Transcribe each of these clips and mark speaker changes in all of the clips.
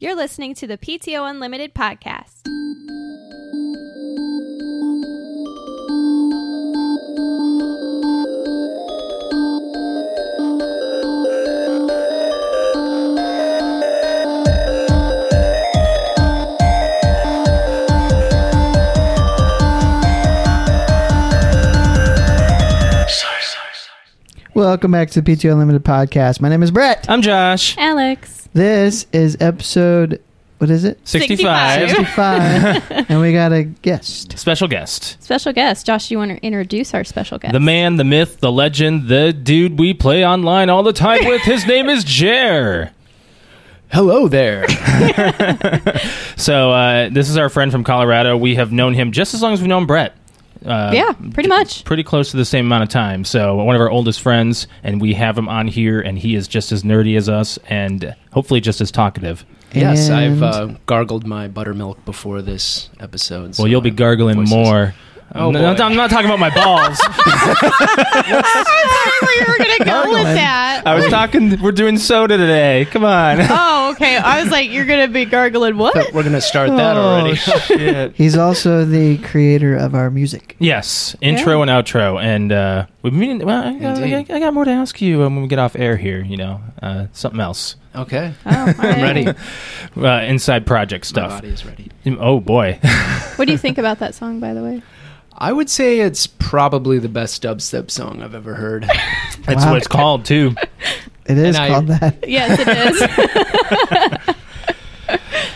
Speaker 1: You're listening to the PTO Unlimited podcast.
Speaker 2: Welcome back to the PTO Unlimited podcast. My name is Brett.
Speaker 3: I'm Josh.
Speaker 1: Alex.
Speaker 2: This is episode, what is it?
Speaker 3: 65.
Speaker 1: 65.
Speaker 2: 65. and we got a guest.
Speaker 3: Special guest.
Speaker 1: Special guest. Josh, you want to introduce our special guest?
Speaker 3: The man, the myth, the legend, the dude we play online all the time with. His name is Jer.
Speaker 4: Hello there.
Speaker 3: So, uh, this is our friend from Colorado. We have known him just as long as we've known Brett. Uh,
Speaker 1: yeah, pretty much.
Speaker 3: Pretty close to the same amount of time. So, one of our oldest friends, and we have him on here, and he is just as nerdy as us and hopefully just as talkative.
Speaker 4: yes, I've
Speaker 2: And-
Speaker 4: uh, gargled my buttermilk before this episode. so
Speaker 3: Well, you'll be
Speaker 4: I'm-
Speaker 3: gargling
Speaker 4: voices-
Speaker 3: more.
Speaker 4: Oh,
Speaker 3: I'm not-
Speaker 4: boy.
Speaker 3: I'm not talking about my balls.
Speaker 1: I thought we were going to go with that.
Speaker 3: I was talking. We're doing soda today. Come on.
Speaker 1: Oh, okay. I was like, you're going to be gargling what?
Speaker 4: But we're gonna start that
Speaker 3: Oh,
Speaker 4: already.
Speaker 3: shit.
Speaker 2: He's also the creator of our music.
Speaker 3: Yes, intro and outro, and uh, we mean. Well, I, got- I,
Speaker 4: Indeed.
Speaker 3: got- I got more to ask you um, when we get off air here. You know, uh, something else,
Speaker 4: Okay,
Speaker 1: Oh,
Speaker 4: I'm ready. My
Speaker 3: uh, inside project stuff.
Speaker 4: body is ready.
Speaker 3: Oh boy,
Speaker 1: What do you think about that song, by the way?
Speaker 4: I would say it's probably the best dubstep song I've ever heard.
Speaker 3: that's
Speaker 2: Wow.
Speaker 3: what it's called too.
Speaker 2: It is
Speaker 4: And I-
Speaker 2: called that.
Speaker 1: Yes, it is.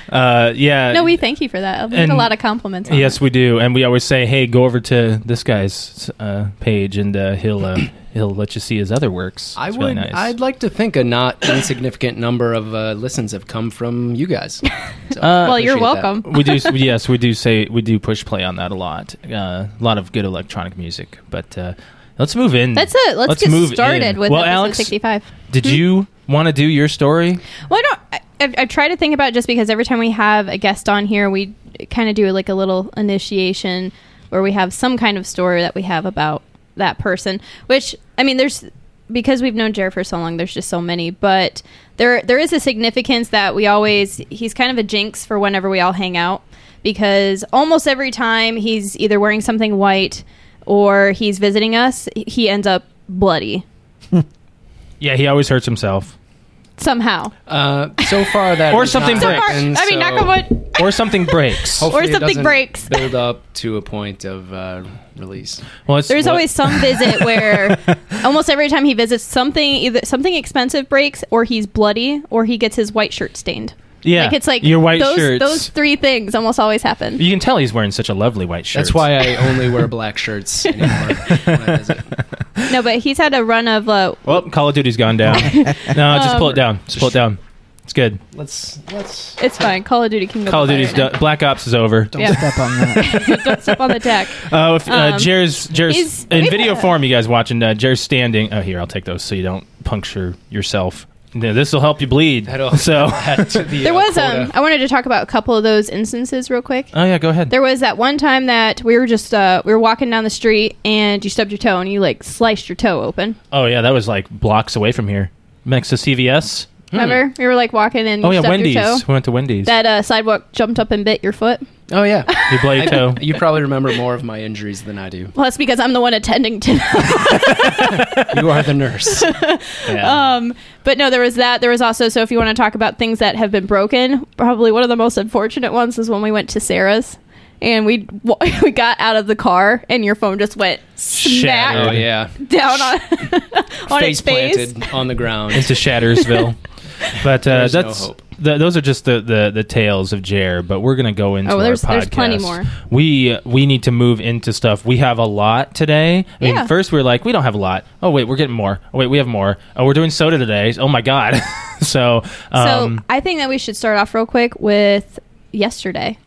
Speaker 3: Uh, yeah.
Speaker 1: no, we thank you for that. We get a
Speaker 3: And-
Speaker 1: lot of compliments on
Speaker 3: Yes, we do, and we always say, "Hey, go over to this guy's uh, page, and uh, he'll uh, he'll let you see his other works."
Speaker 4: I
Speaker 3: It's
Speaker 4: would.
Speaker 3: really nice.
Speaker 4: I'd like to think a not insignificant number of uh, listens have come from you guys. So,
Speaker 3: Uh,
Speaker 1: it. Well, you're
Speaker 4: appreciate that.
Speaker 1: welcome.
Speaker 3: we do yes we do say we do push play on that a lot uh, a lot of good electronic music but uh, let's move in
Speaker 1: That's it. Let's, get
Speaker 3: move
Speaker 1: started
Speaker 3: in.
Speaker 1: with
Speaker 3: well
Speaker 1: episode
Speaker 3: alex
Speaker 1: 65.
Speaker 3: did you want to do your story
Speaker 1: Well, I don't. I, I've, I've tried to think about it just because every time we have a guest on here, we kind of do like a little initiation where we have some kind of story that we have about that person. Which I mean, there's because we've known Jared for so long. There's just so many, but there there is a significance that we always. He's kind of a jinx for whenever we all hang out because almost every time he's either wearing something white or he's visiting us, he ends up bloody
Speaker 3: yeah he always hurts himself
Speaker 1: somew.
Speaker 4: Uh, so far, that
Speaker 3: Or
Speaker 4: has
Speaker 3: something
Speaker 4: not
Speaker 1: So
Speaker 3: Right.
Speaker 1: far,
Speaker 4: happened,
Speaker 1: I mean,
Speaker 4: so
Speaker 1: knock on wood.
Speaker 3: or something breaks
Speaker 4: hopefully it
Speaker 1: something
Speaker 4: doesn't
Speaker 1: breaks.
Speaker 4: Build up to a point of uh, release.
Speaker 3: well, it's-
Speaker 1: There's
Speaker 3: well,
Speaker 1: always some visit where almost every time he visits, something either something expensive breaks, or he's bloody, or he gets his white shirt stained.
Speaker 3: yeah
Speaker 1: like it's like
Speaker 3: your white
Speaker 1: those,
Speaker 3: shirts
Speaker 1: Those three things almost always happen.
Speaker 3: you can tell he's wearing such a lovely white shirt
Speaker 4: That's why I only wear black shirts anymore. when I visit.
Speaker 1: No, but he's had a run of uh,
Speaker 3: well oh, call of duty's gone down no just pull it
Speaker 1: Um,
Speaker 3: down just pull it down it's good
Speaker 4: Let's let's.
Speaker 1: it's fine. Call of Duty can go.
Speaker 3: call of
Speaker 1: by
Speaker 3: duty's
Speaker 1: right now.
Speaker 3: done black ops is over
Speaker 2: Don't
Speaker 1: Yeah.
Speaker 2: step on that.
Speaker 1: Don't step on the deck.
Speaker 3: Oh, if, uh,
Speaker 1: Um,
Speaker 3: Jer's
Speaker 1: he's-
Speaker 3: Jer's in
Speaker 1: yeah.
Speaker 3: video form. You guys watching? Uh, Jer's standing. Oh, here I'll take those so you don't puncture yourself. This will help you bleed.
Speaker 4: That'll-
Speaker 3: So,
Speaker 4: add to the,
Speaker 1: There
Speaker 4: uh,
Speaker 1: was
Speaker 4: quota.
Speaker 1: um, I wanted to talk about a couple of those instances real quick.
Speaker 3: oh yeah, go ahead.
Speaker 1: There was that one time that we were just uh, we were walking down the street and you stubbed your toe and you like sliced your toe open.
Speaker 3: oh yeah, that was like blocks away from here, next to CVS. Hmm.
Speaker 1: Remember, we were like walking and you
Speaker 3: Oh yeah,
Speaker 1: stubbed your toe.
Speaker 3: Wendy's. We went to Wendy's.
Speaker 1: That uh, sidewalk jumped up and bit your foot.
Speaker 4: oh yeah.
Speaker 3: you bloody toe.
Speaker 4: I- you probably remember more of my injuries than I do.
Speaker 1: Well, that's because I'm the one attending to.
Speaker 4: You are the nurse.
Speaker 3: Yeah.
Speaker 1: um, but no, there was that. There was also so if you want to talk about things that have been broken, probably one of the most unfortunate ones is when we went to Sarah's and we we got out of the car and your phone just went smack
Speaker 3: Shattered.
Speaker 4: oh yeah.
Speaker 1: down on on its face.
Speaker 4: planted on the ground.
Speaker 3: into Shattersville. But uh,
Speaker 4: There's no
Speaker 3: that's
Speaker 4: hope.
Speaker 3: th- those are just the, the the tales of Jer. But we're gonna go into
Speaker 1: Oh, there's-
Speaker 3: our podcast.
Speaker 1: there's plenty more.
Speaker 3: We we need to move into stuff. We have a lot today. I mean,
Speaker 1: Yeah.
Speaker 3: first we were like, we don't have a lot. Oh wait, we're getting more. Oh wait, we have more. Oh, we're doing soda today. Oh my god. so um,
Speaker 1: so I think that we should start off real quick with yesterday.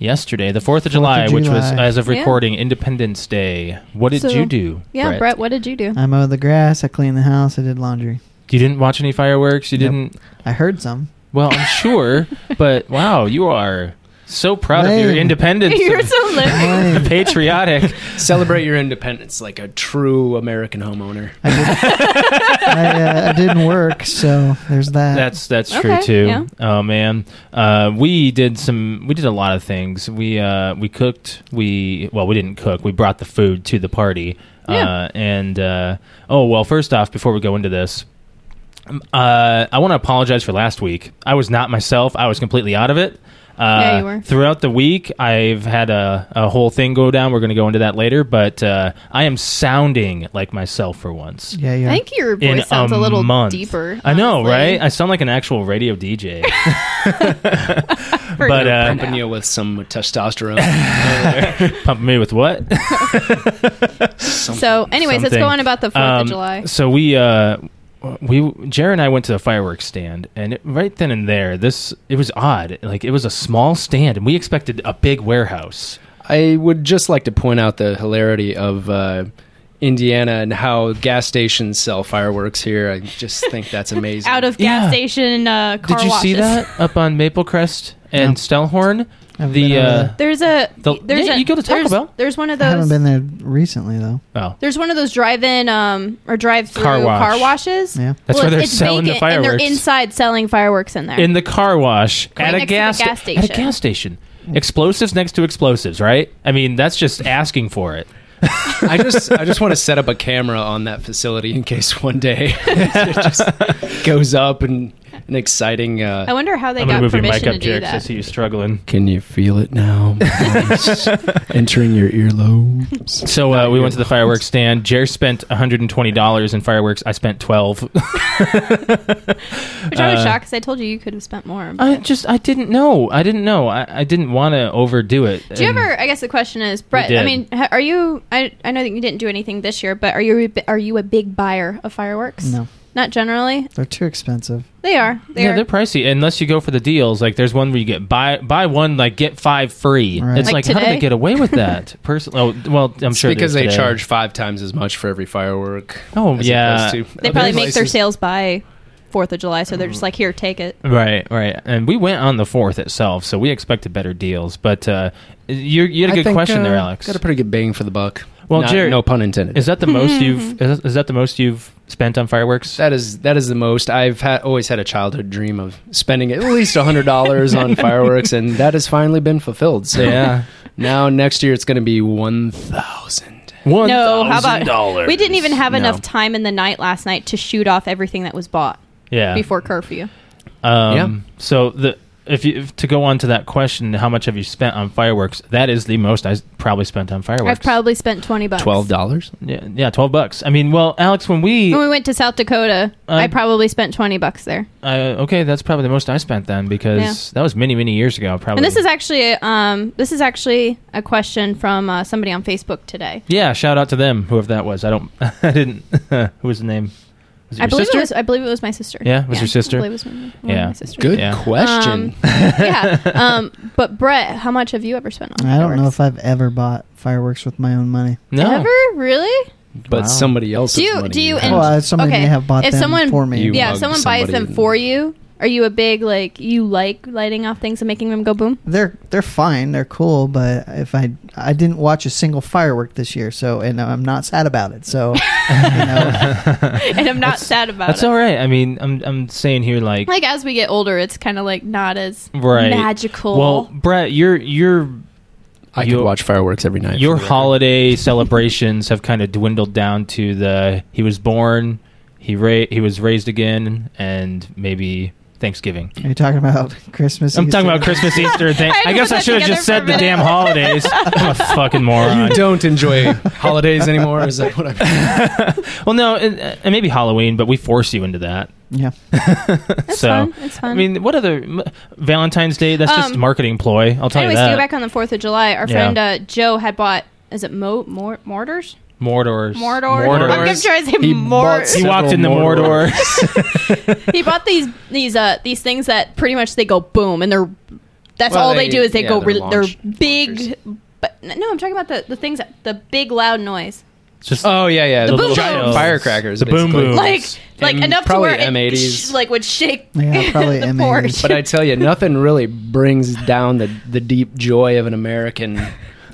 Speaker 3: yesterday, the Fourth of July, which was
Speaker 2: July.
Speaker 3: as of
Speaker 1: Yeah.
Speaker 3: recording Independence Day. What did
Speaker 1: So-
Speaker 3: you do?
Speaker 1: Yeah, Brett, what did you do?
Speaker 2: I mowed the grass. I cleaned the house. I did laundry.
Speaker 3: You didn't watch any fireworks. You
Speaker 2: Nope.
Speaker 3: didn't.
Speaker 2: I heard some.
Speaker 3: Well, I'm sure, but wow, you are So proud of your
Speaker 2: Lame.
Speaker 3: independence.
Speaker 1: You're so living.
Speaker 2: Lame.
Speaker 3: patriotic.
Speaker 4: Celebrate your independence like a true American homeowner.
Speaker 2: I, did, I, uh, I didn't work, so there's that.
Speaker 3: That's that's true
Speaker 1: Okay,
Speaker 3: too.
Speaker 1: yeah.
Speaker 3: Oh man, uh, we did some. We did a lot of things. We uh, we cooked. We well, we didn't cook. We brought the food to the party.
Speaker 1: Yeah.
Speaker 3: Uh, and uh, oh well, first off, before we go into this. um, Uh, I want to apologize for last week. I was not myself. I was completely out of it. Uh,
Speaker 1: Yeah, you were.
Speaker 3: Throughout the week, I've had a, a whole thing go down. We're going to go into that later, but uh, I am sounding like myself for once
Speaker 2: yeah, yeah.
Speaker 1: I think your voice
Speaker 3: in
Speaker 1: sounds a, little
Speaker 3: month.
Speaker 1: deeper.
Speaker 3: I know,
Speaker 1: honestly.
Speaker 3: right? I sound like an actual radio DJ.
Speaker 1: For
Speaker 3: but,
Speaker 1: you.
Speaker 3: uh,
Speaker 4: Pumping you with some testosterone.
Speaker 3: Pump me with what?
Speaker 1: so, anyways, let's
Speaker 3: uh, Something.
Speaker 1: go on about the Fourth
Speaker 3: Um,
Speaker 1: of July.
Speaker 3: So we, uh, we, Jared and I went to the fireworks stand, and it, right then and there, this it was odd. Like it was a small stand, and we expected a big warehouse.
Speaker 4: I would just like to point out the hilarity of uh, Indiana and how gas stations sell fireworks here. I just think that's amazing.
Speaker 1: Out of gas
Speaker 3: Yeah.
Speaker 1: station uh, car
Speaker 3: Did you see
Speaker 1: washes.
Speaker 3: that up on Maple Crest and
Speaker 2: No.
Speaker 3: Stellhorn?
Speaker 2: Haven't
Speaker 3: The
Speaker 2: been over
Speaker 3: uh,
Speaker 2: there.
Speaker 1: There's a
Speaker 3: The-
Speaker 1: there's
Speaker 3: yeah,
Speaker 1: a,
Speaker 3: you go to Taco
Speaker 1: there's,
Speaker 3: Bell.
Speaker 1: There's one of
Speaker 2: I
Speaker 1: those.
Speaker 2: haven't been there recently though.
Speaker 3: oh,
Speaker 1: There's one of those drive-in um, or drive-through
Speaker 3: Car
Speaker 1: car,
Speaker 3: wash.
Speaker 1: washes.
Speaker 2: Yeah.
Speaker 3: That's where they're
Speaker 1: it's
Speaker 3: selling the
Speaker 1: vacant, and
Speaker 3: fireworks.
Speaker 1: they're inside selling fireworks in there.
Speaker 3: in the car wash
Speaker 1: Right
Speaker 3: at a
Speaker 1: next to the
Speaker 3: gas,
Speaker 1: gas
Speaker 3: sta- at a
Speaker 1: station.
Speaker 3: gas station. Explosives next to explosives, right? I mean, that's just asking for it.
Speaker 4: I just I just want to set up a camera on that facility in case one day it just goes up and an exciting.
Speaker 1: I
Speaker 4: Uh,
Speaker 1: wonder how they
Speaker 3: I'm gonna
Speaker 1: got
Speaker 3: move your
Speaker 1: permission
Speaker 3: mic
Speaker 1: to do
Speaker 3: up, Jared, 'cause I
Speaker 1: that.
Speaker 3: see you struggling.
Speaker 4: can you feel it now? It's entering your earlobes.
Speaker 3: So uh, we went to the fireworks stand. Jer spent $120 in fireworks. I spent 12.
Speaker 1: Which I was
Speaker 3: Uh,
Speaker 1: shocked because I told you you could have spent more. but-
Speaker 3: I just I didn't know. I didn't know. I, I didn't want to overdo it.
Speaker 1: do you
Speaker 3: And
Speaker 1: ever? I guess the question is, Brett. I
Speaker 3: did.
Speaker 1: mean, ha- are you? I, I know that you didn't do anything this year, but are you? a bi- Are you a big buyer of fireworks?
Speaker 2: No,
Speaker 1: not generally.
Speaker 2: they're too expensive.
Speaker 1: They are. They
Speaker 3: yeah,
Speaker 1: are.
Speaker 3: they're pricey unless you go for the deals. Like there's one where you get buy buy one like get 5 free.
Speaker 2: Right.
Speaker 3: It's
Speaker 1: Like
Speaker 3: like, how do they
Speaker 1: today?
Speaker 3: get away with that? Person Oh, well, I'm
Speaker 4: It's
Speaker 3: sure it
Speaker 4: because
Speaker 3: is
Speaker 4: they
Speaker 3: today.
Speaker 4: charge five times as much for every firework.
Speaker 3: Oh,
Speaker 4: as
Speaker 3: yeah.
Speaker 4: opposed to
Speaker 1: They
Speaker 4: other
Speaker 1: probably make their
Speaker 4: places.
Speaker 1: sales by Fourth of July, so they're
Speaker 3: Mm-hmm.
Speaker 1: just like, here, take it.
Speaker 3: Right, right. And we went on the 4th itself, so we expected better deals, but uh you you had a
Speaker 4: I
Speaker 3: good
Speaker 4: think,
Speaker 3: question there,
Speaker 4: uh,
Speaker 3: Alex.
Speaker 4: Got a pretty good bang for the buck.
Speaker 3: Well,
Speaker 4: Not-
Speaker 3: Jared-
Speaker 4: no pun intended.
Speaker 3: Is that the most you've is, is that the most you've spent on fireworks?
Speaker 4: that is that is the most I've had. Always had a childhood dream of spending at least hundred dollars on fireworks, and that has finally been fulfilled. So
Speaker 3: yeah.
Speaker 4: now next year it's going to be one thousand.
Speaker 3: One
Speaker 1: No, how about-
Speaker 3: $1,000.
Speaker 1: We didn't even have
Speaker 4: No.
Speaker 1: enough time in the night last night to shoot off everything that was bought
Speaker 3: yeah.
Speaker 1: before curfew.
Speaker 3: Um,
Speaker 4: Yeah.
Speaker 3: So the if you if, to go on to that question, how much have you spent on fireworks? That is the most I s- probably spent on fireworks.
Speaker 1: I've probably spent twenty bucks.
Speaker 4: Twelve dollars.
Speaker 3: yeah, yeah, twelve bucks. I mean, well, Alex, when we
Speaker 1: When we went to South Dakota,
Speaker 3: Um,
Speaker 1: I probably spent twenty bucks there.
Speaker 3: uh, okay, that's probably the most I spent then because
Speaker 1: Yeah.
Speaker 3: that was many many years ago. Probably.
Speaker 1: And this is actually um, this is actually a question from uh, somebody on Facebook today.
Speaker 3: yeah. Shout out to them, whoever that was. I don't. I didn't. who was the name? Was it
Speaker 1: I
Speaker 3: your
Speaker 1: believe
Speaker 3: sister?
Speaker 1: it was I believe it was my sister.
Speaker 3: Yeah, it was your sister?
Speaker 1: I believe it was my, one of
Speaker 3: Yeah.
Speaker 1: my sister.
Speaker 4: Good
Speaker 3: Yeah.
Speaker 4: question.
Speaker 1: yeah. Um, but Brett, how much have you ever spent on?
Speaker 2: I don't know
Speaker 1: fireworks?
Speaker 2: if I've ever bought fireworks with my own money.
Speaker 3: no.
Speaker 1: ever really.
Speaker 4: but
Speaker 2: Wow.
Speaker 4: somebody else's
Speaker 1: Do you-
Speaker 4: money.
Speaker 1: do you
Speaker 2: Oh,
Speaker 1: And-
Speaker 2: uh, somebody
Speaker 1: okay,
Speaker 2: may have bought
Speaker 1: if
Speaker 2: them
Speaker 1: someone-
Speaker 2: for me.
Speaker 4: You
Speaker 1: yeah,
Speaker 4: hug
Speaker 1: if someone buys
Speaker 4: somebody
Speaker 1: them
Speaker 4: and-
Speaker 1: for you, are you a big like you like lighting off things and making them go boom?
Speaker 2: they're they're fine. They're cool. But if I I didn't watch a single firework this year, so and I'm not sad about it. So you know,
Speaker 1: and I'm not sad about
Speaker 3: That's
Speaker 1: it.
Speaker 3: all right. I mean, I'm I'm saying here like
Speaker 1: Like as we get older, it's kind of like not as
Speaker 3: right
Speaker 1: magical.
Speaker 3: Well, Brett, you're you're
Speaker 4: I
Speaker 3: You-
Speaker 4: could watch fireworks every night.
Speaker 3: Your
Speaker 4: for the record.
Speaker 3: holiday celebrations have kind of dwindled down to the he was born, he ra- he was raised again, and maybe Thanksgiving.
Speaker 2: are you talking about Christmas?
Speaker 3: I'm talking
Speaker 2: Easter?
Speaker 3: about Christmas, Easter. Thing.
Speaker 1: I had
Speaker 3: I,
Speaker 1: to
Speaker 3: guess
Speaker 1: put
Speaker 3: I
Speaker 1: that
Speaker 3: should have
Speaker 1: together
Speaker 3: just
Speaker 1: for a
Speaker 3: said the
Speaker 1: minute.
Speaker 3: damn holidays. I'm a fucking moron.
Speaker 4: You don't enjoy holidays anymore. Is that what I'm?
Speaker 3: Well, no, and, uh, and maybe Halloween, but we force you into that.
Speaker 2: Yeah,
Speaker 1: it's
Speaker 3: so
Speaker 1: fun. It's fun.
Speaker 3: I mean, what other m- Valentine's Day? That's just
Speaker 1: Um,
Speaker 3: marketing ploy. I'll tell
Speaker 1: anyways,
Speaker 3: you
Speaker 1: to
Speaker 3: that.
Speaker 1: go back on the Fourth of July, our
Speaker 3: Yeah.
Speaker 1: friend uh, Joe had bought. Is it Mo- Mor- Mortars?
Speaker 3: Mordor's.
Speaker 1: Mordor.
Speaker 3: Mordor's.
Speaker 1: I'm gonna try to say more.
Speaker 4: bought
Speaker 3: He walked
Speaker 4: several
Speaker 3: in the Mordor.
Speaker 1: He bought these these uh these things that pretty much they go boom and they're that's
Speaker 4: Well,
Speaker 1: all they,
Speaker 4: they-
Speaker 1: do is they
Speaker 4: yeah,
Speaker 1: go
Speaker 4: they're
Speaker 1: re-
Speaker 4: launch-
Speaker 1: they're big
Speaker 4: launchers.
Speaker 1: but no, I'm talking about the the things that the big loud noise.
Speaker 3: Just
Speaker 4: Oh yeah, yeah.
Speaker 1: The
Speaker 4: The
Speaker 1: boom
Speaker 4: little
Speaker 1: boom.
Speaker 4: giant firecrackers.
Speaker 3: The boom
Speaker 4: basically.
Speaker 3: boom.
Speaker 1: like like
Speaker 4: Oh, And
Speaker 1: enough to
Speaker 4: probably
Speaker 1: where it
Speaker 4: M80s.
Speaker 1: sh- like would shake
Speaker 2: Yeah, probably
Speaker 1: the
Speaker 2: M80s.
Speaker 1: porch.
Speaker 4: But I tell you, nothing really brings down the the deep joy of an American.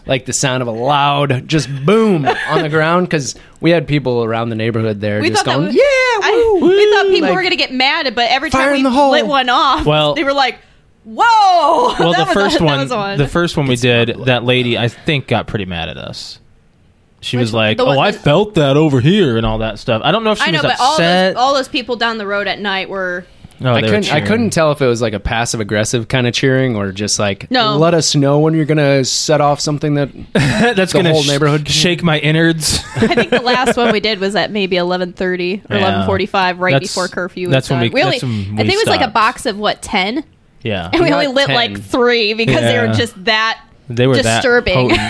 Speaker 4: Like the sound of a loud, just boom on the ground, because we had people around the neighborhood there
Speaker 1: we
Speaker 4: just
Speaker 1: thought that
Speaker 4: going,
Speaker 1: was,
Speaker 4: "Yeah,
Speaker 1: I-
Speaker 4: woo,
Speaker 1: we
Speaker 4: woo,"
Speaker 1: thought people
Speaker 4: like-
Speaker 1: were gonna get mad, but every
Speaker 4: Fire
Speaker 1: time
Speaker 4: in
Speaker 1: we
Speaker 4: the hole.
Speaker 1: lit one off,
Speaker 3: Well-
Speaker 1: they were like, "Whoa!"
Speaker 3: well,
Speaker 1: That
Speaker 3: the
Speaker 1: was a-
Speaker 3: first
Speaker 1: that
Speaker 3: one,
Speaker 1: was one.
Speaker 3: the first one we did, that lady I think got pretty mad at us. She
Speaker 1: Which
Speaker 3: was
Speaker 1: one?
Speaker 3: like,
Speaker 1: The one
Speaker 3: "Oh, I
Speaker 1: that-
Speaker 3: felt that over here and all that stuff." I don't know if she
Speaker 1: I know,
Speaker 3: was
Speaker 1: but all
Speaker 3: upset.
Speaker 1: those, all those people down the road at night were
Speaker 3: No,
Speaker 4: I
Speaker 3: they were
Speaker 4: couldn't. I
Speaker 3: cheering.
Speaker 4: couldn't tell if it was like a passive aggressive kind of cheering or just like,
Speaker 1: No.
Speaker 4: let us know when you're gonna set off something that.
Speaker 3: That's
Speaker 4: The
Speaker 3: gonna
Speaker 4: whole
Speaker 3: sh-
Speaker 4: neighborhood.
Speaker 3: shake my innards.
Speaker 1: I think the last one we did was at maybe eleven thirty or
Speaker 3: Yeah.
Speaker 1: eleven forty five, right
Speaker 3: That's-
Speaker 1: before curfew. was
Speaker 3: that's when
Speaker 1: done.
Speaker 3: we- that's
Speaker 1: only-
Speaker 3: when
Speaker 1: I think
Speaker 3: we
Speaker 1: it was like a
Speaker 3: stopped.
Speaker 1: box of what ten,
Speaker 3: yeah,
Speaker 1: and we
Speaker 4: Not
Speaker 1: only lit
Speaker 4: 10.
Speaker 1: like three because they
Speaker 3: Yeah.
Speaker 1: were just that.
Speaker 3: they were that
Speaker 1: disturbing.
Speaker 3: potent.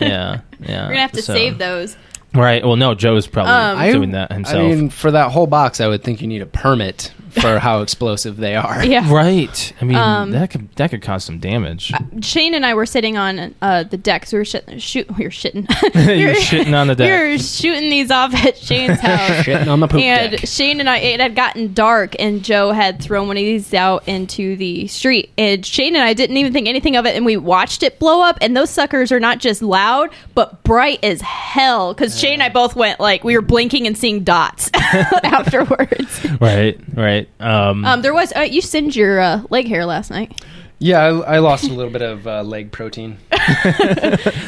Speaker 3: yeah, yeah.
Speaker 1: We're gonna have to
Speaker 3: so-
Speaker 1: save those.
Speaker 3: Right. Well, no, Joe's probably
Speaker 1: Um, I-
Speaker 3: doing that himself.
Speaker 4: I mean, for that whole box, I would think you need a permit for how explosive they are.
Speaker 1: Yeah.
Speaker 3: Right. I mean,
Speaker 1: Um,
Speaker 3: that could that could cause some damage.
Speaker 1: Shane and I were sitting on uh, the deck. 'cause we were shit- shoot. We were shitting. we
Speaker 3: You're
Speaker 1: were-
Speaker 3: shitting on the
Speaker 1: We
Speaker 3: deck.
Speaker 1: were shooting these off at Shane's house.
Speaker 4: Shitting on the poop
Speaker 1: and
Speaker 4: deck.
Speaker 1: Shane and I, it had gotten dark, and Joe had thrown one of these out into the street. And Shane and I didn't even think anything of it, and we watched it blow up. And those suckers are not just loud, but bright as hell. Because Shane and I both went like we were blinking and seeing dots afterwards.
Speaker 3: right. Right. Um,
Speaker 1: Um, there was uh, you singed your uh, leg hair last night.
Speaker 4: Yeah, I, I lost a little bit of uh, leg protein.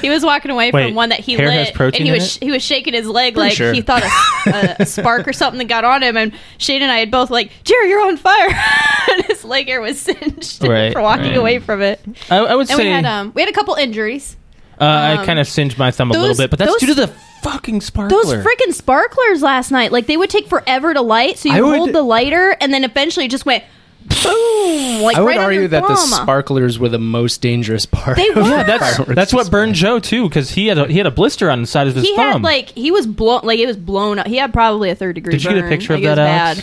Speaker 1: He was walking away
Speaker 3: Wait,
Speaker 1: from one that he
Speaker 3: hair
Speaker 1: lit,
Speaker 3: has protein
Speaker 1: and he
Speaker 3: in
Speaker 1: was
Speaker 3: it?
Speaker 1: sh- he was shaking his leg like
Speaker 4: sure.
Speaker 1: he thought a, a spark or something that got on him. And Shane and I had both like, "Jerry, you're on fire!" and his leg hair was singed
Speaker 3: Right,
Speaker 1: for walking
Speaker 3: right.
Speaker 1: away from it.
Speaker 3: I, I would
Speaker 1: And
Speaker 3: say
Speaker 1: we had um we had a couple injuries.
Speaker 3: uh, I
Speaker 1: um,
Speaker 3: kind of singed my thumb a
Speaker 1: those-
Speaker 3: little bit, but that's
Speaker 1: those-
Speaker 3: due to the fucking sparkler.
Speaker 1: Those freaking sparklers last night, like they would take forever to light. So
Speaker 4: I
Speaker 1: you
Speaker 4: would-
Speaker 1: hold the lighter, and then eventually it just went boom. Like
Speaker 4: I would
Speaker 1: right on
Speaker 4: argue
Speaker 1: your
Speaker 4: that the
Speaker 1: thumb.
Speaker 4: sparklers were the most dangerous part.
Speaker 1: They
Speaker 4: of
Speaker 1: were.
Speaker 4: the
Speaker 1: Yeah,
Speaker 3: that's
Speaker 4: fireworks
Speaker 3: that's what
Speaker 4: display.
Speaker 3: burned Joe too, because he had a, he had a blister on the side of his
Speaker 1: He
Speaker 3: thumb.
Speaker 1: had like he was blown, like it was blown up. He had probably a third degree.
Speaker 3: Did you get a
Speaker 1: burn.
Speaker 3: picture of
Speaker 1: Like, it
Speaker 3: that,
Speaker 1: was
Speaker 3: Alex?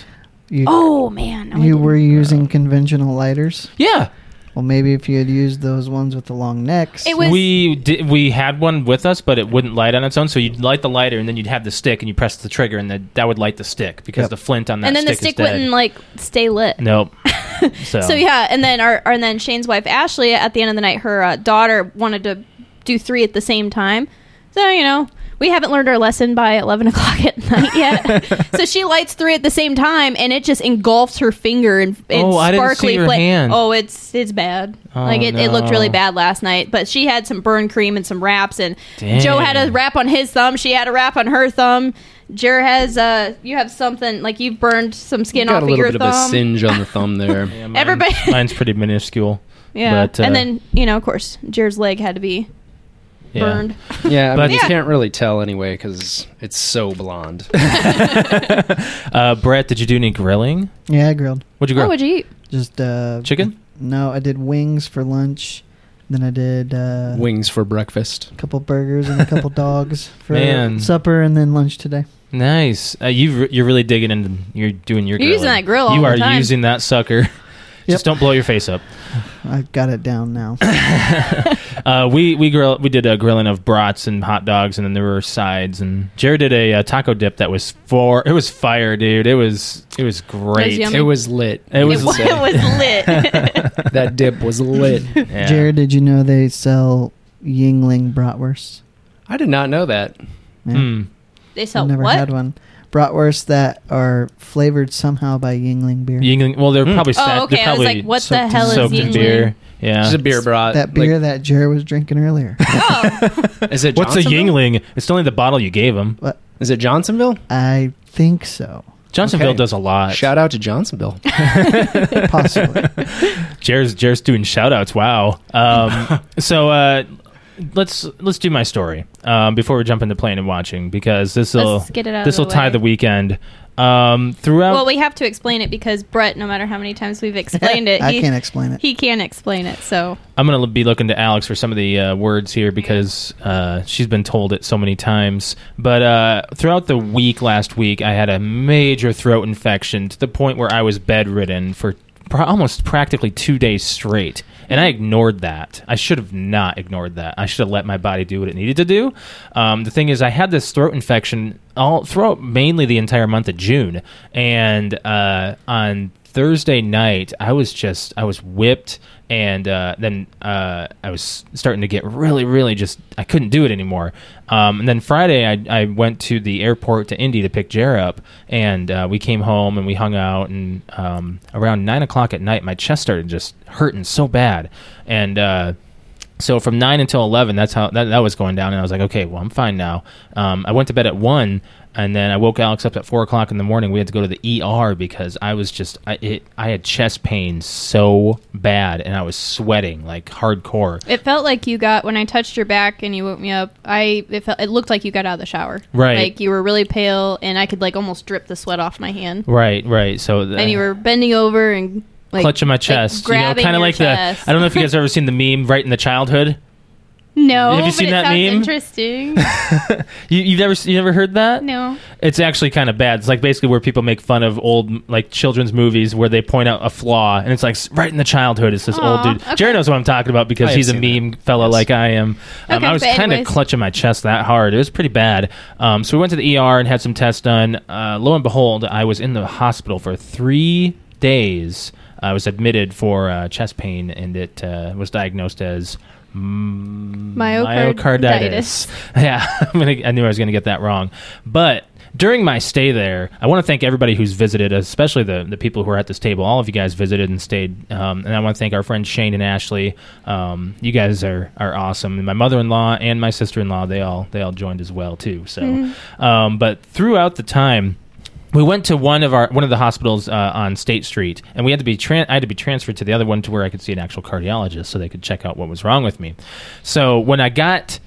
Speaker 1: bad.
Speaker 2: You,
Speaker 1: Oh man, No, I
Speaker 2: you
Speaker 1: didn't.
Speaker 2: were using conventional lighters.
Speaker 3: yeah,
Speaker 2: Well, maybe if you had used those ones with the long necks.
Speaker 1: It was-
Speaker 3: we did, we had one with us, but it wouldn't light on its own. So you'd light the lighter, and then you'd have the stick, and you press the trigger, and that that would light the stick because
Speaker 2: Yep.
Speaker 3: the flint on that
Speaker 1: and then the
Speaker 3: stick,
Speaker 1: stick
Speaker 3: is dead.
Speaker 1: wouldn't like stay lit.
Speaker 3: Nope. So,
Speaker 1: So yeah, and then our and then Shane's wife Ashley at the end of the night, her uh, daughter wanted to do three at the same time. So you know we haven't learned our lesson by eleven o'clock at night yet. so she lights three at the same time, and it just engulfs her finger in, in
Speaker 3: Oh, I didn't see
Speaker 1: sparkly
Speaker 3: your
Speaker 1: flame.
Speaker 3: hand.
Speaker 1: Oh, it's it's bad.
Speaker 3: Oh,
Speaker 1: like it, it looked
Speaker 3: no.
Speaker 1: really bad last night. But she had some burn cream and some wraps, and Joe had a
Speaker 3: Dang.
Speaker 1: wrap on his thumb. She had a wrap on her thumb. Jer has uh, you have something like you've burned some skin
Speaker 4: got
Speaker 1: off
Speaker 4: a
Speaker 1: of
Speaker 4: little
Speaker 1: your
Speaker 4: bit
Speaker 1: thumb.
Speaker 4: of a singe on the thumb there.
Speaker 3: Yeah,
Speaker 1: everybody-
Speaker 3: mine's pretty minuscule.
Speaker 1: Yeah,
Speaker 3: But, uh,
Speaker 1: and then you know, of course, Jer's leg had to be
Speaker 3: Yeah.
Speaker 1: burned.
Speaker 4: Yeah,
Speaker 3: But-
Speaker 4: but you
Speaker 1: Yeah.
Speaker 4: can't really tell anyway because it's so blonde.
Speaker 3: Uh, Brett, did you do any grilling?
Speaker 2: yeah, I grilled.
Speaker 3: What'd you grill?
Speaker 1: What would you eat?
Speaker 2: Just uh,
Speaker 3: Chicken?
Speaker 2: No, I did wings for lunch. Then I did uh,
Speaker 4: Wings for breakfast.
Speaker 2: a couple burgers and a couple dogs for
Speaker 3: Man.
Speaker 2: supper and then lunch today.
Speaker 3: Nice. Uh, you re- you're really digging in. You're doing your.
Speaker 1: You're using
Speaker 3: grilling.
Speaker 1: that grill all
Speaker 3: you
Speaker 1: the
Speaker 3: are
Speaker 1: time.
Speaker 3: using that sucker.
Speaker 2: Yep.
Speaker 3: Just don't blow your face up.
Speaker 2: I've got it down now.
Speaker 3: Uh, we we grill we did a grilling of brats and hot dogs, and then there were sides. And Jared did a, uh taco dip that was for it was fire, dude. It was it was great.
Speaker 1: yummy.
Speaker 4: It was lit.
Speaker 3: It was-
Speaker 1: It was,
Speaker 4: insane.
Speaker 1: lit.
Speaker 4: that dip was lit.
Speaker 3: Yeah.
Speaker 2: Jared, did you know they sell Yingling bratwursts?
Speaker 4: I did not know that.
Speaker 2: Yeah.
Speaker 3: Mm.
Speaker 1: they
Speaker 2: I
Speaker 1: sell
Speaker 2: never
Speaker 1: what?
Speaker 2: had one. Bratwursts that are flavored somehow by Yingling beer.
Speaker 3: Yingling. Well, they're
Speaker 4: Mm.
Speaker 3: probably
Speaker 1: Oh,
Speaker 3: sa-
Speaker 1: okay,
Speaker 3: they're
Speaker 1: I was
Speaker 3: probably
Speaker 1: like, what the
Speaker 2: soaked in-
Speaker 1: hell is
Speaker 3: soaked in
Speaker 1: Yingling?
Speaker 3: beer. Yeah.
Speaker 4: Just a beer brought.
Speaker 2: that beer that Jared was drinking earlier.
Speaker 1: Oh,
Speaker 4: That, is it
Speaker 3: What's a
Speaker 4: Johnsonville?
Speaker 3: Yingling? It's only the bottle you gave him.
Speaker 4: Is it Johnsonville?
Speaker 2: I think so.
Speaker 3: Johnsonville
Speaker 4: Okay.
Speaker 3: does a lot.
Speaker 4: Shout out to Johnsonville.
Speaker 2: Possibly.
Speaker 3: Jared's Jared's doing shout outs. Wow. Um, so uh, let's let's do my story um, before we jump into playing and watching because this will
Speaker 1: let's get it out.
Speaker 3: this will
Speaker 1: of the
Speaker 3: tie
Speaker 1: way.
Speaker 3: the weekend. Um, throughout
Speaker 1: Well, we have to explain it because Brett, no matter how many times we've explained it,
Speaker 2: I
Speaker 1: he,
Speaker 2: can't explain it.
Speaker 1: he can't explain it. So
Speaker 3: I'm going to be looking to Alex for some of the uh, words here because uh, she's been told it so many times. But uh, throughout the week last week, I had a major throat infection to the point where I was bedridden for pr- almost practically two days straight. And I ignored that. I should have not ignored that. I should have let my body do what it needed to do. Um, the thing is, I had this throat infection all throughout mainly the entire month of June. And uh, on Thursday night, I was just I was whipped, and uh, then uh, I was starting to get really, really just I couldn't do it anymore. Um, and then Friday, I, I went to the airport to Indy to pick Jer up, and uh, we came home and we hung out. And um, around nine o'clock at night, my chest started just hurting so bad, and. Uh, so from nine until eleven, that's how that, that was going down, and I was like, okay, well, I'm fine now. Um, I went to bed at one, and then I woke Alex up at four o'clock in the morning. We had to go to the ER because I was just I it, I had chest pain so bad, and I was sweating like hardcore.
Speaker 1: It felt like you got when I touched your back and you woke me up. I it felt it looked like you got out of the shower.
Speaker 3: Right.
Speaker 1: Like you were really pale and I could like almost drip the sweat off my hand.
Speaker 3: Right, right. So the,
Speaker 1: And you were bending over and like
Speaker 3: clutching my
Speaker 1: like,
Speaker 3: chest, you know,
Speaker 1: grabbing
Speaker 3: kind of
Speaker 1: your
Speaker 3: like
Speaker 1: chest.
Speaker 3: the I don't know if you guys have ever seen the meme right in the childhood.
Speaker 1: No,
Speaker 3: Have you
Speaker 1: but
Speaker 3: seen
Speaker 1: it
Speaker 3: that
Speaker 1: sounds
Speaker 3: meme?
Speaker 1: Interesting.
Speaker 3: You, you've never you never heard that?
Speaker 1: no.
Speaker 3: It's actually kind of bad. It's like basically where people make fun of old like children's movies where they point out a flaw, and it's like s- right in the childhood. It's this
Speaker 1: Aw,
Speaker 3: old dude.
Speaker 1: okay.
Speaker 3: Jerry knows what I'm talking about because
Speaker 4: I have
Speaker 3: he's a
Speaker 4: seen that.
Speaker 3: meme fella
Speaker 4: Yes.
Speaker 3: like I am. Um,
Speaker 1: Okay,
Speaker 3: I was
Speaker 1: but
Speaker 3: kind of
Speaker 1: anyways.
Speaker 3: clutching my chest that hard. It was pretty bad. Um, so we went to the ER and had some tests done. Uh, lo and behold, I was in the hospital for three days. I was admitted for uh, chest pain, and it uh, was diagnosed as. mm,
Speaker 1: Myocarditis.
Speaker 3: myocarditis. Yeah, I'm gonna, I knew I was going to get that wrong. But during my stay there, I want to thank everybody who's visited, especially the, the people who are at this table. All of you guys visited and stayed. Um, and I want to thank our friends Shane and Ashley. Um, you guys are, are awesome. And my mother in law and my sister in law, they all they all joined as well too. So, um, but throughout the time, we went to one of our one of the hospitals uh, on State Street, and we had to be tran- I had to be transferred to the other one to where I could see an actual cardiologist, so they could check out what was wrong with me. So when I got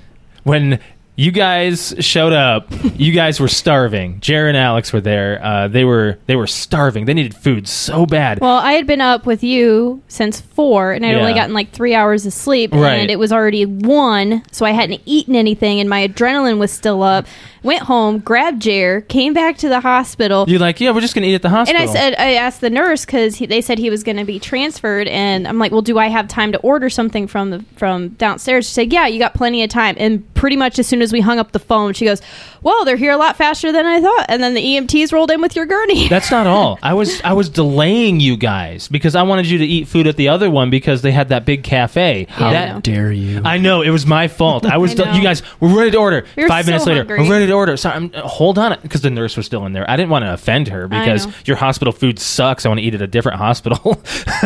Speaker 3: when you guys showed up, you guys were starving. Jer and Alex were there. Uh, they were they were starving. They needed food so bad.
Speaker 1: Well, I had been up with you since four, and I'd only
Speaker 3: Yeah.
Speaker 1: gotten like three hours of sleep,
Speaker 3: Right.
Speaker 1: and it was already one, so I hadn't eaten anything, and my adrenaline was still up. Went home, grabbed Jer, came back to the hospital,
Speaker 3: You're like, yeah, we're just gonna eat at the
Speaker 1: and
Speaker 3: hospital.
Speaker 1: I said I asked the nurse because they said he was going to be transferred, and I'm like, well, do I have time to order something from the from downstairs? She said, yeah, you got plenty of time, and pretty much as soon as we hung up the phone, she goes, well, they're here a lot faster than I thought, and then the EMTs rolled in with your gurney.
Speaker 3: That's not all. I was I was delaying you guys because I wanted you to eat food at the other one because they had that big cafe.
Speaker 1: I
Speaker 3: That-
Speaker 1: know.
Speaker 4: dare you?
Speaker 3: I know it was my fault. I was.
Speaker 1: I
Speaker 3: done- you
Speaker 1: know.
Speaker 3: guys were ready to order.
Speaker 1: We were
Speaker 3: Five
Speaker 1: so
Speaker 3: minutes later,
Speaker 1: hungry.
Speaker 3: we're ready to order. Sorry, I'm, uh, hold on, because the nurse was still in there. I didn't want to offend her because
Speaker 1: know.
Speaker 3: your hospital food sucks. I want to eat at a different hospital.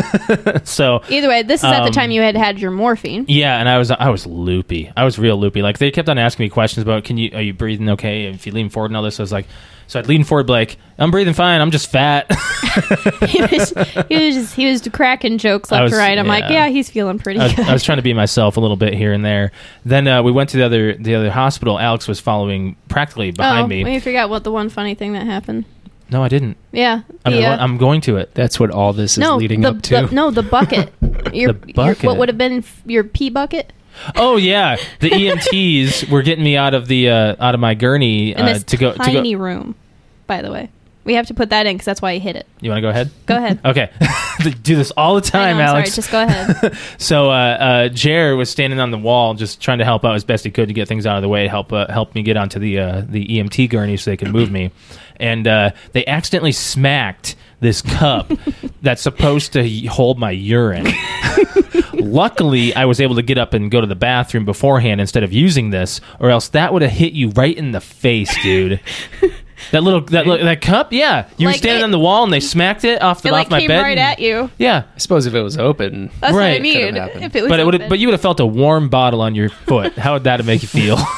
Speaker 3: so
Speaker 1: Either way, this is at the
Speaker 3: Um,
Speaker 1: time you had had your morphine.
Speaker 3: yeah, and I was I was loopy. I was real loopy. Like they kept on asking me questions about can you are you breathing okay? If you lean forward and all this, I was like, so I'd lean forward, be like I'm breathing fine. I'm just fat.
Speaker 1: he was he was just, he was cracking jokes
Speaker 3: I
Speaker 1: left
Speaker 3: was-
Speaker 1: to right. I'm like,
Speaker 3: yeah.
Speaker 1: yeah, he's feeling pretty
Speaker 3: I was,
Speaker 1: good.
Speaker 3: I was trying to be myself a little bit here and there. Then uh, we went to the other the other hospital. Alex was following practically behind
Speaker 1: oh,
Speaker 3: me.
Speaker 1: we forgot what the one funny thing that happened.
Speaker 3: No, I didn't.
Speaker 1: Yeah,
Speaker 3: I'm,
Speaker 1: the, uh,
Speaker 3: I'm going to it.
Speaker 4: That's what all this is
Speaker 1: no,
Speaker 4: leading
Speaker 1: the,
Speaker 4: up to.
Speaker 1: the- no, the bucket. Your,
Speaker 3: The
Speaker 1: your-
Speaker 3: bucket.
Speaker 1: what would have been f- your pee bucket?
Speaker 3: Oh yeah, the EMTs were getting me out of the uh, out of my gurney
Speaker 1: In
Speaker 3: uh,
Speaker 1: this
Speaker 3: to go. To go.
Speaker 1: tiny
Speaker 3: You
Speaker 1: room, by the way. We have to put that in because that's why he hit it.
Speaker 3: want to go ahead?
Speaker 1: Go ahead.
Speaker 3: Okay, They do this all the
Speaker 1: I
Speaker 3: time,
Speaker 1: know, I'm
Speaker 3: Alex.
Speaker 1: Sorry, just go ahead.
Speaker 3: so uh, uh, Jer was standing on the wall, just trying to help out as best he could to get things out of the way, help uh, help me get onto the uh, the EMT gurney so they could move me. And uh, they accidentally smacked this cup that's supposed to y- hold my urine. Luckily, I was able to get up and go to the bathroom beforehand instead of using this, or else that would have hit you right in the face, dude. that little that li- that cup, yeah. You were
Speaker 1: Like,
Speaker 3: standing
Speaker 1: it-
Speaker 3: on the wall and they smacked it off the
Speaker 1: it
Speaker 3: off
Speaker 1: like
Speaker 3: my
Speaker 1: came
Speaker 3: bed.
Speaker 1: right
Speaker 3: and-
Speaker 1: at you.
Speaker 3: Yeah,
Speaker 4: I suppose if it was open,
Speaker 1: That's what
Speaker 3: Right.
Speaker 1: I mean.
Speaker 4: Could've happened.
Speaker 1: If it was
Speaker 3: but it would
Speaker 1: open.
Speaker 3: have but you would have felt a warm bottle on your foot. How would that make you feel?
Speaker 1: well,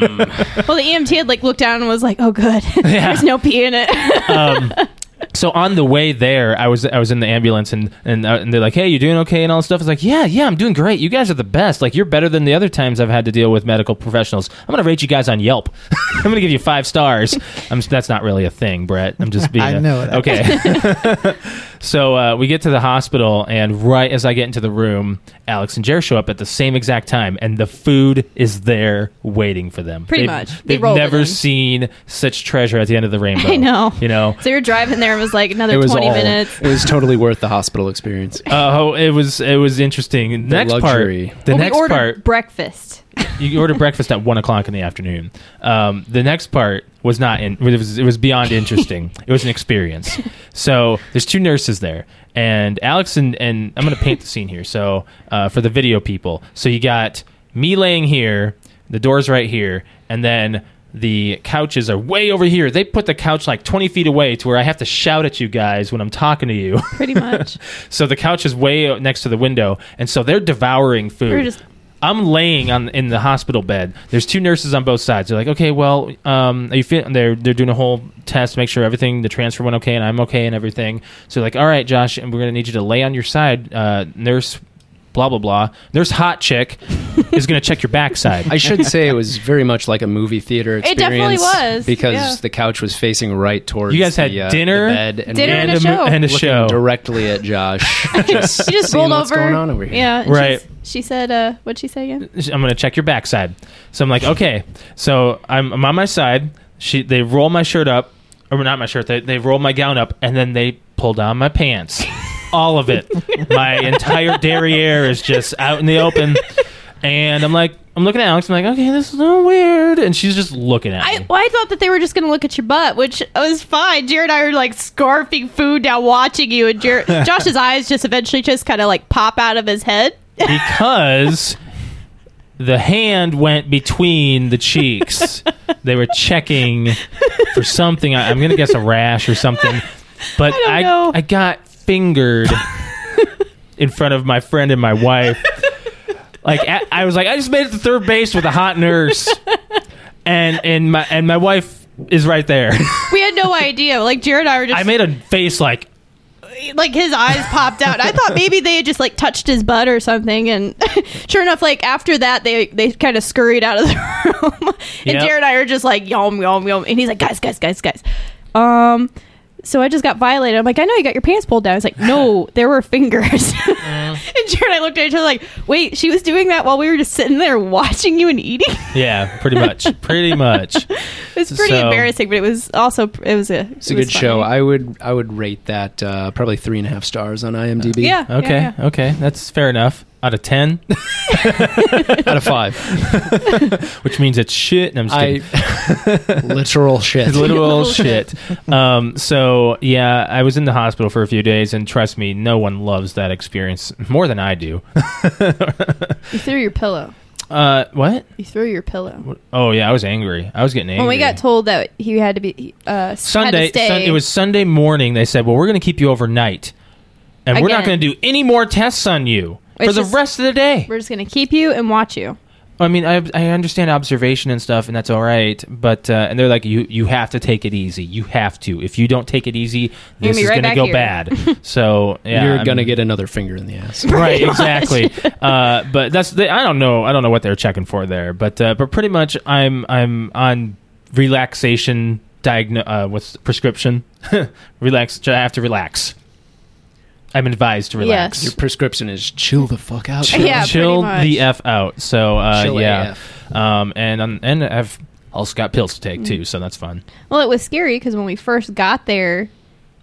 Speaker 1: the EMT had like looked down and was like, "Oh, good. There's no pee in it."
Speaker 3: um, so on the way there, I was I was in the ambulance and and, uh, and they're like, "Hey, you doing okay?" and all this stuff. It's like, "Yeah, yeah, I'm doing great. You guys are the best. Like you're better than the other times I've had to deal with medical professionals. I'm gonna rate you guys on Yelp. I'm gonna give you five stars. I'm, that's not really a thing, Brett. I'm just being.
Speaker 2: I
Speaker 3: a-
Speaker 2: know it.
Speaker 3: Okay. So uh, we get to the hospital, and right as I get into the room, Alex and Jer show up at the same exact time, and the food is there waiting for them.
Speaker 1: Pretty
Speaker 3: They've-
Speaker 1: much. They
Speaker 3: They've
Speaker 1: rolled it
Speaker 3: never
Speaker 1: in.
Speaker 3: seen such treasure at the end of the rainbow.
Speaker 1: I know.
Speaker 3: You know.
Speaker 1: So you're driving there and was like another
Speaker 4: it was
Speaker 1: 20
Speaker 4: all,
Speaker 1: minutes.
Speaker 4: It was totally worth the hospital experience.
Speaker 3: Oh, it was it was interesting. The next
Speaker 4: luxury.
Speaker 3: part, the
Speaker 1: Well,
Speaker 3: next
Speaker 1: we ordered
Speaker 3: part,
Speaker 1: breakfast.
Speaker 3: you order breakfast at one o'clock in the afternoon. Um, the next part was not in. It was, it was beyond interesting. it was an experience. So there's two nurses there, and Alex and and I'm going to paint the scene here. So uh, for the video people, so you got me laying here, the door's right here, and then. The couches are way over here. They put the couch like 20 feet away to where I have to shout at you guys when I'm talking to you.
Speaker 1: Pretty much.
Speaker 3: So the couch is way out next to the window, and so they're devouring food.
Speaker 1: We're just-
Speaker 3: I'm laying on in the hospital bed. There's two nurses on both sides. They're like, "Okay, well, um, are you fit?" They're they're doing a whole test, to make sure everything, the transfer went okay, and I'm okay, and everything. So like, "All right, Josh, and we're gonna need you to lay on your side, uh, nurse." Blah blah blah. Nurse hot chick is gonna check your backside.
Speaker 4: I should say it was very much like a movie theater
Speaker 1: It
Speaker 4: experience.
Speaker 1: definitely was,
Speaker 4: because
Speaker 1: yeah.
Speaker 4: the couch was facing right towards
Speaker 3: You guys had
Speaker 4: the, uh,
Speaker 3: dinner,
Speaker 4: the bed, and
Speaker 1: Dinner
Speaker 4: we
Speaker 1: and
Speaker 4: were
Speaker 1: a show.
Speaker 3: and a
Speaker 4: looking
Speaker 3: show.
Speaker 4: directly at Josh. just
Speaker 1: She just
Speaker 4: seeing
Speaker 1: rolled
Speaker 4: what's
Speaker 1: over.
Speaker 4: going on over here.
Speaker 1: Yeah. and
Speaker 3: Right.
Speaker 1: she's- She said, uh, what'd she say again?
Speaker 3: I'm gonna check your backside. So I'm like, okay. So I'm, I'm on my side. She they roll my shirt up, or not my shirt. They they roll my gown up, and then they pull down my pants. All of it. my entire derriere is just out in the open. And I'm like, I'm looking at Alex. I'm like, okay, this is a little weird. And she's just looking at
Speaker 1: I,
Speaker 3: me.
Speaker 1: well, I thought that they were just going to look at your butt, which was fine. Jared and I were like scarfing food down watching you, and Jared, Josh's eyes just eventually just kind of like pop out of his head.
Speaker 3: because the hand went between the cheeks. they were checking for something. I, I'm gonna guess a rash or something. But
Speaker 1: I don't
Speaker 3: I,
Speaker 1: know.
Speaker 3: I got fingered in front of my friend and my wife. Like I, I was like, I just made it to third base with a hot nurse, and and my and my wife is right there.
Speaker 1: We had no idea. Like Jared and I were just
Speaker 3: I made a face like
Speaker 1: like his eyes popped out. I thought maybe they had just like touched his butt or something. And sure enough, like after that, they they kind of scurried out of the room. and
Speaker 3: Yep.
Speaker 1: Jared and I are just like yum yum yum, and he's like guys guys guys guys. Um, so I just got violated. I'm like I know you got your pants pulled down. He's like no, there were fingers.
Speaker 4: Uh-huh.
Speaker 1: and Jared and I looked at each other like wait, she was doing that while we were just sitting there watching you and eating.
Speaker 3: yeah, pretty much, pretty much.
Speaker 1: It was pretty
Speaker 3: So-
Speaker 1: embarrassing, but it was also it was a
Speaker 4: It's a good show. I would I would rate that uh, probably three and a half stars on IMDb.
Speaker 1: yeah. yeah,
Speaker 3: Okay,
Speaker 1: yeah.
Speaker 3: okay, that's fair enough. Out of ten,
Speaker 4: out of five.
Speaker 3: which means it's shit. And I'm just
Speaker 4: I
Speaker 3: kidding.
Speaker 4: literal shit.
Speaker 3: It's literal
Speaker 1: Little
Speaker 3: shit.
Speaker 1: shit.
Speaker 3: Um, so yeah, I was in the hospital for a few days, and trust me, no one loves that experience more than I do.
Speaker 1: You threw your pillow.
Speaker 3: Uh, what?
Speaker 1: You threw your pillow.
Speaker 3: Oh yeah, I was angry. I was getting angry.
Speaker 1: When we got told that he had to be uh,
Speaker 3: Sunday,
Speaker 1: had to stay,
Speaker 3: Sun- it was Sunday morning. They said, "Well, we're going to keep you overnight, and we're not
Speaker 1: Again.
Speaker 3: going to do any more tests on you for
Speaker 1: It's
Speaker 3: the
Speaker 1: just-
Speaker 3: rest of the day."
Speaker 1: we're just gonna keep you and watch you.
Speaker 3: I mean, I, I understand observation and stuff, and that's all right. But uh, and they're like, you you have to take it easy. You have to. If you don't take it easy,
Speaker 1: You're gonna
Speaker 3: this
Speaker 1: be
Speaker 3: is
Speaker 1: right
Speaker 3: going to
Speaker 1: back
Speaker 3: go
Speaker 1: here.
Speaker 3: bad. so yeah,
Speaker 4: You're
Speaker 3: I
Speaker 4: gonna
Speaker 3: mean-
Speaker 4: get another finger in the ass.
Speaker 3: right
Speaker 1: Pretty much.
Speaker 3: exactly. uh, but that's the, I don't know I don't know what they're checking for there. But uh, but pretty much I'm I'm on relaxation diagno- uh, what's prescription relax. I have to relax. I'm advised to relax.
Speaker 4: Your prescription is chill the fuck out.
Speaker 3: Chill,
Speaker 1: Yeah, pretty
Speaker 3: chill
Speaker 1: much.
Speaker 3: the f out. So uh,
Speaker 4: Chill
Speaker 3: yeah,
Speaker 4: AF.
Speaker 3: um, and um, and I've also got pills to take too, so that's fun.
Speaker 1: Well, it was scary because when we first got there,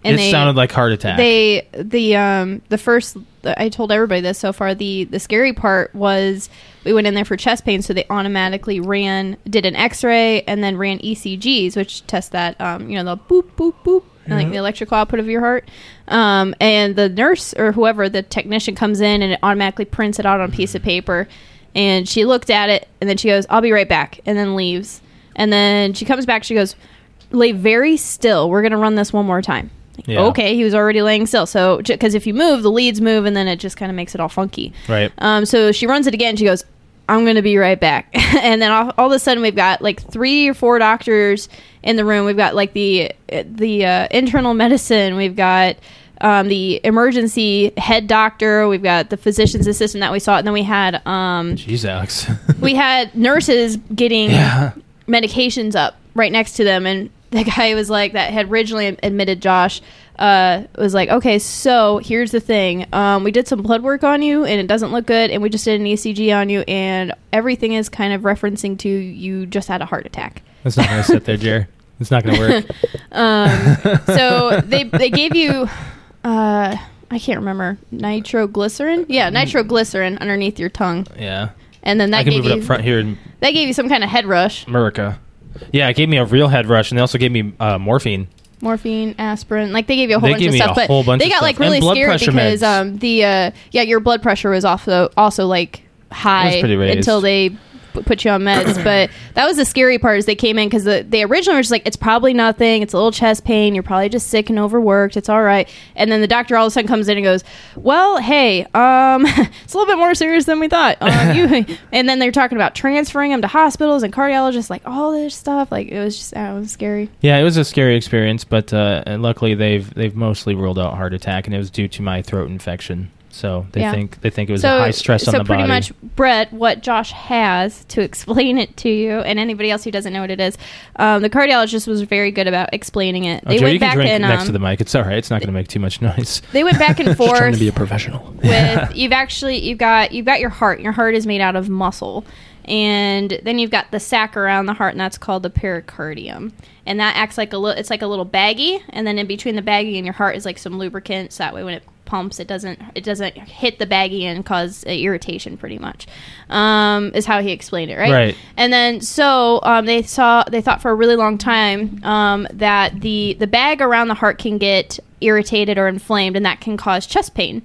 Speaker 1: and
Speaker 3: it
Speaker 1: they
Speaker 3: sounded like heart attack.
Speaker 1: they the um the first I told everybody this so far the the scary part was we went in there for chest pain so they automatically ran did an X-ray and then ran ECGs which test that um you know the boop boop boop and like the electrical output of your heart um and the nurse or whoever the technician comes in and it automatically prints it out on a piece of
Speaker 3: Mm-hmm.
Speaker 1: paper and she looked at it and then she goes I'll be right back and then leaves and then she comes back she goes lay very still we're gonna run this one more time
Speaker 3: Yeah.
Speaker 1: okay he was already laying still so because if you move the leads move and then it just kind of makes it all funky
Speaker 3: right.
Speaker 1: um, so she runs it again she goes i'm gonna be right back and then all, all of a sudden we've got like three or four doctors in the room we've got like the the uh, internal medicine we've got um, the emergency head doctor we've got the physician's assistant that we saw and then we had um,
Speaker 3: Jeez, Alex.
Speaker 1: we had nurses getting
Speaker 3: yeah.
Speaker 1: medications up right next to them and the guy was like that had originally admitted Josh uh, was like, okay, so here's the thing. Um, we did some blood work on you, and it doesn't look good. And we just did an ECG on you, and everything is kind of referencing to you just had a heart attack.
Speaker 3: That's not going to sit there, Jer. It's not going to work.
Speaker 1: Um, so they they gave you, uh, I can't remember nitroglycerin. Yeah, nitroglycerin underneath your tongue,
Speaker 3: Yeah.
Speaker 1: and then
Speaker 3: Mm.
Speaker 1: that
Speaker 3: I can
Speaker 1: gave
Speaker 3: move it
Speaker 1: you
Speaker 3: up front here in
Speaker 1: that gave you some kind of head rush,
Speaker 3: America. Yeah, it gave me a real head rush, and they also gave me uh, morphine.
Speaker 1: morphine, aspirin. Like they gave you a whole
Speaker 3: They
Speaker 1: bunch
Speaker 3: gave
Speaker 1: of
Speaker 3: me
Speaker 1: stuff,
Speaker 3: a
Speaker 1: but
Speaker 3: whole bunch
Speaker 1: they
Speaker 3: of
Speaker 1: got
Speaker 3: stuff.
Speaker 1: like really
Speaker 3: And blood
Speaker 1: scared
Speaker 3: pressure
Speaker 1: because
Speaker 3: meds.
Speaker 1: um, the uh, yeah your blood pressure was also also like high
Speaker 3: pretty raised.
Speaker 1: until they p- put you on meds but that was the scary part is they came in because the, they originally were just like it's probably nothing it's a little chest pain you're probably just sick and overworked it's all right and then the doctor all of a sudden comes in and goes well hey um it's a little bit more serious than we thought um, you and then they're talking about transferring them to hospitals and cardiologists like all this stuff like it was just oh, it was scary
Speaker 3: Yeah, it was a scary experience, but uh, and luckily they've they've mostly ruled out heart attack, and it was due to my throat infection. So they
Speaker 1: Yeah.
Speaker 3: think they think it was a high stress
Speaker 1: so
Speaker 3: on the
Speaker 1: pretty
Speaker 3: body.
Speaker 1: much, Brett, what Josh has to explain it to you, and anybody else who doesn't know what it is, um, the cardiologist was very good about explaining it.
Speaker 3: Oh,
Speaker 1: They
Speaker 3: Jer,
Speaker 1: went
Speaker 3: you can
Speaker 1: back
Speaker 3: drink
Speaker 1: and
Speaker 3: next to
Speaker 1: um,
Speaker 3: the mic. It's all right. It's not going to make too much noise.
Speaker 1: they went back and
Speaker 4: Just trying to
Speaker 1: forth
Speaker 4: be a professional.
Speaker 1: with you've actually you've got you've got your heart. Your heart is made out of muscle. And then you've got the sac around the heart, and that's called the pericardium. And that acts like a little, it's like a little baggie, and then in between the baggie and your heart is like some lubricant, so that way when it pumps, it doesn't it doesn't hit the baggie and cause uh, irritation, pretty much. Um, is how he explained it, right?
Speaker 3: Right.
Speaker 1: And then so um, they saw they thought for a really long time um, that the the bag around the heart can get irritated or inflamed, and that can cause chest pain,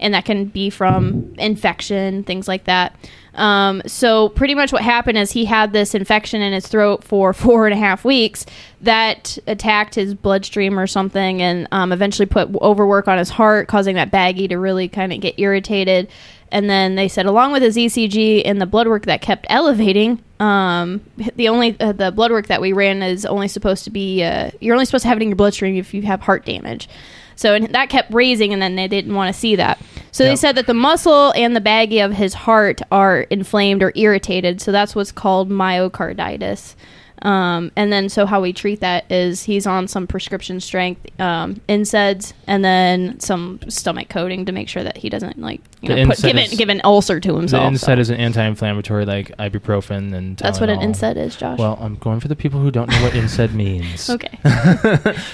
Speaker 1: and that can be from infection, things like that. Um, so pretty much what happened is he had this infection in his throat for four and a half weeks that attacked his bloodstream or something, and um, eventually put overwork on his heart, causing that baggie to really kind of get irritated. And then they said, along with his ECG and the blood work that kept elevating, um, the only uh, the blood work that we ran is only supposed to be uh, you're only supposed to have it in your bloodstream if you have heart damage. So and that kept raising, and then they didn't want to see that. So they
Speaker 3: Yep.
Speaker 1: said that the muscle and the baggie of his heart are inflamed or irritated. So that's what's called myocarditis. Um, and then so how we treat that is he's on some prescription strength um, NSAIDs and then some stomach coating to make sure that he doesn't like you
Speaker 3: The
Speaker 1: know put,
Speaker 3: NSAID
Speaker 1: give,
Speaker 3: is-
Speaker 1: it, give an ulcer to
Speaker 3: The
Speaker 1: himself. so.
Speaker 3: NSAID is an anti-inflammatory, like ibuprofen and.
Speaker 1: That's what an
Speaker 3: Tylenol.
Speaker 1: NSAID is, Josh.
Speaker 3: Well, I'm going for the people who don't know what NSAID means.
Speaker 1: okay.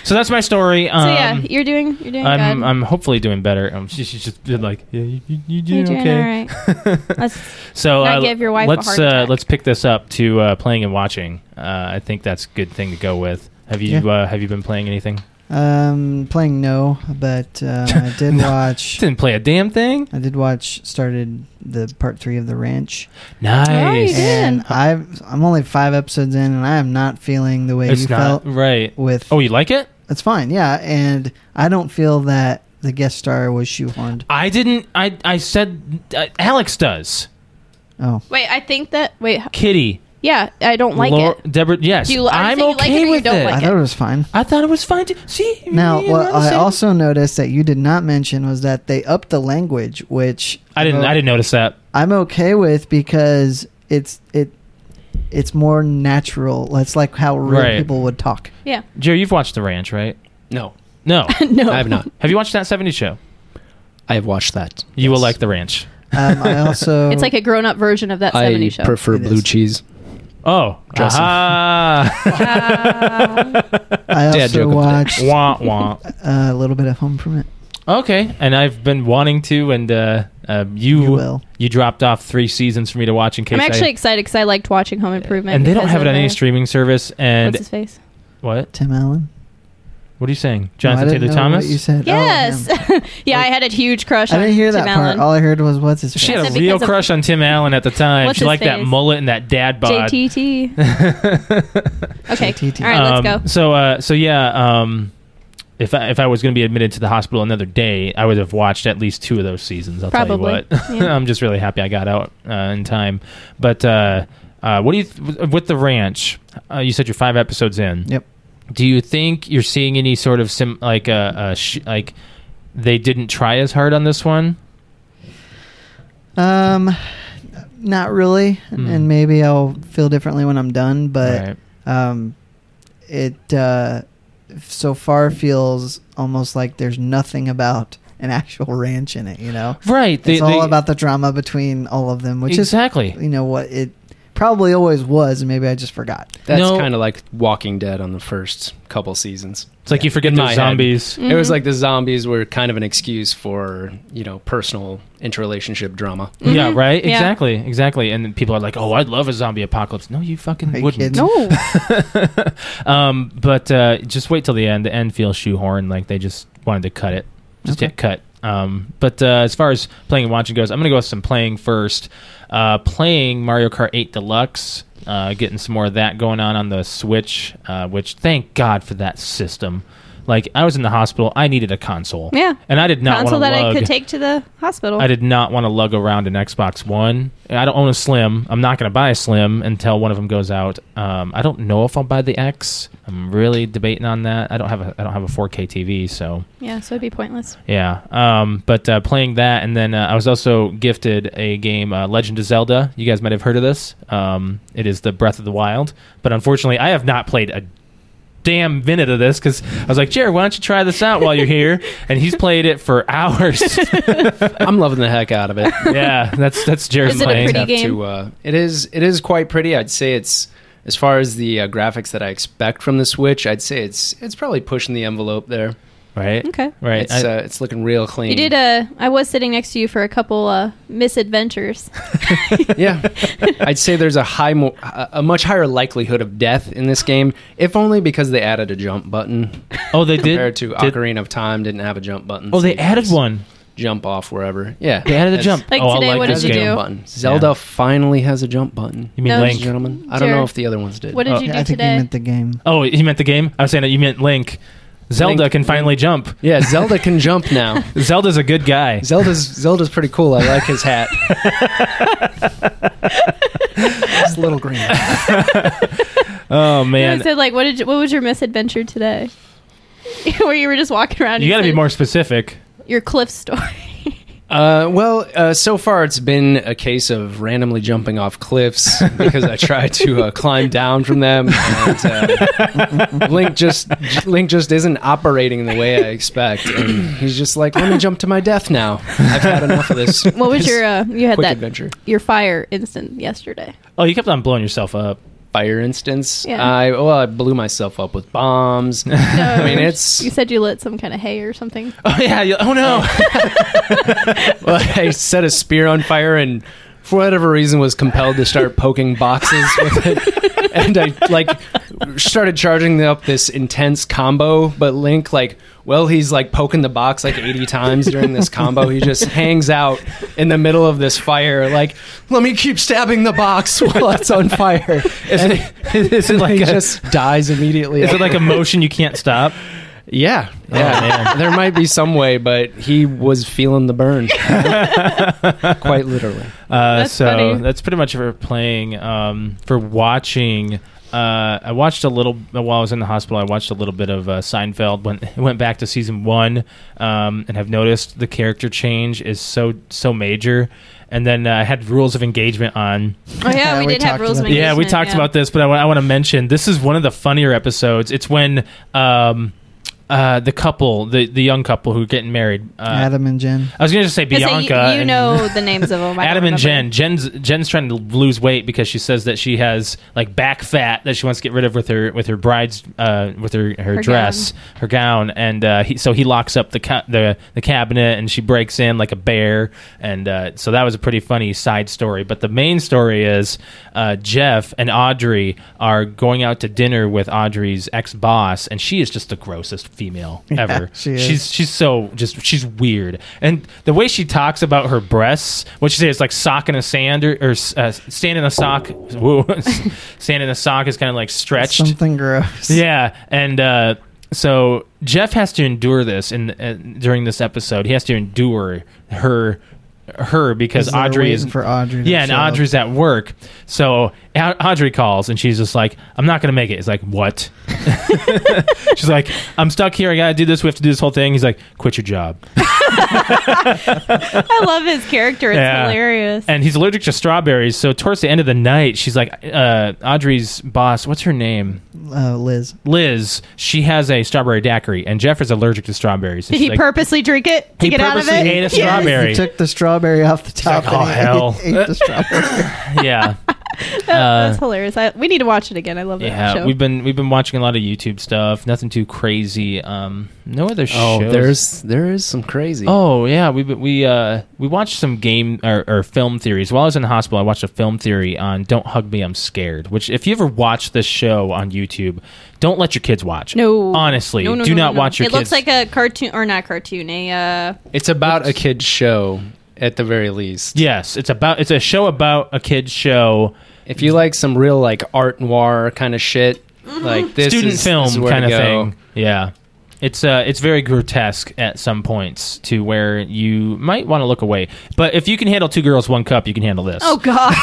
Speaker 3: So that's my story. Um,
Speaker 1: so yeah, you're doing you're doing
Speaker 3: I'm
Speaker 1: good.
Speaker 3: I'm hopefully doing better. Um, she, she just did like yeah, you you, you
Speaker 1: you're
Speaker 3: doing,
Speaker 1: doing
Speaker 3: okay.
Speaker 1: all right. Let's,
Speaker 3: So
Speaker 1: Not
Speaker 3: uh,
Speaker 1: give your wife a
Speaker 3: let's
Speaker 1: heart
Speaker 3: uh,
Speaker 1: attack.
Speaker 3: let's pick this up to uh, playing and watching. Uh, I think that's a good thing to go with. Have you
Speaker 2: Yeah.
Speaker 3: uh, have you been playing anything?
Speaker 2: Um, playing no, but um, I did
Speaker 3: No.
Speaker 2: watch.
Speaker 3: Didn't play a damn thing.
Speaker 2: I did watch. Started the part three of the ranch,
Speaker 1: You
Speaker 3: Nice.
Speaker 1: did.
Speaker 2: and I've I'm only five episodes in, and I am not feeling the way
Speaker 3: It's
Speaker 2: you
Speaker 3: not
Speaker 2: felt
Speaker 3: right.
Speaker 2: with.
Speaker 3: Oh, you like it?
Speaker 2: That's fine, yeah, and I don't feel that the guest star was shoehorned.
Speaker 3: I didn't. I I said uh, Alex does.
Speaker 2: Oh,
Speaker 1: wait, I think that wait,
Speaker 3: Kitty.
Speaker 1: yeah, I don't like
Speaker 3: Lor-
Speaker 1: it.
Speaker 3: Deborah. Yes.
Speaker 1: Do you li- I'm
Speaker 3: I'm
Speaker 1: saying you like
Speaker 3: okay
Speaker 1: it or you
Speaker 3: with
Speaker 1: don't
Speaker 3: it.
Speaker 1: like
Speaker 2: I thought it was fine.
Speaker 3: I thought it was fine. Too. See.
Speaker 2: Now,
Speaker 3: me and
Speaker 2: what
Speaker 3: Ron
Speaker 2: I
Speaker 3: said-
Speaker 2: also noticed that you did not mention was that they upped the language, which
Speaker 3: I didn't. I didn't notice that.
Speaker 2: I'm okay with because it's it it's more natural. It's like how real
Speaker 3: Right.
Speaker 2: people would talk.
Speaker 1: Yeah.
Speaker 3: Jerry, you've watched The Ranch, right?
Speaker 4: No,
Speaker 3: No.
Speaker 1: no.
Speaker 4: I have not.
Speaker 3: have you watched that '70s show?
Speaker 4: I have watched that.
Speaker 3: You will
Speaker 4: Yes.
Speaker 3: like The Ranch.
Speaker 2: Um, I also
Speaker 1: It's like a grown up version of that
Speaker 4: I
Speaker 1: 70s show.
Speaker 4: prefer
Speaker 2: It
Speaker 4: blue
Speaker 2: is.
Speaker 4: cheese.
Speaker 3: Oh.
Speaker 4: Joseph.
Speaker 1: Um,
Speaker 3: Aha.
Speaker 2: I
Speaker 4: dad
Speaker 2: also
Speaker 4: joke of the day.
Speaker 2: watched
Speaker 3: wah, wah.
Speaker 2: a little bit of Home Improvement.
Speaker 3: Okay, and I've been wanting to, and uh, uh, you
Speaker 2: You will.
Speaker 3: you dropped off three seasons for me to watch in case
Speaker 1: I'm actually
Speaker 3: I,
Speaker 1: excited because I liked watching Home Improvement.
Speaker 3: and they don't
Speaker 1: because
Speaker 3: have it
Speaker 1: of
Speaker 3: on any
Speaker 1: the-
Speaker 3: streaming service. And
Speaker 1: What's his face?
Speaker 3: what?
Speaker 2: Tim Allen,
Speaker 3: What are you saying,
Speaker 2: No, I
Speaker 3: Jonathan
Speaker 2: didn't
Speaker 3: Taylor
Speaker 2: know what
Speaker 3: Thomas?
Speaker 2: you said. Oh,
Speaker 1: Yes.
Speaker 2: him.
Speaker 1: yeah, I had a huge crush.
Speaker 2: I didn't
Speaker 1: on
Speaker 2: hear
Speaker 1: Tim
Speaker 2: that part.
Speaker 1: Allen.
Speaker 2: All I heard was what's his
Speaker 3: She
Speaker 2: face.
Speaker 3: had
Speaker 1: Is
Speaker 3: a
Speaker 1: it
Speaker 3: real
Speaker 1: because of-
Speaker 3: crush on Tim Allen at the time.
Speaker 1: What's
Speaker 3: she
Speaker 1: his
Speaker 3: liked that
Speaker 1: face?
Speaker 3: mullet and that dad bod.
Speaker 1: JTT. okay.
Speaker 2: JTT.
Speaker 1: All right, let's
Speaker 3: Um,
Speaker 1: go.
Speaker 3: So, uh, so yeah. Um, if I, if I was going to be admitted to the hospital another day, I would have watched at least two of those seasons. I'll
Speaker 1: Probably,
Speaker 3: tell you what.
Speaker 1: yeah.
Speaker 3: I'm just really happy I got out uh, in time. But uh, uh, what do you th- with the ranch? Uh, you said you're five episodes in.
Speaker 2: Yep.
Speaker 3: Do you think you're seeing any sort of sim like uh, uh, sh- like they didn't try as hard on this one?
Speaker 2: Um, not really,
Speaker 3: Hmm.
Speaker 2: and maybe I'll feel differently when I'm done. But
Speaker 3: Right.
Speaker 2: um, it uh, so far feels almost like there's nothing about an actual ranch in it. You know,
Speaker 3: Right.
Speaker 2: it's all about the drama between all of them, which
Speaker 3: exactly.
Speaker 2: is you know what it probably always was, and maybe I just forgot.
Speaker 4: That's
Speaker 3: No.
Speaker 4: kind of like Walking Dead on the first couple seasons.
Speaker 3: It's like you forget
Speaker 4: In my
Speaker 3: the
Speaker 4: head.
Speaker 3: zombies.
Speaker 4: It
Speaker 1: Mm-hmm.
Speaker 4: was like the zombies were kind of an excuse for, you know, personal interrelationship drama.
Speaker 1: Mhm.
Speaker 3: Yeah, right?
Speaker 1: Yeah.
Speaker 3: Exactly. Exactly. And then people are like, "Oh, I'd love a zombie apocalypse." No, you fucking
Speaker 2: Are you
Speaker 3: wouldn't.
Speaker 2: kidding?
Speaker 1: No.
Speaker 3: Um, but uh, just wait till the end. The end feels shoehorned. Like they just wanted to cut it. Just
Speaker 2: Okay.
Speaker 3: hit cut. Um, but uh, as far as playing and watching goes, I'm gonna go with some playing first. Uh, playing Mario Kart 8 Deluxe. Uh, getting some more of that going on on the Switch. Uh, which thank God for that system. Like I was in the hospital, I needed a console.
Speaker 1: Yeah.
Speaker 3: and I did not
Speaker 1: console
Speaker 3: want to
Speaker 1: that
Speaker 3: lug.
Speaker 1: I could take to the hospital.
Speaker 3: I did not want to lug around an Xbox One. I don't own a Slim. I'm not going to buy a Slim until one of them goes out. Um, I don't know if I'll buy the X. I'm really debating on that. I don't have a I don't have a 4K TV, so
Speaker 1: yeah, so it'd be pointless.
Speaker 3: yeah. Um, but uh, playing that, and then uh, I was also gifted a game, uh, Legend of Zelda. You guys might have heard of this. Um, it is the Breath of the Wild, but unfortunately, I have not played a damn minute of this because I was like, Jared, why don't you try this out while you're here? And he's played it for hours.
Speaker 4: I'm loving the heck out of it.
Speaker 3: yeah, that's that's Jared's
Speaker 1: Is it a
Speaker 3: playing.
Speaker 1: pretty
Speaker 4: have
Speaker 1: game.
Speaker 4: to, uh, it is. It is quite pretty. I'd say it's as far as the uh, graphics that I expect from the Switch. I'd say it's it's probably pushing the envelope there.
Speaker 3: Right.
Speaker 1: Okay.
Speaker 3: Right.
Speaker 4: It's
Speaker 3: I-
Speaker 4: uh, it's looking real clean.
Speaker 1: You did. Uh, I was sitting next to you for a couple uh, misadventures.
Speaker 4: yeah. I'd say there's a high, mo- a a much higher likelihood of death in this game, if only because they added a jump button
Speaker 3: oh, they did.
Speaker 4: compared to
Speaker 3: did-
Speaker 4: Ocarina of Time didn't have a jump button.
Speaker 3: oh,
Speaker 4: so
Speaker 3: they
Speaker 4: you could
Speaker 3: added
Speaker 4: just
Speaker 3: one.
Speaker 4: Jump off wherever. Yeah,
Speaker 3: They added a
Speaker 4: It's-
Speaker 3: jump.
Speaker 1: Like
Speaker 3: oh, I
Speaker 1: today,
Speaker 3: like
Speaker 1: what
Speaker 4: it
Speaker 1: did
Speaker 3: this
Speaker 1: you
Speaker 4: has a
Speaker 3: game.
Speaker 1: do?
Speaker 4: jump button. Zelda finally has a jump button.
Speaker 3: You mean
Speaker 1: No,
Speaker 3: Link?
Speaker 1: Jared.
Speaker 4: Gentlemen, I don't know if the other ones did.
Speaker 1: What did
Speaker 3: Oh,
Speaker 1: you
Speaker 2: Yeah,
Speaker 1: do
Speaker 2: I think you
Speaker 1: today?
Speaker 2: meant the game.
Speaker 3: Oh, you meant the game? I was saying that you meant Link. Zelda
Speaker 4: Link-
Speaker 3: can finally jump.
Speaker 4: Yeah, Zelda can jump now.
Speaker 3: Zelda's a good guy.
Speaker 4: Zelda's Zelda's pretty cool. I like his hat. it's a little green.
Speaker 3: Oh
Speaker 1: I
Speaker 3: man,
Speaker 1: said like, what did you, what was your misadventure today? Where you were just walking around. and
Speaker 3: you got to be
Speaker 1: said
Speaker 3: more specific.
Speaker 1: Your cliff story.
Speaker 4: Uh, well, uh, so far it's been a case of randomly jumping off cliffs because I tried to uh, climb down from them. And, uh, Link just Link just isn't operating the way I expect. And he's just like, let me jump to my death now. I've had enough of this.
Speaker 1: What was
Speaker 4: this
Speaker 1: your? Uh, you had
Speaker 4: quick
Speaker 1: that
Speaker 4: adventure?
Speaker 1: your fire instant yesterday.
Speaker 3: Oh, you kept on blowing yourself up.
Speaker 4: fire instance?
Speaker 1: Yeah.
Speaker 4: I well, I blew myself up with bombs. I mean, it's
Speaker 1: You said you lit some kind of hay or something.
Speaker 3: Oh yeah. You, oh no.
Speaker 4: well, I set a spear on fire and for whatever reason was compelled to start poking boxes with it and I like started charging up this intense combo but Link like well he's like poking the box like 80 times during this combo he just hangs out in the middle of this fire like let me keep stabbing the box while it's on fire and
Speaker 3: is it
Speaker 4: he
Speaker 3: like a,
Speaker 4: just dies immediately
Speaker 3: is it like a motion you can't stop?
Speaker 4: yeah yeah there might be some way but he was feeling the burn quite literally
Speaker 3: Uh,
Speaker 1: That's
Speaker 3: so
Speaker 1: funny.
Speaker 3: that's pretty much for playing. Um, for watching, uh, I watched a little while I was in the hospital. I watched a little bit of uh, Seinfeld. Went went back to season one, um, and have noticed the character change is so so major. And then uh, I had rules of engagement on.
Speaker 1: Oh yeah, we,
Speaker 2: we
Speaker 1: did have
Speaker 2: talked
Speaker 1: rules. of
Speaker 2: about-
Speaker 3: Yeah, we
Speaker 1: engagement,
Speaker 3: talked
Speaker 1: yeah.
Speaker 3: about this, but I want to mention this is one of the funnier episodes. It's when um, uh, the couple, the the young couple who are getting married. Uh,
Speaker 2: Adam and Jen.
Speaker 3: I was going to just say
Speaker 1: Because, uh,
Speaker 3: Bianca.
Speaker 1: You, you
Speaker 3: and-
Speaker 1: know the names of them. I don't
Speaker 3: Adam and Jen.
Speaker 1: remember.
Speaker 3: Jen's Jen's trying to lose weight because she says that she has like back fat that she wants to get rid of with her with her bride's uh, with her, her,
Speaker 1: Her
Speaker 3: dress her gown and uh, he, so he locks up the ca- the the cabinet and she breaks in like a bear and uh, so that was a pretty funny side story but the main story is uh, Jeff and Audrey are going out to dinner with Audrey's ex boss and she is just the grossest female ever
Speaker 2: she is.
Speaker 3: she's she's so just she's weird and the way she talks about her breasts what she says like sock in a sand or, or uh, stand in a sock woo, stand in a sock is kind of like stretched
Speaker 2: Something gross.
Speaker 3: yeah and uh so jeff has to endure this in uh, during this episode he has to endure her her because
Speaker 2: They're
Speaker 3: audrey
Speaker 2: waiting
Speaker 3: is
Speaker 2: for Audrey. to
Speaker 3: yeah, and
Speaker 2: show up.
Speaker 3: Audrey's at work. So Au- Audrey calls and she's just like, I'm not going to make it. It's like, what? she's like, I'm stuck here. I got to do this. We have to do this whole thing. He's like, quit your job.
Speaker 1: I love his character. It's
Speaker 3: Yeah.
Speaker 1: hilarious.
Speaker 3: And he's allergic to strawberries. So towards the end of the night, she's like, uh, Audrey's boss, what's her name?
Speaker 2: Uh, Liz.
Speaker 3: Liz, she has a strawberry daiquiri, and Jeff is allergic to strawberries. And
Speaker 1: Did
Speaker 3: she's
Speaker 1: he
Speaker 3: like,
Speaker 1: purposely drink it to
Speaker 3: He
Speaker 1: get out of it?
Speaker 3: purposely ate a
Speaker 1: Yes.
Speaker 3: strawberry.
Speaker 2: He took the strawberry off the top.
Speaker 3: like, "Oh,
Speaker 2: and he
Speaker 3: hell."
Speaker 2: Ate the strawberry.
Speaker 3: yeah,
Speaker 1: That's hilarious. I, we need to watch it again. I love that
Speaker 3: Uh, yeah.
Speaker 1: show.
Speaker 3: We've been we've been watching a lot of YouTube stuff. Nothing too crazy. Um, no other
Speaker 4: Oh,
Speaker 3: shows.
Speaker 4: there's there is some crazy.
Speaker 3: Oh yeah, we we uh we watched some game or, or film theories. While I was in the hospital, I watched a film theory on "Don't Hug Me, I'm Scared." Which, if you ever watch this show on YouTube, don't let your kids watch. it.
Speaker 1: no,
Speaker 3: honestly,
Speaker 1: No, no,
Speaker 3: do
Speaker 1: no,
Speaker 3: not
Speaker 1: no.
Speaker 3: watch your.
Speaker 1: It looks
Speaker 3: kids.
Speaker 1: like a cartoon or not cartoon. A uh,
Speaker 4: It's about a kid's show at the very least.
Speaker 3: yes, it's about it's a show about a kids show.
Speaker 4: If you like some real like art noir kind of shit,
Speaker 1: Mm-hmm.
Speaker 4: like this
Speaker 3: student
Speaker 4: is-
Speaker 3: film
Speaker 4: is where
Speaker 3: kind
Speaker 4: to
Speaker 3: of
Speaker 4: go.
Speaker 3: thing. Yeah, it's uh, it's very grotesque at some points to where you might want to look away. But if you can handle two girls, one cup, you can handle this.
Speaker 1: oh god,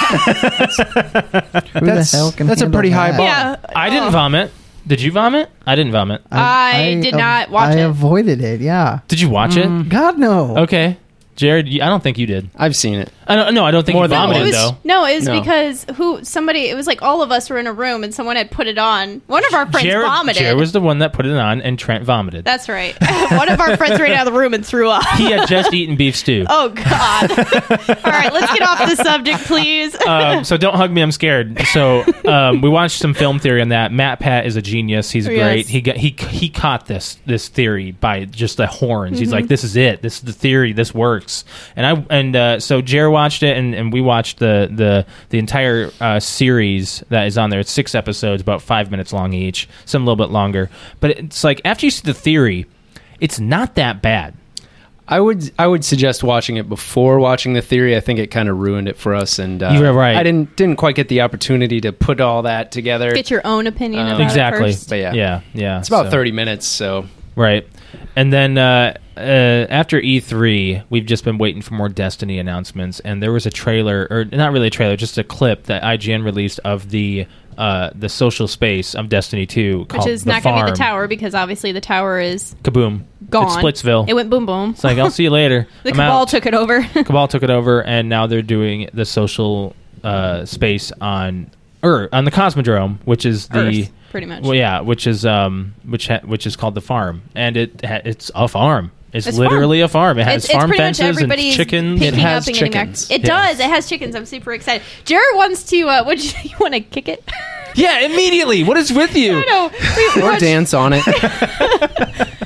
Speaker 2: Who
Speaker 4: That's-
Speaker 2: the hell can
Speaker 4: that's a
Speaker 2: handle
Speaker 4: pretty high
Speaker 2: that?
Speaker 4: bar.
Speaker 1: yeah.
Speaker 3: I didn't vomit. Did you vomit? I didn't vomit.
Speaker 1: I did not watch
Speaker 2: I
Speaker 1: it.
Speaker 2: avoided it. Yeah.
Speaker 3: Did you watch it?
Speaker 2: God no.
Speaker 3: Okay, Jared, you, I don't think you did.
Speaker 4: I've seen it.
Speaker 3: I don't. No, I don't think
Speaker 4: More
Speaker 3: you
Speaker 4: than
Speaker 1: No, it
Speaker 3: vomited
Speaker 1: was,
Speaker 3: though.
Speaker 1: no, it was
Speaker 4: No.
Speaker 1: because who somebody. It was like all of us were in a room and someone had put it on. One of our friends
Speaker 3: Jared,
Speaker 1: vomited.
Speaker 3: Jared was the one that put it on, and Trent vomited.
Speaker 1: That's right. One of our friends ran out of the room and threw up.
Speaker 3: he had just eaten beef stew.
Speaker 1: Oh God! All right, let's get off the subject, please.
Speaker 3: um, so don't hug me. I'm scared. So um, we watched some film theory on that. Matt Pat is a genius. He's
Speaker 1: Oh, Yes.
Speaker 3: great. He got he he caught this this theory by just the horns.
Speaker 1: Mm-hmm.
Speaker 3: He's like, this is it. This is the theory. This works. And I and uh, so Jer watched it, and, and we watched the the the entire uh, series that is on there. It's six episodes, about five minutes long each. Some a little bit longer, but it's like after you see the theory, it's not that bad.
Speaker 4: I would I would suggest watching it before watching the theory. I think it kind of ruined it for us, and uh,
Speaker 3: You were right.
Speaker 4: I didn't didn't quite get the opportunity to put all that together.
Speaker 1: Get your own opinion about
Speaker 3: uh, exactly.
Speaker 1: it first.
Speaker 4: But yeah.
Speaker 3: yeah, yeah.
Speaker 4: it's about
Speaker 3: so.
Speaker 4: thirty minutes, so
Speaker 3: Right. And then uh, uh, after E3, we've just been waiting for more Destiny announcements. And there was a trailer, or not really a trailer, just a clip that IGN released of the uh, the social space of Destiny 2 called
Speaker 1: Which is
Speaker 3: The
Speaker 1: not going to be the
Speaker 3: Farm.
Speaker 1: tower because obviously the tower is
Speaker 3: Kaboom.
Speaker 1: gone.
Speaker 3: It's Splitsville.
Speaker 1: It went boom boom.
Speaker 3: it's like, I'll see you later.
Speaker 1: The
Speaker 3: I'm
Speaker 1: cabal
Speaker 3: out.
Speaker 1: took it over.
Speaker 3: Cabal took it over, and now they're doing the social uh, space on or on the Cosmodrome, which is the
Speaker 1: Earth, pretty much.
Speaker 3: Well, yeah, which is um, which ha- which is called the farm, and it ha- it's a farm. It's,
Speaker 1: It's
Speaker 3: literally a farm. It has
Speaker 1: It's, it's
Speaker 3: farm
Speaker 1: pretty much
Speaker 3: fences and
Speaker 1: everybody's
Speaker 3: chickens.
Speaker 1: picking
Speaker 4: It has
Speaker 1: up and getting back.
Speaker 4: chickens.
Speaker 1: It
Speaker 3: Yeah.
Speaker 1: does. It has chickens. I'm super excited. Jared wants to. Uh, would you, you want to kick it?
Speaker 3: yeah, immediately. What is with you?
Speaker 1: I know. We- we
Speaker 4: or
Speaker 1: watched-
Speaker 4: dance on it,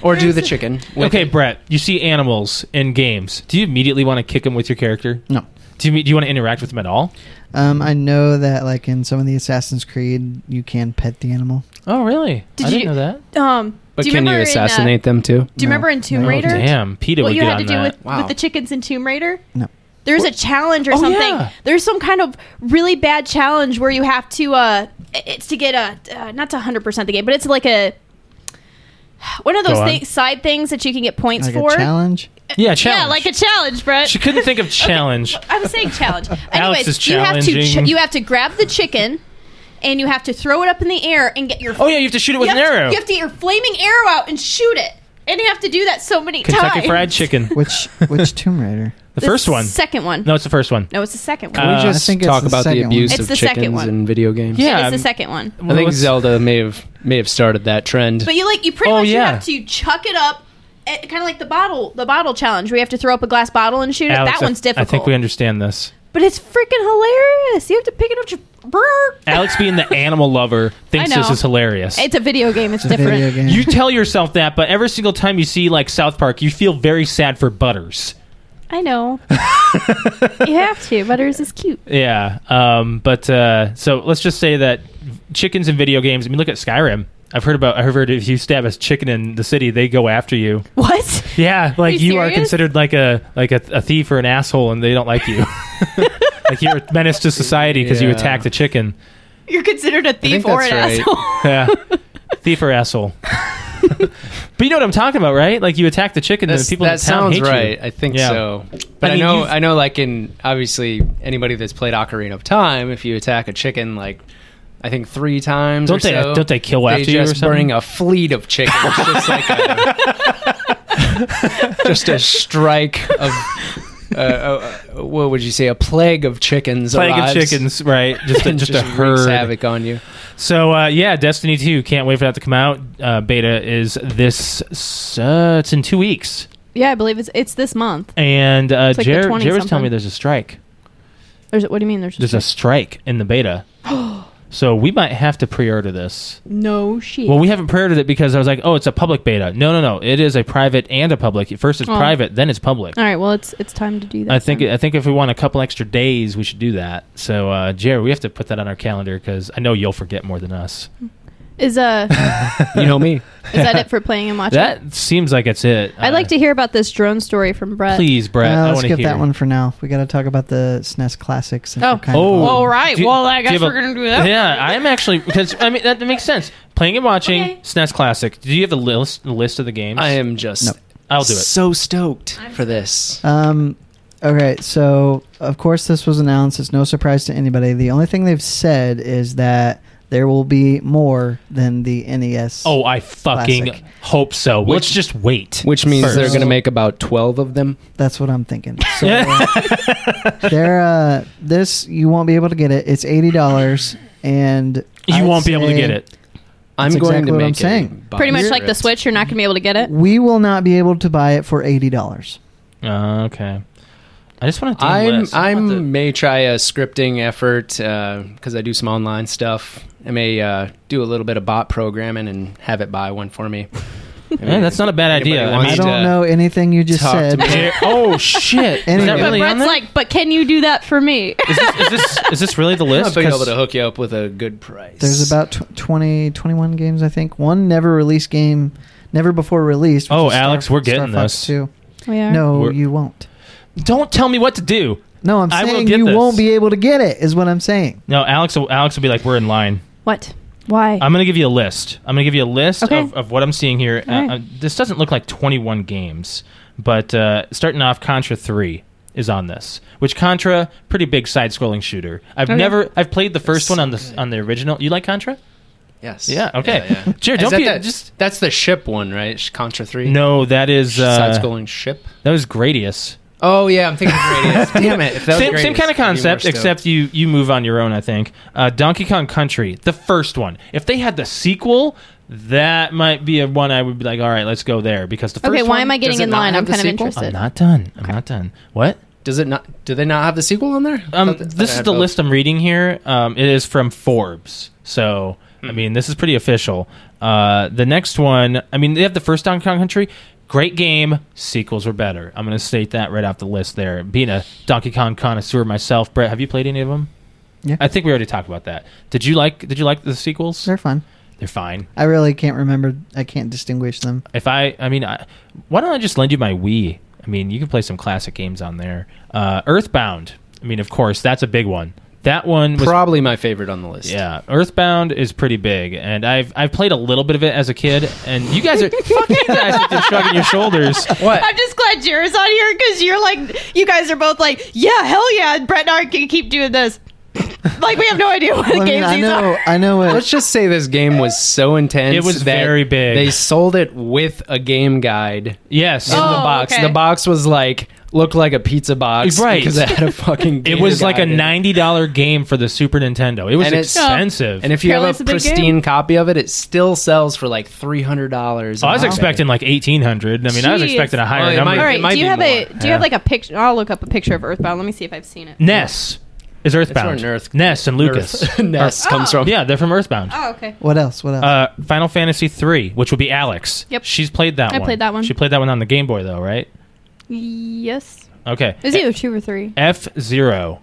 Speaker 4: or do the chicken. with
Speaker 3: Okay,
Speaker 4: it.
Speaker 3: Brett, you see animals in games. Do you immediately want to kick them with your character?
Speaker 2: No.
Speaker 3: Do you me- do you want to interact with them at all?
Speaker 2: Um, I know that like in some of the Assassin's Creed, you can pet the animal.
Speaker 3: Oh, really?
Speaker 1: Did
Speaker 3: I
Speaker 1: you-
Speaker 3: didn't know that.
Speaker 1: Um,
Speaker 4: but
Speaker 1: do you
Speaker 4: can you
Speaker 1: remember in, uh,
Speaker 4: assassinate them
Speaker 1: do
Speaker 4: too?
Speaker 1: you
Speaker 2: No.
Speaker 1: remember in Tomb
Speaker 2: No.
Speaker 1: Raider?
Speaker 3: Oh, damn, Peter
Speaker 1: what
Speaker 3: would
Speaker 1: you
Speaker 3: get
Speaker 1: had to
Speaker 3: on
Speaker 1: do
Speaker 3: that.
Speaker 1: with,
Speaker 4: Wow.
Speaker 1: with the chickens in Tomb Raider?
Speaker 2: No.
Speaker 1: There's a challenge or
Speaker 3: Oh,
Speaker 1: something.
Speaker 3: yeah.
Speaker 1: There's some kind of really bad challenge where you have to uh it's to get a uh, not to 100% the game, but it's like a one of those
Speaker 3: Go on.
Speaker 1: thi- side things that you can get points
Speaker 2: Like
Speaker 1: for.
Speaker 2: a challenge.
Speaker 3: yeah, challenge.
Speaker 1: Yeah, like a challenge, Brett.
Speaker 3: she couldn't think of challenge.
Speaker 1: I'm saying challenge. Anyways,
Speaker 3: is
Speaker 1: you have to
Speaker 3: challenging.
Speaker 1: ch- you have to grab the chicken and you have to throw it up in the air and get your
Speaker 3: Oh yeah, you have to shoot it with
Speaker 1: you
Speaker 3: an
Speaker 1: have to-
Speaker 3: arrow.
Speaker 1: you have to get your flaming arrow out and shoot it. And you have to do that so many times.
Speaker 3: Kentucky Fried Chicken.
Speaker 2: Which which Tomb Raider?
Speaker 3: The
Speaker 1: The
Speaker 3: first one.
Speaker 1: Second one.
Speaker 3: No, it's the first one.
Speaker 1: No, it's the second one.
Speaker 3: Uh,
Speaker 4: Can we
Speaker 3: I
Speaker 4: just
Speaker 2: think it's
Speaker 4: talk
Speaker 2: the
Speaker 4: about the
Speaker 2: second one.
Speaker 4: abuse
Speaker 1: It's
Speaker 4: of
Speaker 1: the second
Speaker 4: chickens
Speaker 1: one.
Speaker 4: in video games.
Speaker 3: Yeah.
Speaker 1: it is the second one.
Speaker 4: I think
Speaker 3: Let's-
Speaker 4: Zelda may have may have started that trend.
Speaker 1: But you like you pretty
Speaker 3: Oh,
Speaker 1: much you
Speaker 3: yeah.
Speaker 1: have to chuck it up, kind of like the bottle the bottle challenge. We have to throw up a glass bottle and shoot it.
Speaker 3: Alex,
Speaker 1: That
Speaker 3: I-
Speaker 1: one's difficult.
Speaker 3: I think we understand this.
Speaker 1: but it's freaking hilarious. You have to pick it up. Your, brrr.
Speaker 3: Alex, being the animal lover, thinks
Speaker 1: I know.
Speaker 3: this is hilarious.
Speaker 1: it's a video game. It's
Speaker 2: The
Speaker 1: different.
Speaker 2: video game. Uh,
Speaker 3: you tell yourself that, but every single time you see like South Park, you feel very sad for Butters.
Speaker 1: I know. you have to. Butters is cute.
Speaker 3: Yeah, um, but uh, so let's just say that chickens in video games. I mean, look at Skyrim. I've heard about. I've heard if you stab a chicken in the city, they go after you.
Speaker 1: What?
Speaker 3: Yeah, like
Speaker 1: you
Speaker 3: you, are
Speaker 1: serious?
Speaker 3: considered like a like a, a thief or an asshole, and they don't like you. like you're a menace to society because you
Speaker 4: Yeah.
Speaker 3: attacked a chicken.
Speaker 1: You're considered a thief
Speaker 4: think
Speaker 1: or an
Speaker 4: that's right.
Speaker 1: asshole.
Speaker 3: Yeah, thief or asshole. But you know what I'm talking about, right? Like you attack the chicken,
Speaker 4: That's-
Speaker 3: and people in
Speaker 4: that
Speaker 3: the town
Speaker 4: sounds
Speaker 3: hate you.
Speaker 4: right. I think
Speaker 3: Yeah.
Speaker 4: so. But I,
Speaker 3: mean,
Speaker 4: know,
Speaker 3: you've-
Speaker 4: I know. Like in obviously anybody that's played Ocarina of Time, if you attack a chicken, like I think three times,
Speaker 3: Don't
Speaker 4: or
Speaker 3: they-
Speaker 4: so,
Speaker 3: don't they kill after you or
Speaker 4: just
Speaker 3: something?
Speaker 4: Bring a fleet of chickens, just like a, just a strike of. Uh, uh, uh, what would you say? A plague of chickens.
Speaker 3: Plague
Speaker 4: arrives
Speaker 3: of chickens, right? Just a,
Speaker 4: and
Speaker 3: just, a
Speaker 4: wreaks
Speaker 3: herd.
Speaker 4: havoc on you.
Speaker 3: So uh, yeah, Destiny Two can't wait for that to come out. Uh, beta is this s- uh, it's in two weeks,
Speaker 1: yeah, I believe it's it's this month.
Speaker 3: and uh,
Speaker 1: It's like the
Speaker 3: Jer-
Speaker 1: 20
Speaker 3: Jer was telling
Speaker 1: something.
Speaker 3: me there's a strike.
Speaker 1: There's what do you mean? There's
Speaker 3: There's a strike in the beta, so we might have to pre-order this.
Speaker 1: no shit.
Speaker 3: Well, we haven't pre-ordered it because I was like, oh, it's a public beta. No, no, no, it is a private and a public. First it's
Speaker 1: Oh.
Speaker 3: private, then it's public.
Speaker 1: All right. Well, it's it's time to do that.
Speaker 3: I think
Speaker 1: then.
Speaker 3: I think if we want a couple extra days, we should do that. So, uh, Jerry, we have to put that on our calendar because I know you'll forget more than us.
Speaker 1: is uh
Speaker 4: You know me.
Speaker 1: is that it for playing and watching?
Speaker 3: That seems like it's it. Uh,
Speaker 1: I'd like to hear about this drone story from Brett.
Speaker 3: Please, Brett.
Speaker 2: Uh,
Speaker 3: I
Speaker 2: let's
Speaker 3: want to
Speaker 2: skip
Speaker 3: hear.
Speaker 2: that one for now. We got to talk about the SNES classics. since
Speaker 1: Oh.
Speaker 2: we're kind of
Speaker 3: Oh.
Speaker 2: on-
Speaker 1: All right.
Speaker 3: Do you-
Speaker 1: well, I
Speaker 3: do you
Speaker 1: guess
Speaker 3: have a-
Speaker 1: we're gonna do that.
Speaker 3: Yeah, I'm actually because I mean that, that makes sense. Playing and watching
Speaker 1: Okay.
Speaker 3: SNES Classic. Do you have a list list of the games?
Speaker 4: I am just.
Speaker 2: No.
Speaker 3: I'll do it.
Speaker 4: So stoked
Speaker 1: I'm
Speaker 4: for this.
Speaker 2: Um, okay, so of course this was announced. It's no surprise to anybody. The only thing they've said is that there will be more than the E NES.
Speaker 3: Oh, I fucking
Speaker 2: Classic.
Speaker 3: hope so.
Speaker 4: Which-
Speaker 3: Let's just wait.
Speaker 4: Which means
Speaker 3: first.
Speaker 4: they're going to make about 12 of them.
Speaker 2: that's what I'm thinking. So uh, there, uh, this you won't be able to get it. It's eighty dollars, and
Speaker 3: You
Speaker 2: I'd
Speaker 3: won't be able to
Speaker 2: say
Speaker 3: get it.
Speaker 4: I'm
Speaker 2: That's
Speaker 4: going
Speaker 2: exactly
Speaker 4: to
Speaker 2: what
Speaker 4: make
Speaker 2: I'm
Speaker 4: it
Speaker 2: saying.
Speaker 4: by
Speaker 1: Pretty much like
Speaker 4: script.
Speaker 1: the Switch, you're not gonna be able to get it.
Speaker 2: We will not be able to buy it for eighty dollars.
Speaker 3: Uh, okay. I just want to.
Speaker 4: I'm
Speaker 3: list. I
Speaker 4: I'm
Speaker 3: want the-
Speaker 4: may try a scripting effort because I do some online stuff. I may uh, do a little bit of bot programming and have it buy one for me. I
Speaker 3: Yeah, that's not a bad
Speaker 4: anybody
Speaker 3: idea. I
Speaker 4: wants
Speaker 2: I
Speaker 3: mean-
Speaker 4: to
Speaker 2: don't know anything you just
Speaker 4: talk to
Speaker 2: said.
Speaker 4: me.
Speaker 3: Jer- oh shit! Is that
Speaker 2: Anyway.
Speaker 3: really on
Speaker 1: Brett's
Speaker 3: there?
Speaker 1: like, but can you do that for me?
Speaker 3: is, this, is this is this really the
Speaker 4: I'm
Speaker 3: list?
Speaker 4: not being
Speaker 3: 'Cause
Speaker 4: able to hook you up with a good price.
Speaker 2: There's about tw- 20, 21 games, I think. One never released game, never before released. which
Speaker 3: Oh,
Speaker 2: is
Speaker 3: Alex, we're getting
Speaker 2: Fox
Speaker 3: this.
Speaker 2: 2.
Speaker 1: We are.
Speaker 2: No,
Speaker 3: We're-
Speaker 2: you won't.
Speaker 3: don't tell me what to do.
Speaker 2: No, I'm
Speaker 3: I will
Speaker 2: saying
Speaker 3: get
Speaker 2: you
Speaker 3: this.
Speaker 2: won't be able to get it. Is what I'm saying.
Speaker 3: No, Alex. will- Alex will be like, "We're in line."
Speaker 1: What? Why?
Speaker 3: I'm going to give you a list. I'm going to give you a list
Speaker 1: Okay.
Speaker 3: of, of what I'm seeing here. Uh,
Speaker 1: All right.
Speaker 3: uh, this doesn't look like 21 games, but uh, starting off, Contra 3 is on this. Which Contra, pretty big side-scrolling shooter. I've
Speaker 1: Okay.
Speaker 3: never, I've played the first one
Speaker 4: That's so
Speaker 3: on the
Speaker 4: good.
Speaker 3: on the original. You like Contra?
Speaker 4: yes.
Speaker 3: Yeah, okay. Jared,
Speaker 4: Is
Speaker 3: don't
Speaker 4: that
Speaker 3: be-
Speaker 4: that-
Speaker 3: just-
Speaker 4: that's the ship one, right? Sh- Contra three.
Speaker 3: No, that is uh,
Speaker 4: side-scrolling ship.
Speaker 3: that was Gradius.
Speaker 4: Oh yeah, I'm thinking of Gradius. Damn it! If that was
Speaker 3: Same, same
Speaker 4: Gradius,
Speaker 3: kind
Speaker 4: I'd
Speaker 3: of
Speaker 4: be more
Speaker 3: concept,
Speaker 4: stoked.
Speaker 3: except you you move on your own. I think uh, Donkey Kong Country, the first one. If they had the sequel, that might be a one I would be like, all right, let's go there because the first
Speaker 1: okay. Why
Speaker 3: one-
Speaker 1: am I getting
Speaker 4: does it
Speaker 1: in
Speaker 4: not
Speaker 1: line?
Speaker 4: have
Speaker 1: I'm
Speaker 4: the
Speaker 1: kind of
Speaker 4: sequel?
Speaker 1: interested.
Speaker 3: I'm not done. I'm not done. What?
Speaker 4: Does it not? Do they not have the sequel on there?
Speaker 3: Um,
Speaker 4: Thought that- thought I
Speaker 3: this is
Speaker 4: had
Speaker 3: the
Speaker 4: both.
Speaker 3: list I'm reading here. Um, it is from Forbes, so I mean, this is pretty official. Uh, the next one, I mean, they have the first Donkey Kong Country. Great game. Sequels are better. I'm going to state that right off the list there. Being a Donkey Kong connoisseur myself, Brett, have you played any of them?
Speaker 2: Yeah.
Speaker 3: I think we already talked about that. Did you like? Did you like the sequels?
Speaker 2: They're fun.
Speaker 3: They're fine.
Speaker 2: I really can't remember. I can't distinguish them.
Speaker 3: If I, I mean, I, why don't I just lend you my Wii? I mean, you can play some classic games on there. Uh, Earthbound. I mean, of course, that's a big one. That one was
Speaker 4: probably my favorite on the list.
Speaker 3: Yeah, Earthbound is pretty big, and I've I've played a little bit of it as a kid. And you guys are fuck you guys with the shrugging your shoulders.
Speaker 4: What?
Speaker 1: I'm just glad Jared's on here because you're like, you guys are both like, yeah, hell yeah, and Brett and I can keep doing this. like we have no idea what
Speaker 2: I,
Speaker 1: the
Speaker 2: mean,
Speaker 1: games
Speaker 2: I
Speaker 1: these
Speaker 2: know.
Speaker 1: are.
Speaker 2: I know
Speaker 3: Oh,
Speaker 4: Let's
Speaker 2: what.
Speaker 4: just say this game was so intense.
Speaker 3: It was
Speaker 4: that
Speaker 3: very big.
Speaker 4: They sold it with a game guide in
Speaker 3: Yes,
Speaker 4: the
Speaker 1: Oh,
Speaker 4: box.
Speaker 1: okay.
Speaker 4: The box was like looked like a pizza box,
Speaker 3: Right.
Speaker 4: Because it had a fucking.
Speaker 3: it
Speaker 4: game
Speaker 3: was like a
Speaker 4: guide in it.
Speaker 3: ninety dollar game for the Super Nintendo. It was
Speaker 4: And it's-
Speaker 3: expensive.
Speaker 4: And if you
Speaker 1: Apparently it's
Speaker 4: have a
Speaker 1: a big game.
Speaker 4: pristine copy of it, it still sells for like three hundred dollars.
Speaker 3: Oh, I was expecting like eighteen hundred. I mean, I was
Speaker 1: Jeez.
Speaker 3: expecting a
Speaker 4: Well,
Speaker 3: higher
Speaker 4: Oh, it
Speaker 3: number.
Speaker 4: might-
Speaker 1: All
Speaker 4: it
Speaker 1: right,
Speaker 4: might
Speaker 1: do you
Speaker 4: be
Speaker 1: have a
Speaker 4: more.
Speaker 1: do you have like a picture? I'll look up a picture of Earthbound. Let me see if I've seen it.
Speaker 3: Ness is Earthbound.
Speaker 4: an Earth-
Speaker 3: Ness and Lucas.
Speaker 4: Ness
Speaker 1: Oh.
Speaker 4: comes from.
Speaker 3: yeah, they're from Earthbound.
Speaker 1: Oh, okay.
Speaker 2: What else? What else?
Speaker 3: Uh, Final Fantasy three, which would be Alex.
Speaker 1: Yep.
Speaker 3: she's played that.
Speaker 1: I
Speaker 3: one.
Speaker 1: played that one.
Speaker 3: She played that one on the Game Boy though, right?
Speaker 1: Yes,
Speaker 3: Okay.
Speaker 1: is either two or three.
Speaker 3: F zero.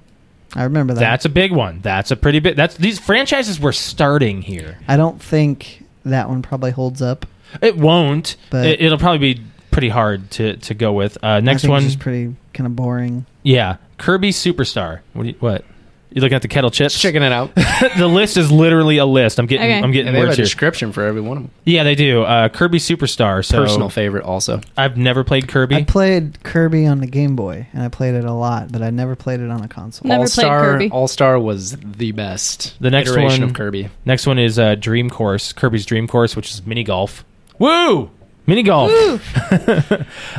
Speaker 2: I remember that.
Speaker 3: That's a big one. That's a pretty big. That's these franchises were starting here.
Speaker 2: I don't think that one probably holds up.
Speaker 3: It won't.
Speaker 2: But-
Speaker 3: it, it'll probably be pretty hard to to go with. Uh,
Speaker 2: I
Speaker 3: next
Speaker 2: think
Speaker 3: one,
Speaker 2: it's just pretty kind of boring.
Speaker 3: yeah, Kirby Superstar. What? Do you, what? You're looking at the kettle chips.
Speaker 4: Just checking it out.
Speaker 3: the list is literally a list. I'm getting
Speaker 1: Okay.
Speaker 3: I'm getting
Speaker 4: And they have a
Speaker 3: words here.
Speaker 4: description for every one of them.
Speaker 3: yeah, they do. Uh, Kirby Superstar. So
Speaker 4: Personal favorite also.
Speaker 3: I've never played
Speaker 2: I
Speaker 3: Kirby.
Speaker 2: played Kirby on the Game Boy, and I played it a lot, but I never played it on a console.
Speaker 1: No. Never played
Speaker 4: All Star
Speaker 1: Kirby.
Speaker 4: All Star was the best.
Speaker 3: The next
Speaker 4: iteration
Speaker 3: one-
Speaker 4: of Kirby.
Speaker 3: Next one is uh, Dream Course. Kirby's Dream Course, which is mini golf. Woo! Mini golf.
Speaker 1: Ooh,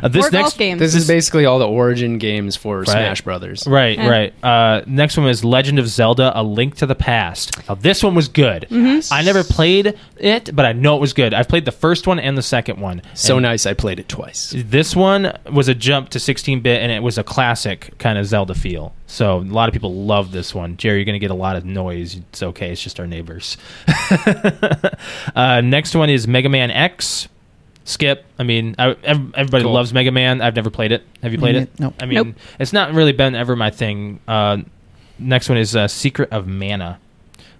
Speaker 3: Uh, this
Speaker 1: more
Speaker 3: next
Speaker 1: golf games.
Speaker 4: This is basically all the origin games for Smash Brothers.
Speaker 3: Right,
Speaker 1: Yeah.
Speaker 3: right. Uh, next one is Legend of Zelda: A Link to the Past. Now, this one was good.
Speaker 1: Mm-hmm.
Speaker 3: I never played it, but I know it was good. I've played the first one and the second one.
Speaker 4: So
Speaker 3: And
Speaker 4: nice, I played it twice.
Speaker 3: This one was a jump to 16-bit, and it was a classic kind of Zelda feel. So a lot of people love this one. Jerry, you're going to get a lot of noise. It's okay. It's just our neighbors. uh, next one is Mega Man X. Skip. I mean, I, ev- everybody
Speaker 4: Cool.
Speaker 3: loves Mega Man. I've never played it. Have you played
Speaker 2: Mm,
Speaker 3: it?
Speaker 2: nope.
Speaker 3: I mean,
Speaker 1: Nope.
Speaker 3: it's not really been ever my thing. Uh, next one is uh, Secret of Mana,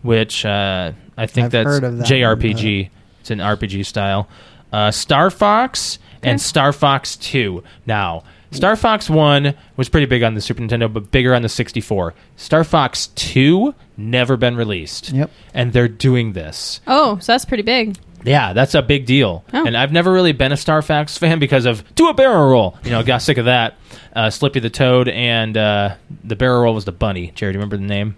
Speaker 3: which uh, I think
Speaker 2: I've
Speaker 3: that's
Speaker 2: heard of that
Speaker 3: JRPG. it's an RPG style. Uh, Star Fox and
Speaker 1: Okay.
Speaker 3: Star Fox 2. Now, Star Fox 1 was pretty big on the Super Nintendo, but bigger on the 64. Star Fox 2 never been released.
Speaker 2: Yep.
Speaker 3: And they're doing this.
Speaker 1: oh, so that's pretty big.
Speaker 3: Yeah, that's a big deal.
Speaker 1: Oh.
Speaker 3: And I've never really been a Star Fox fan because of do a barrel roll. You know, got sick of that. Uh, Slippy the Toad and uh, the barrel roll was the bunny. Jerry, do you remember the name?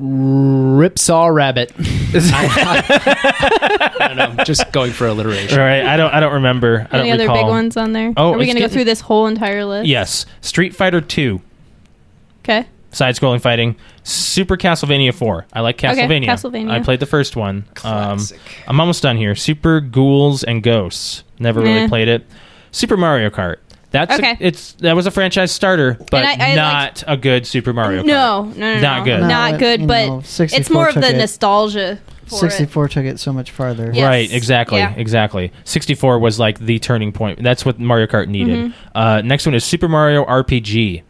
Speaker 4: Ripsaw Rabbit. I don't know. Just going for
Speaker 3: All
Speaker 4: alliteration.
Speaker 3: right, I don't. I don't remember. I don't
Speaker 1: Any other
Speaker 3: recall.
Speaker 1: big ones on there?
Speaker 3: Oh,
Speaker 1: Are we
Speaker 3: it's
Speaker 1: going to go
Speaker 3: getting-
Speaker 1: through this whole entire list?
Speaker 3: Yes, Street Fighter Two,
Speaker 1: Okay.
Speaker 3: side-scrolling fighting, Super Castlevania Four. I like
Speaker 1: Okay,
Speaker 3: Castlevania.
Speaker 1: Castlevania.
Speaker 3: I played the first one. Um,
Speaker 4: Classic.
Speaker 3: I'm almost done here. Super Ghouls and Ghosts. Never really
Speaker 1: Meh.
Speaker 3: played it. Super Mario Kart. That's a-
Speaker 1: Okay.
Speaker 3: it's that was a franchise starter, but
Speaker 1: And I- I
Speaker 3: not a good Super Mario. Kart.
Speaker 1: No, no, no,
Speaker 3: Not
Speaker 1: no.
Speaker 3: good.
Speaker 2: No,
Speaker 1: Not good,
Speaker 2: you
Speaker 1: but
Speaker 2: know,
Speaker 1: it's
Speaker 2: 64
Speaker 1: more of the
Speaker 2: took it.
Speaker 1: nostalgia for it.
Speaker 2: 64 took it so much farther.
Speaker 1: Yeah.
Speaker 3: Right,
Speaker 1: Yes.
Speaker 3: exactly,
Speaker 1: Yeah.
Speaker 3: exactly. 64 was like the turning point. That's what Mario Kart needed.
Speaker 1: Mm-hmm.
Speaker 3: Uh, next one is Super Mario RPG.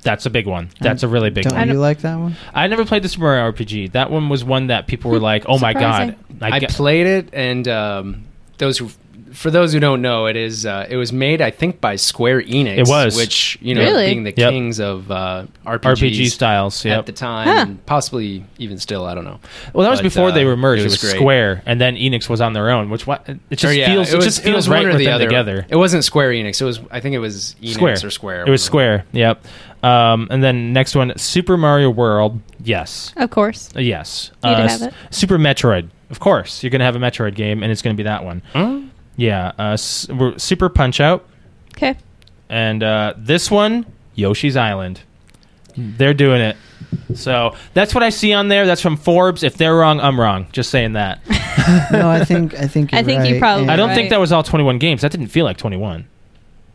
Speaker 3: That's a big one. That's a really big
Speaker 2: Don't
Speaker 3: one.
Speaker 2: you like that one?
Speaker 3: I never played the Super Mario RPG. That one was one that people were like, "Oh my
Speaker 1: Surprising.
Speaker 3: god!" I
Speaker 4: I
Speaker 3: get-
Speaker 4: played it, and um, those who, for those who don't know, it is uh, it was made, I think, by Square Enix.
Speaker 3: It was.
Speaker 4: which you know,
Speaker 1: Really?
Speaker 4: being the
Speaker 3: Yep.
Speaker 4: kings of uh, RPGs
Speaker 3: RPG styles.
Speaker 4: at
Speaker 3: Yep.
Speaker 4: the time,
Speaker 1: Huh.
Speaker 4: and possibly even still. I don't know.
Speaker 3: well, that was
Speaker 4: But,
Speaker 3: before
Speaker 4: uh,
Speaker 3: they were merged. It was,
Speaker 4: great.
Speaker 3: Square, and then Enix was on their own. Which what it just
Speaker 4: Or, yeah,
Speaker 3: feels. It, just
Speaker 4: was
Speaker 3: feels
Speaker 4: one
Speaker 3: right
Speaker 4: or
Speaker 3: with
Speaker 4: the
Speaker 3: them
Speaker 4: other.
Speaker 3: together.
Speaker 4: It wasn't Square Enix. It was I think it was Enix
Speaker 3: Square
Speaker 4: or Square.
Speaker 3: It was
Speaker 4: one of
Speaker 3: Square. Yep. Um, and then next one, Super Mario World. Yes.
Speaker 1: Of course.
Speaker 3: Uh, Yes.
Speaker 1: Need to
Speaker 3: Uh,
Speaker 1: have it.
Speaker 3: Super Metroid. Of course, you're going to have a Metroid game, and it's going to be that one.
Speaker 4: them.
Speaker 3: Yeah. Uh, S- we're- Super Punch Out,
Speaker 1: Okay.
Speaker 3: and uh, this one, Yoshi's Island. They're doing it. So that's what I see on there. That's from Forbes. If they're wrong, I'm wrong. Just saying that.
Speaker 2: No, I think I think
Speaker 1: I
Speaker 2: you're
Speaker 1: think you
Speaker 2: right,
Speaker 1: probably
Speaker 2: and-
Speaker 3: I don't
Speaker 1: right.
Speaker 3: think that was all 21 games. That didn't feel like 21.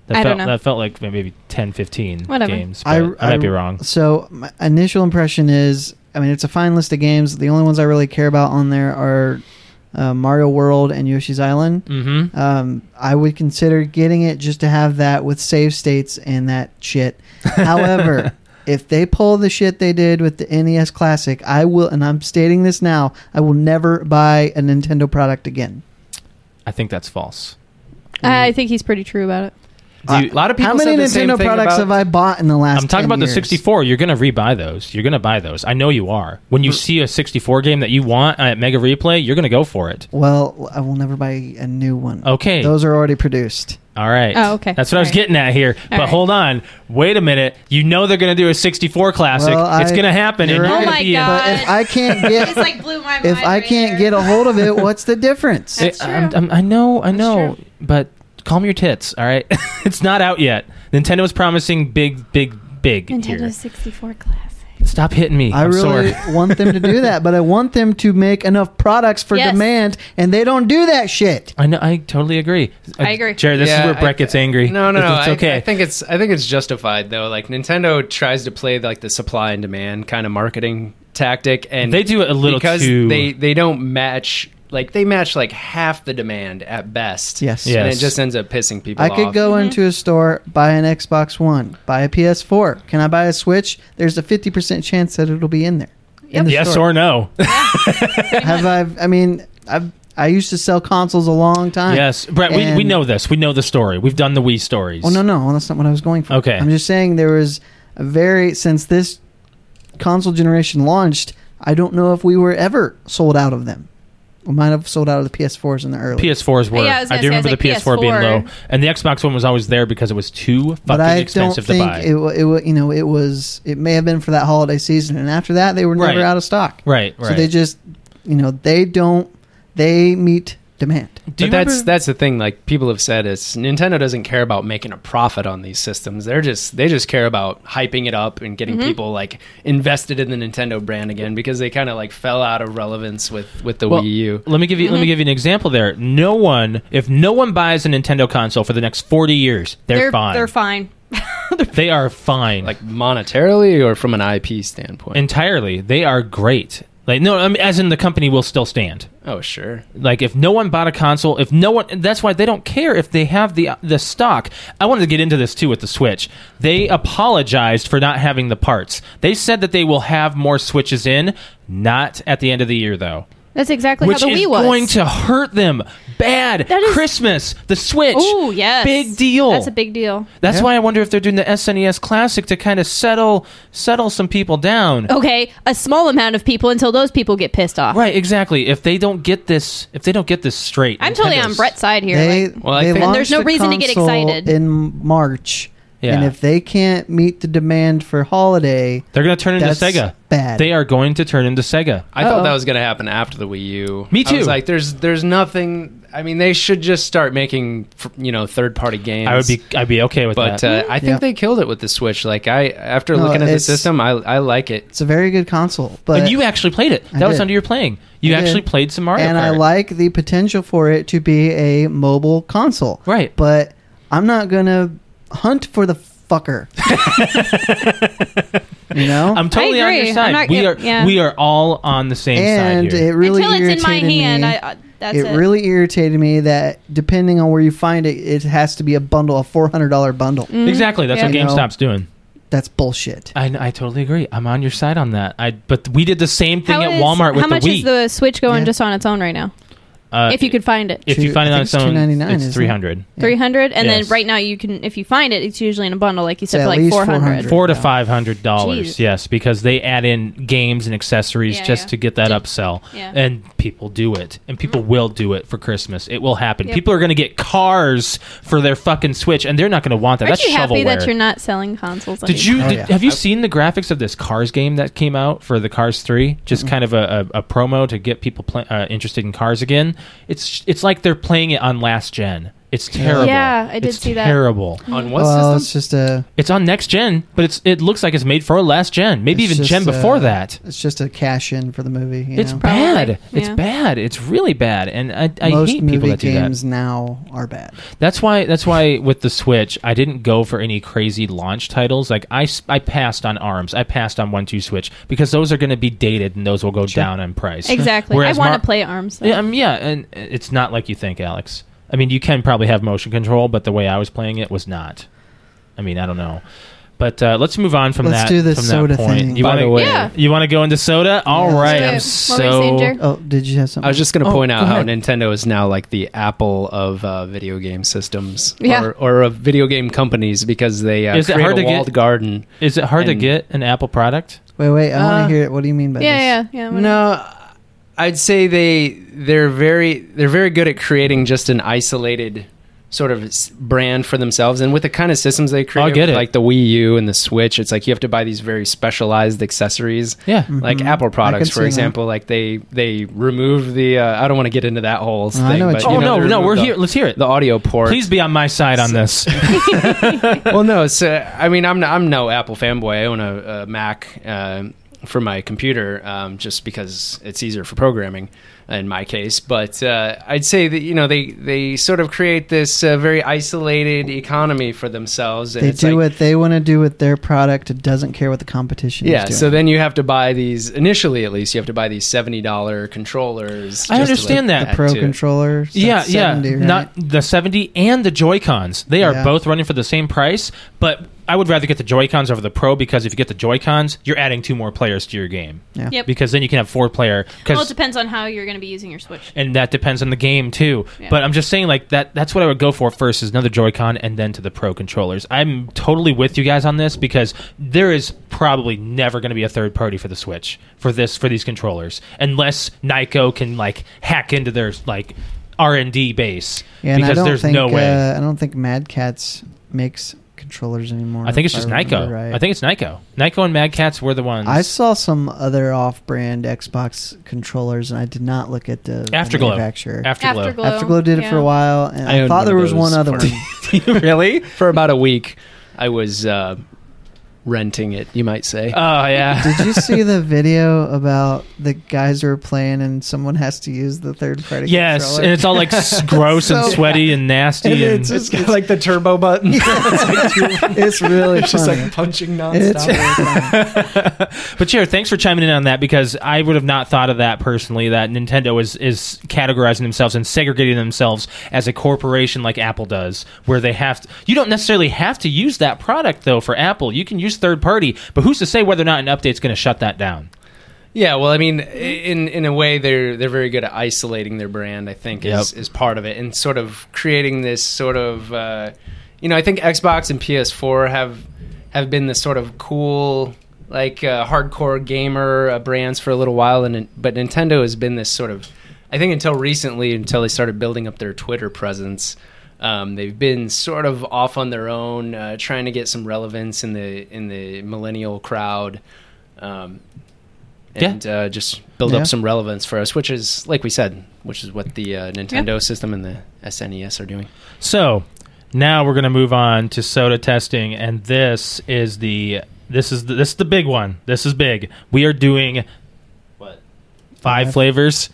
Speaker 3: That
Speaker 1: I don't
Speaker 3: felt,
Speaker 1: know.
Speaker 3: That felt like maybe 10, 15
Speaker 1: Whatever.
Speaker 3: games. but I, might be wrong.
Speaker 2: So my initial impression is, I mean, it's a fine list of games. The only ones I really care about on there are uh, Mario World and Yoshi's Island.
Speaker 3: Mm-hmm.
Speaker 2: Um, I would consider getting it just to have that with save states and that shit. However, if they pull the shit they did with the NES Classic, I will, and I'm stating this now, I will never buy a Nintendo product again.
Speaker 3: I think that's false.
Speaker 2: Mm-hmm.
Speaker 1: I think he's pretty true about it.
Speaker 4: Do you- a lot of people
Speaker 2: Uh, How many
Speaker 4: said the same
Speaker 2: Nintendo
Speaker 4: thing
Speaker 2: products
Speaker 4: about-
Speaker 2: have I bought in the last?
Speaker 3: I'm talking
Speaker 2: 10
Speaker 3: about the
Speaker 2: years?
Speaker 3: 64. You're going to rebuy those. You're going to buy those. I know you are. When you see a 64 game that you want uh, at Mega Replay, you're going to go for it.
Speaker 2: Well, I will never buy a new one.
Speaker 3: Okay.
Speaker 2: Those are already produced.
Speaker 3: All right.
Speaker 1: Oh, okay.
Speaker 3: That's what I
Speaker 1: All
Speaker 3: was
Speaker 1: right.
Speaker 3: getting at here. but
Speaker 1: right.
Speaker 3: hold on. Wait a minute. You know they're going to do a 64 classic.
Speaker 2: Well, I-
Speaker 3: it's going to happen.
Speaker 2: you're
Speaker 3: and you're
Speaker 2: right.
Speaker 1: Oh
Speaker 3: gonna
Speaker 1: my
Speaker 3: be in-
Speaker 1: God.
Speaker 2: But if I can't get
Speaker 1: blew my
Speaker 2: if I can't get a hold of it, what's the difference?
Speaker 1: That's
Speaker 3: I-
Speaker 1: true.
Speaker 3: I'm- I'm- I know. I
Speaker 1: That's
Speaker 3: know.
Speaker 1: true.
Speaker 3: But calm your tits. All right. it's not out yet. Nintendo's promising big, big, big
Speaker 1: Nintendo
Speaker 3: here.
Speaker 1: 64 classic.
Speaker 3: Stop hitting me.
Speaker 2: I
Speaker 3: am
Speaker 2: really
Speaker 3: sorry.
Speaker 2: want them to do that, but I want them to make enough products for
Speaker 1: Yes.
Speaker 2: demand, and they don't do that shit.
Speaker 3: I know. I totally agree.
Speaker 1: I agree.
Speaker 3: Jerry, this
Speaker 4: Yeah,
Speaker 3: is where Brett
Speaker 4: I-
Speaker 3: gets angry.
Speaker 4: No, no, no.
Speaker 3: It's
Speaker 4: I-
Speaker 3: okay.
Speaker 4: I, think it's I think it's justified though. Like Nintendo tries to play like the supply and demand kind of marketing tactic, and
Speaker 3: They do it a little
Speaker 4: because
Speaker 3: too-
Speaker 4: they they don't match. Like they match like half the demand at best.
Speaker 2: Yes.
Speaker 4: and
Speaker 3: Yes.
Speaker 4: it just ends up pissing people.
Speaker 2: I could
Speaker 4: off.
Speaker 2: go
Speaker 1: Mm-hmm.
Speaker 2: into a store, buy an Xbox One, buy a PS4. Can I buy a Switch? There's a 50% chance that it'll be in there. In the
Speaker 3: yes
Speaker 2: store.
Speaker 3: or no.
Speaker 2: have I? I mean, I've I used to sell consoles a long time.
Speaker 3: Yes, Brett. We, we
Speaker 2: And-
Speaker 3: know this. We know the story. We've done the Wii stories.
Speaker 2: Oh no, no, that's not what I was going for.
Speaker 3: Okay.
Speaker 2: I'm just saying there was very since this console generation launched, I don't know if we were ever sold out of them. We might have sold out of the PS4s in the early.
Speaker 3: PS4s were.
Speaker 1: Yeah, I
Speaker 3: I,
Speaker 1: was gonna
Speaker 3: do
Speaker 1: say, I was
Speaker 3: remember the
Speaker 1: like,
Speaker 3: PS4, being
Speaker 1: PS4.
Speaker 3: low, and the Xbox One was always there because it was too
Speaker 2: but I
Speaker 3: fucking
Speaker 2: don't
Speaker 3: expensive to
Speaker 2: think
Speaker 3: buy.
Speaker 2: it, wa- it wa- you know it was it may have been for that holiday season, and after that they were never
Speaker 3: Right.
Speaker 2: out of stock.
Speaker 3: right, right.
Speaker 2: So they just you know they don't they meet demand.
Speaker 3: do you
Speaker 4: but that's
Speaker 3: remember-
Speaker 4: that's the thing. Like people have said, is Nintendo doesn't care about making a profit on these systems. They're just they just care about hyping it up and
Speaker 3: Mm-hmm.
Speaker 4: getting people like invested in the Nintendo brand again because they kind of like fell out of relevance with with the
Speaker 3: Well,
Speaker 4: Wii U.
Speaker 3: Let me give you let me give you an example there. No one, if no one buys a Nintendo console for the next forty years, they're, fine.
Speaker 1: They're fine.
Speaker 3: They are fine.
Speaker 4: Like monetarily or from an IP standpoint.
Speaker 3: entirely. They are great. Like no, I mean, as in the company will still stand.
Speaker 4: oh sure.
Speaker 3: Like if no one bought a console, if no one, that's why they don't care if they have the the stock. I wanted to get into this too with the Switch. They apologized for not having the parts. They said that they will have more Switches in, not at the end of the year though.
Speaker 1: That's exactly
Speaker 3: Which
Speaker 1: how the
Speaker 3: is
Speaker 1: Wii was.
Speaker 3: going to hurt them bad.
Speaker 1: That is-
Speaker 3: Christmas, the Switch.
Speaker 1: Ooh, yes.
Speaker 3: big deal.
Speaker 1: That's a big deal.
Speaker 3: That's
Speaker 2: Yeah.
Speaker 3: why I wonder if they're doing the SNES Classic to kind of settle settle some people down.
Speaker 1: Okay, a small amount of people until those people get pissed off.
Speaker 3: Right, exactly. If they don't get this, if they don't get this straight,
Speaker 1: I'm totally on
Speaker 3: Nintendo's-
Speaker 1: Brett's side here.
Speaker 2: They,
Speaker 1: like-
Speaker 4: Well, I
Speaker 2: they
Speaker 4: think-
Speaker 1: And there's no
Speaker 2: launched the
Speaker 1: reason to get
Speaker 2: console
Speaker 1: excited.
Speaker 2: in March.
Speaker 3: Yeah.
Speaker 2: And if they can't meet the demand for holiday,
Speaker 3: They're going to turn into
Speaker 2: That's
Speaker 3: Sega.
Speaker 2: bad.
Speaker 3: They are going to turn into Sega.
Speaker 4: I thought
Speaker 1: Uh-oh.
Speaker 4: that was going to happen after the Wii U.
Speaker 3: Me
Speaker 4: I was
Speaker 3: too.
Speaker 4: like, there's, there's nothing. I mean, they should just start making, fr- you know, third party games.
Speaker 3: I would be, I'd be okay with
Speaker 4: but
Speaker 3: that.
Speaker 4: uh, I think
Speaker 2: Yeah.
Speaker 4: they killed it with the Switch. Like I, after
Speaker 2: No,
Speaker 4: looking at the
Speaker 2: it's-
Speaker 4: system, I, I like it.
Speaker 2: it's a very good console. But
Speaker 3: and you actually played it.
Speaker 2: I
Speaker 3: That was
Speaker 2: did.
Speaker 3: under your playing. You
Speaker 2: I did.
Speaker 3: actually played some Mario.
Speaker 2: and I
Speaker 3: Kart.
Speaker 2: like the potential for it to be a mobile console.
Speaker 3: Right.
Speaker 2: But I'm not gonna hunt for the fucker. you know.
Speaker 3: I'm totally on
Speaker 1: agree.
Speaker 3: your
Speaker 1: I'm
Speaker 3: side.
Speaker 1: not
Speaker 3: we
Speaker 1: gonna-
Speaker 3: are
Speaker 1: yeah.
Speaker 3: we are all on the same
Speaker 2: and
Speaker 3: side here.
Speaker 2: it really
Speaker 1: until it's in my
Speaker 2: irritated me.
Speaker 1: hand, I, I, that's
Speaker 2: it,
Speaker 1: it.
Speaker 2: really irritated me that depending on where you find it, it has to be a bundle, a four hundred dollar bundle.
Speaker 1: Mm. Mm-hmm.
Speaker 3: exactly. That's what
Speaker 2: Yeah. You know.
Speaker 3: GameStop's doing.
Speaker 2: That's bullshit.
Speaker 3: I, I totally agree. I'm on your side on that. I but we did the same thing
Speaker 1: How
Speaker 3: at
Speaker 1: is-
Speaker 3: Walmart with
Speaker 1: How much
Speaker 3: the Wii.
Speaker 1: is the Switch going
Speaker 2: Yeah.
Speaker 1: just on its own right now?
Speaker 3: uh,
Speaker 1: if you could find it,
Speaker 3: if you
Speaker 2: Two-
Speaker 3: find it
Speaker 2: I
Speaker 3: on
Speaker 2: think
Speaker 3: its
Speaker 2: it's
Speaker 3: own,
Speaker 2: $2.99,
Speaker 3: it's
Speaker 2: isn't it?
Speaker 3: three hundred.
Speaker 2: Yeah.
Speaker 1: three hundred, and
Speaker 3: Yes.
Speaker 1: then right now you can, if you find it, it's usually in a bundle, like you said,
Speaker 2: at
Speaker 1: for like
Speaker 2: least
Speaker 1: four hundred.
Speaker 2: 400.
Speaker 3: Four to
Speaker 2: Yeah.
Speaker 3: five hundred dollars,
Speaker 1: Jeez.
Speaker 3: yes, because they add in games and accessories
Speaker 1: Yeah,
Speaker 3: just
Speaker 1: yeah.
Speaker 3: to get that upsell,
Speaker 1: Yeah. Mm-hmm.
Speaker 3: and people do it, and people will do it for Christmas. It will happen.
Speaker 1: Yep.
Speaker 3: People are going to get cars for their fucking Switch, and they're not going to want that.
Speaker 1: Aren't
Speaker 3: That's
Speaker 1: you happy
Speaker 3: shovelware.
Speaker 1: that you're not selling consoles?
Speaker 3: did you
Speaker 2: Oh,
Speaker 3: did,
Speaker 2: yeah.
Speaker 3: have you seen the graphics of this Cars game that came out for the Cars Three? Just kind of a, a, a promo to get people pla uh, interested in cars again. It's it's like they're playing it on last gen. It's terrible.
Speaker 1: Yeah, I did
Speaker 3: It's
Speaker 1: see that.
Speaker 3: Terrible.
Speaker 4: On what
Speaker 2: Well, it's
Speaker 4: system?
Speaker 2: just a
Speaker 3: It's on next gen, but it's it looks like it's made for last gen, maybe
Speaker 2: It's
Speaker 3: even
Speaker 2: just,
Speaker 3: gen before
Speaker 2: uh,
Speaker 3: that.
Speaker 2: it's just a cash in for the movie. You
Speaker 3: It's
Speaker 2: know?
Speaker 1: Probably,
Speaker 3: bad. It's
Speaker 1: yeah.
Speaker 3: bad. It's really bad, and I, I
Speaker 2: most
Speaker 3: hate people
Speaker 2: movie
Speaker 3: that do
Speaker 2: games
Speaker 3: that.
Speaker 2: now are bad.
Speaker 3: That's why. That's why with the Switch, I didn't go for any crazy launch titles. Like I, s- I passed on Arms. I passed on One Two Switch because those are going to be dated and those will go down in price.
Speaker 1: exactly?
Speaker 3: Whereas
Speaker 1: I want to
Speaker 3: Mar-
Speaker 1: play Arms. though.
Speaker 3: Yeah, um, yeah, and it's not like you think, Alex. I mean, you can probably have motion control, but the way I was playing it was not. I mean, I don't know. But uh, let's move on from
Speaker 2: Let's
Speaker 3: that.
Speaker 2: do this
Speaker 3: from
Speaker 2: soda
Speaker 3: that point.
Speaker 2: thing.
Speaker 3: You
Speaker 4: By
Speaker 3: want
Speaker 4: the way-
Speaker 1: Yeah.
Speaker 3: You want to go into soda? All
Speaker 2: Yeah.
Speaker 3: right.
Speaker 1: Let's do
Speaker 3: I'm
Speaker 1: it. What were you saying,
Speaker 3: so.
Speaker 1: Jer?
Speaker 2: Oh, did you have something?
Speaker 4: I was just going to
Speaker 3: Oh,
Speaker 4: point out
Speaker 3: go
Speaker 4: how
Speaker 3: ahead.
Speaker 4: Nintendo is now like the Apple of uh, video game systems,
Speaker 1: Yeah.
Speaker 4: or, or of video game companies because they uh,
Speaker 3: Is it
Speaker 4: create
Speaker 3: hard
Speaker 4: a
Speaker 3: to get-
Speaker 4: walled garden.
Speaker 3: Is it hard to
Speaker 4: And-
Speaker 3: get an Apple product?
Speaker 2: wait, wait. I
Speaker 4: Uh,
Speaker 2: want to hear it. What do you mean by
Speaker 1: yeah,
Speaker 2: this?
Speaker 1: yeah, yeah. I'm gonna-
Speaker 4: No, I'd say they they're very they're very good at creating just an isolated sort of s- brand for themselves and with the kind of systems they create
Speaker 3: get
Speaker 4: with,
Speaker 3: it.
Speaker 4: like the Wii U and the Switch it's like you have to buy these very specialized accessories
Speaker 3: Yeah.
Speaker 2: Mm.
Speaker 4: like Apple products
Speaker 2: Mm-hmm. can see
Speaker 4: for
Speaker 2: that.
Speaker 4: example like they they remove the uh, I don't want to get into that whole thing
Speaker 2: I know what
Speaker 4: but
Speaker 2: you
Speaker 4: you
Speaker 3: oh
Speaker 2: mean.
Speaker 4: know,
Speaker 3: no,
Speaker 4: they
Speaker 3: no,
Speaker 4: remove
Speaker 3: we're
Speaker 4: the-
Speaker 3: here. Let's hear it.
Speaker 4: the audio port
Speaker 3: Please be on my side on this.
Speaker 4: well, no. So I mean, I'm I'm no Apple fanboy. I own a, a Mac uh, for my computer, um, just because it's easier for programming in my case. But uh, I'd say that you know they they sort of create this uh, very isolated economy for themselves. And
Speaker 2: They
Speaker 4: it's
Speaker 2: do
Speaker 4: like,
Speaker 2: what they want to do with their product. It doesn't care what the competition
Speaker 4: Yeah,
Speaker 2: is doing.
Speaker 4: so then you have to buy these initially, at least you have to buy these seventy dollar controllers.
Speaker 3: I
Speaker 4: just to,
Speaker 3: understand
Speaker 4: like,
Speaker 3: that.
Speaker 2: the pro
Speaker 4: to-
Speaker 2: controller. so
Speaker 3: yeah,
Speaker 2: that's
Speaker 3: yeah.
Speaker 2: 70, right?
Speaker 3: Not the 70 and the Joy Cons. They are
Speaker 2: Yeah.
Speaker 3: both running for the same price, but I would rather get the Joy Cons over the Pro because if you get the Joy Cons, you're adding two more players to your game.
Speaker 2: Yeah.
Speaker 1: Yep.
Speaker 3: Because then you can have four player.
Speaker 1: Well, it
Speaker 3: Because
Speaker 1: depends on how you're going to be using your Switch.
Speaker 3: and that depends on the game too.
Speaker 1: Yeah.
Speaker 3: But I'm just saying, like that. That's what I would go for first is another Joy-Con, and then to the Pro controllers. I'm totally with you guys on this because there is probably never going to be a third party for the Switch for this for these controllers unless Nyko can like hack into their like R and D base
Speaker 2: Yeah, and I
Speaker 3: because
Speaker 2: don't
Speaker 3: there's
Speaker 2: think
Speaker 3: no way.
Speaker 2: Uh, I don't think Mad Cats makes controllers anymore.
Speaker 3: I think it's
Speaker 2: if
Speaker 3: just
Speaker 2: remember
Speaker 3: Nyko.
Speaker 2: right.
Speaker 3: I think it's Nyko. Nyko and Mad Cats were the ones.
Speaker 2: I saw some other off-brand Xbox controllers, and I did not look at the the
Speaker 3: Afterglow.
Speaker 2: manufacturer.
Speaker 3: Afterglow.
Speaker 1: Afterglow.
Speaker 2: Afterglow did it for
Speaker 1: Yeah.
Speaker 2: a while, and
Speaker 4: I
Speaker 2: I,
Speaker 4: owned
Speaker 2: thought
Speaker 4: one
Speaker 2: there
Speaker 4: of
Speaker 2: was one
Speaker 4: those
Speaker 2: other
Speaker 4: for-
Speaker 2: one.
Speaker 3: really?
Speaker 4: for about a week. I was uh, renting it, you might say.
Speaker 3: Oh yeah.
Speaker 2: Did you see the video about the guys who are playing and someone has to use the third party
Speaker 3: yes,
Speaker 2: controller?
Speaker 3: and it's all like s- gross and
Speaker 2: So-
Speaker 3: sweaty and nasty
Speaker 2: And
Speaker 3: and,
Speaker 2: it's just-
Speaker 4: got, like the turbo button.
Speaker 2: it's really funny.
Speaker 4: punching
Speaker 2: it's really funny.
Speaker 3: But sure, thanks for chiming in on that because I would have not thought of that personally. That Nintendo is is categorizing themselves and segregating themselves as a corporation like Apple does, where they have to. You don't necessarily have to use that product though for Apple. You can use third party, but who's to say whether or not an update's going to shut that down?
Speaker 4: Yeah, well, I mean, i- in in a way, they're they're very good at isolating their brand. I think is
Speaker 3: Yep.
Speaker 4: is part of it, and sort of creating this sort of, uh, you know, I think Xbox and PS4 have have been the sort of cool, like uh, hardcore gamer uh, brands for a little while, and but Nintendo has been this sort of, I think until recently, until they started building up their Twitter presence. Um, they've been sort of off on their own, uh, trying to get some relevance in the in the millennial crowd. Um, and uh, just build
Speaker 2: Yeah.
Speaker 4: up some relevance for us, which is, like we said, which is what the uh, Nintendo system and the SNES are doing.
Speaker 3: So now we're going to move on to soda testing, and this is the this is the, this is the big one. This is big. We are doing what five
Speaker 2: Five.
Speaker 3: flavors.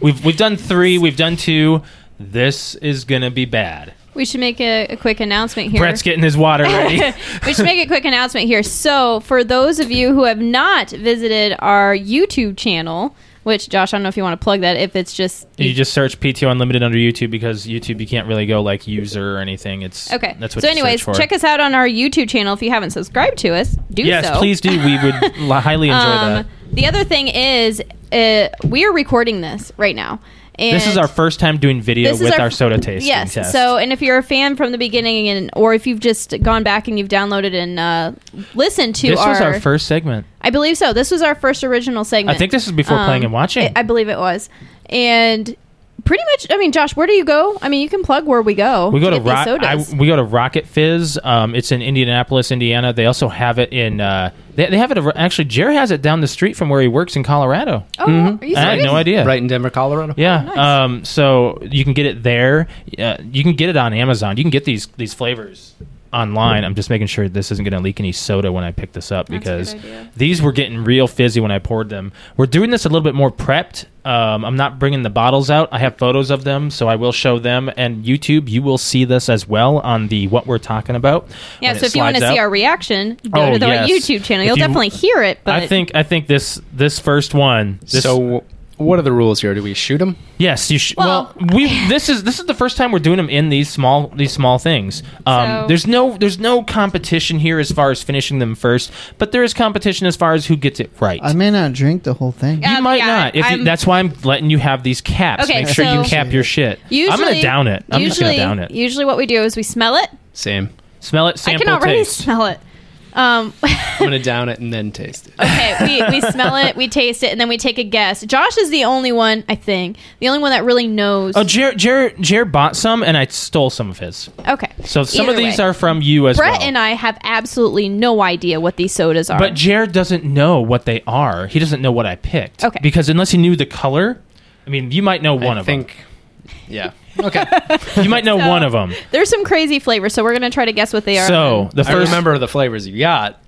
Speaker 3: we've we've done three. We've done two. This is going to be bad.
Speaker 1: We should make a, a quick announcement here.
Speaker 3: Brett's getting his water ready.
Speaker 1: we should make a quick announcement here. So, for those of you who have not visited our YouTube channel, which Josh, I don't know if you want to plug that. If it's just
Speaker 3: you just search PTO Unlimited under YouTube because YouTube you can't really go like user or anything. It's
Speaker 1: okay.
Speaker 3: That's what.
Speaker 1: so,
Speaker 3: you search
Speaker 1: anyways,
Speaker 3: for.
Speaker 1: check us out on our YouTube channel. If you haven't subscribed to us, do
Speaker 3: Yes,
Speaker 1: so.
Speaker 3: please do. We would li- highly enjoy
Speaker 1: Um,
Speaker 3: that.
Speaker 1: The other thing is, uh, we are recording this right now. And
Speaker 3: This is our first time doing video
Speaker 1: This is
Speaker 3: with our,
Speaker 1: our-
Speaker 3: soda tasting
Speaker 1: yes.
Speaker 3: test.
Speaker 1: So, and if you're a fan from the beginning, and or if you've just gone back and you've downloaded and uh, listened to
Speaker 3: this
Speaker 1: our,
Speaker 3: was our first segment.
Speaker 1: I believe so. This was our first original segment. Um,
Speaker 3: I think this was before playing and watching.
Speaker 1: I- I believe it was, and pretty much. I mean, Josh, where do you go? I mean, you can plug where we go.
Speaker 3: we go to
Speaker 1: get these
Speaker 3: Rock. I,
Speaker 1: sodas.
Speaker 3: we go to Rocket Fizz. Um, it's in Indianapolis, Indiana. They also have it in. Uh, they, they have it ar- actually. Jerry has it down the street from where he works in Colorado.
Speaker 1: oh, are you
Speaker 3: Mm-hmm. I had
Speaker 1: serious?
Speaker 3: no idea.
Speaker 4: Right in Denver, Colorado.
Speaker 3: Yeah.
Speaker 1: Oh, nice.
Speaker 3: Um, so you can get it there. Uh, you can get it on Amazon. You can get these these flavors online. I'm just making sure this isn't going to leak any soda when I pick this up
Speaker 1: That's a
Speaker 3: because
Speaker 1: good idea.
Speaker 3: these were getting real fizzy when I poured them. We're doing this a little bit more prepped. Um, I'm not bringing the bottles out. I have photos of them, so I will show them. And YouTube, you will see this as well on the what we're talking about.
Speaker 1: Yeah.
Speaker 3: when
Speaker 1: So
Speaker 3: it
Speaker 1: if you want to
Speaker 3: slides
Speaker 1: see
Speaker 3: out.
Speaker 1: our reaction, go
Speaker 3: Oh,
Speaker 1: to the
Speaker 3: yes.
Speaker 1: YouTube channel.
Speaker 3: If
Speaker 1: You'll
Speaker 3: you-
Speaker 1: definitely hear it. But
Speaker 3: I think I think this this first one. This,
Speaker 4: so, what are the rules here? Do we shoot them?
Speaker 3: Yes, you should. Well,
Speaker 1: Well-
Speaker 3: we this is this is the first time we're doing them in these small these small things. Um,
Speaker 1: So-
Speaker 3: There's no there's no competition here as far as finishing them first, but there is competition as far as who gets it right.
Speaker 2: I may not drink the whole thing.
Speaker 1: Yeah.
Speaker 3: you
Speaker 1: Um,
Speaker 3: might not. If you,
Speaker 1: I'm-
Speaker 3: that's why I'm letting you have these caps.
Speaker 1: Okay,
Speaker 3: Make sure you
Speaker 1: so-
Speaker 3: cap your shit.
Speaker 1: usually
Speaker 3: I'm gonna down it. I'm just gonna
Speaker 1: usually-
Speaker 3: down it.
Speaker 1: Usually, what we do is we smell it.
Speaker 4: Same.
Speaker 3: Smell it.
Speaker 1: I
Speaker 3: Sample
Speaker 1: can already
Speaker 3: taste.
Speaker 1: smell it. Um,
Speaker 4: I'm gonna down it and then taste it.
Speaker 1: Okay, we, we smell it, we taste it, and then we take a guess. Josh is the only one, I think, the only one that really knows.
Speaker 3: Oh, Jer, Jer, Jer bought some, and I stole some of his.
Speaker 1: okay.
Speaker 3: So some
Speaker 1: Either
Speaker 3: of these
Speaker 1: way.
Speaker 3: are from you as
Speaker 1: Brett
Speaker 3: well.
Speaker 1: and I have absolutely no idea what these sodas are.
Speaker 3: But Jared doesn't know what they are. He doesn't know what I picked.
Speaker 1: Okay.
Speaker 3: Because unless he knew the color, I mean, you might know one
Speaker 4: I
Speaker 3: of
Speaker 4: think. Yeah. Okay.
Speaker 3: them. You might know
Speaker 1: So-
Speaker 3: one of them.
Speaker 1: There's some crazy flavors, so we're going to try to guess what they are.
Speaker 3: So the
Speaker 4: I
Speaker 3: first,
Speaker 4: remember the flavors you got.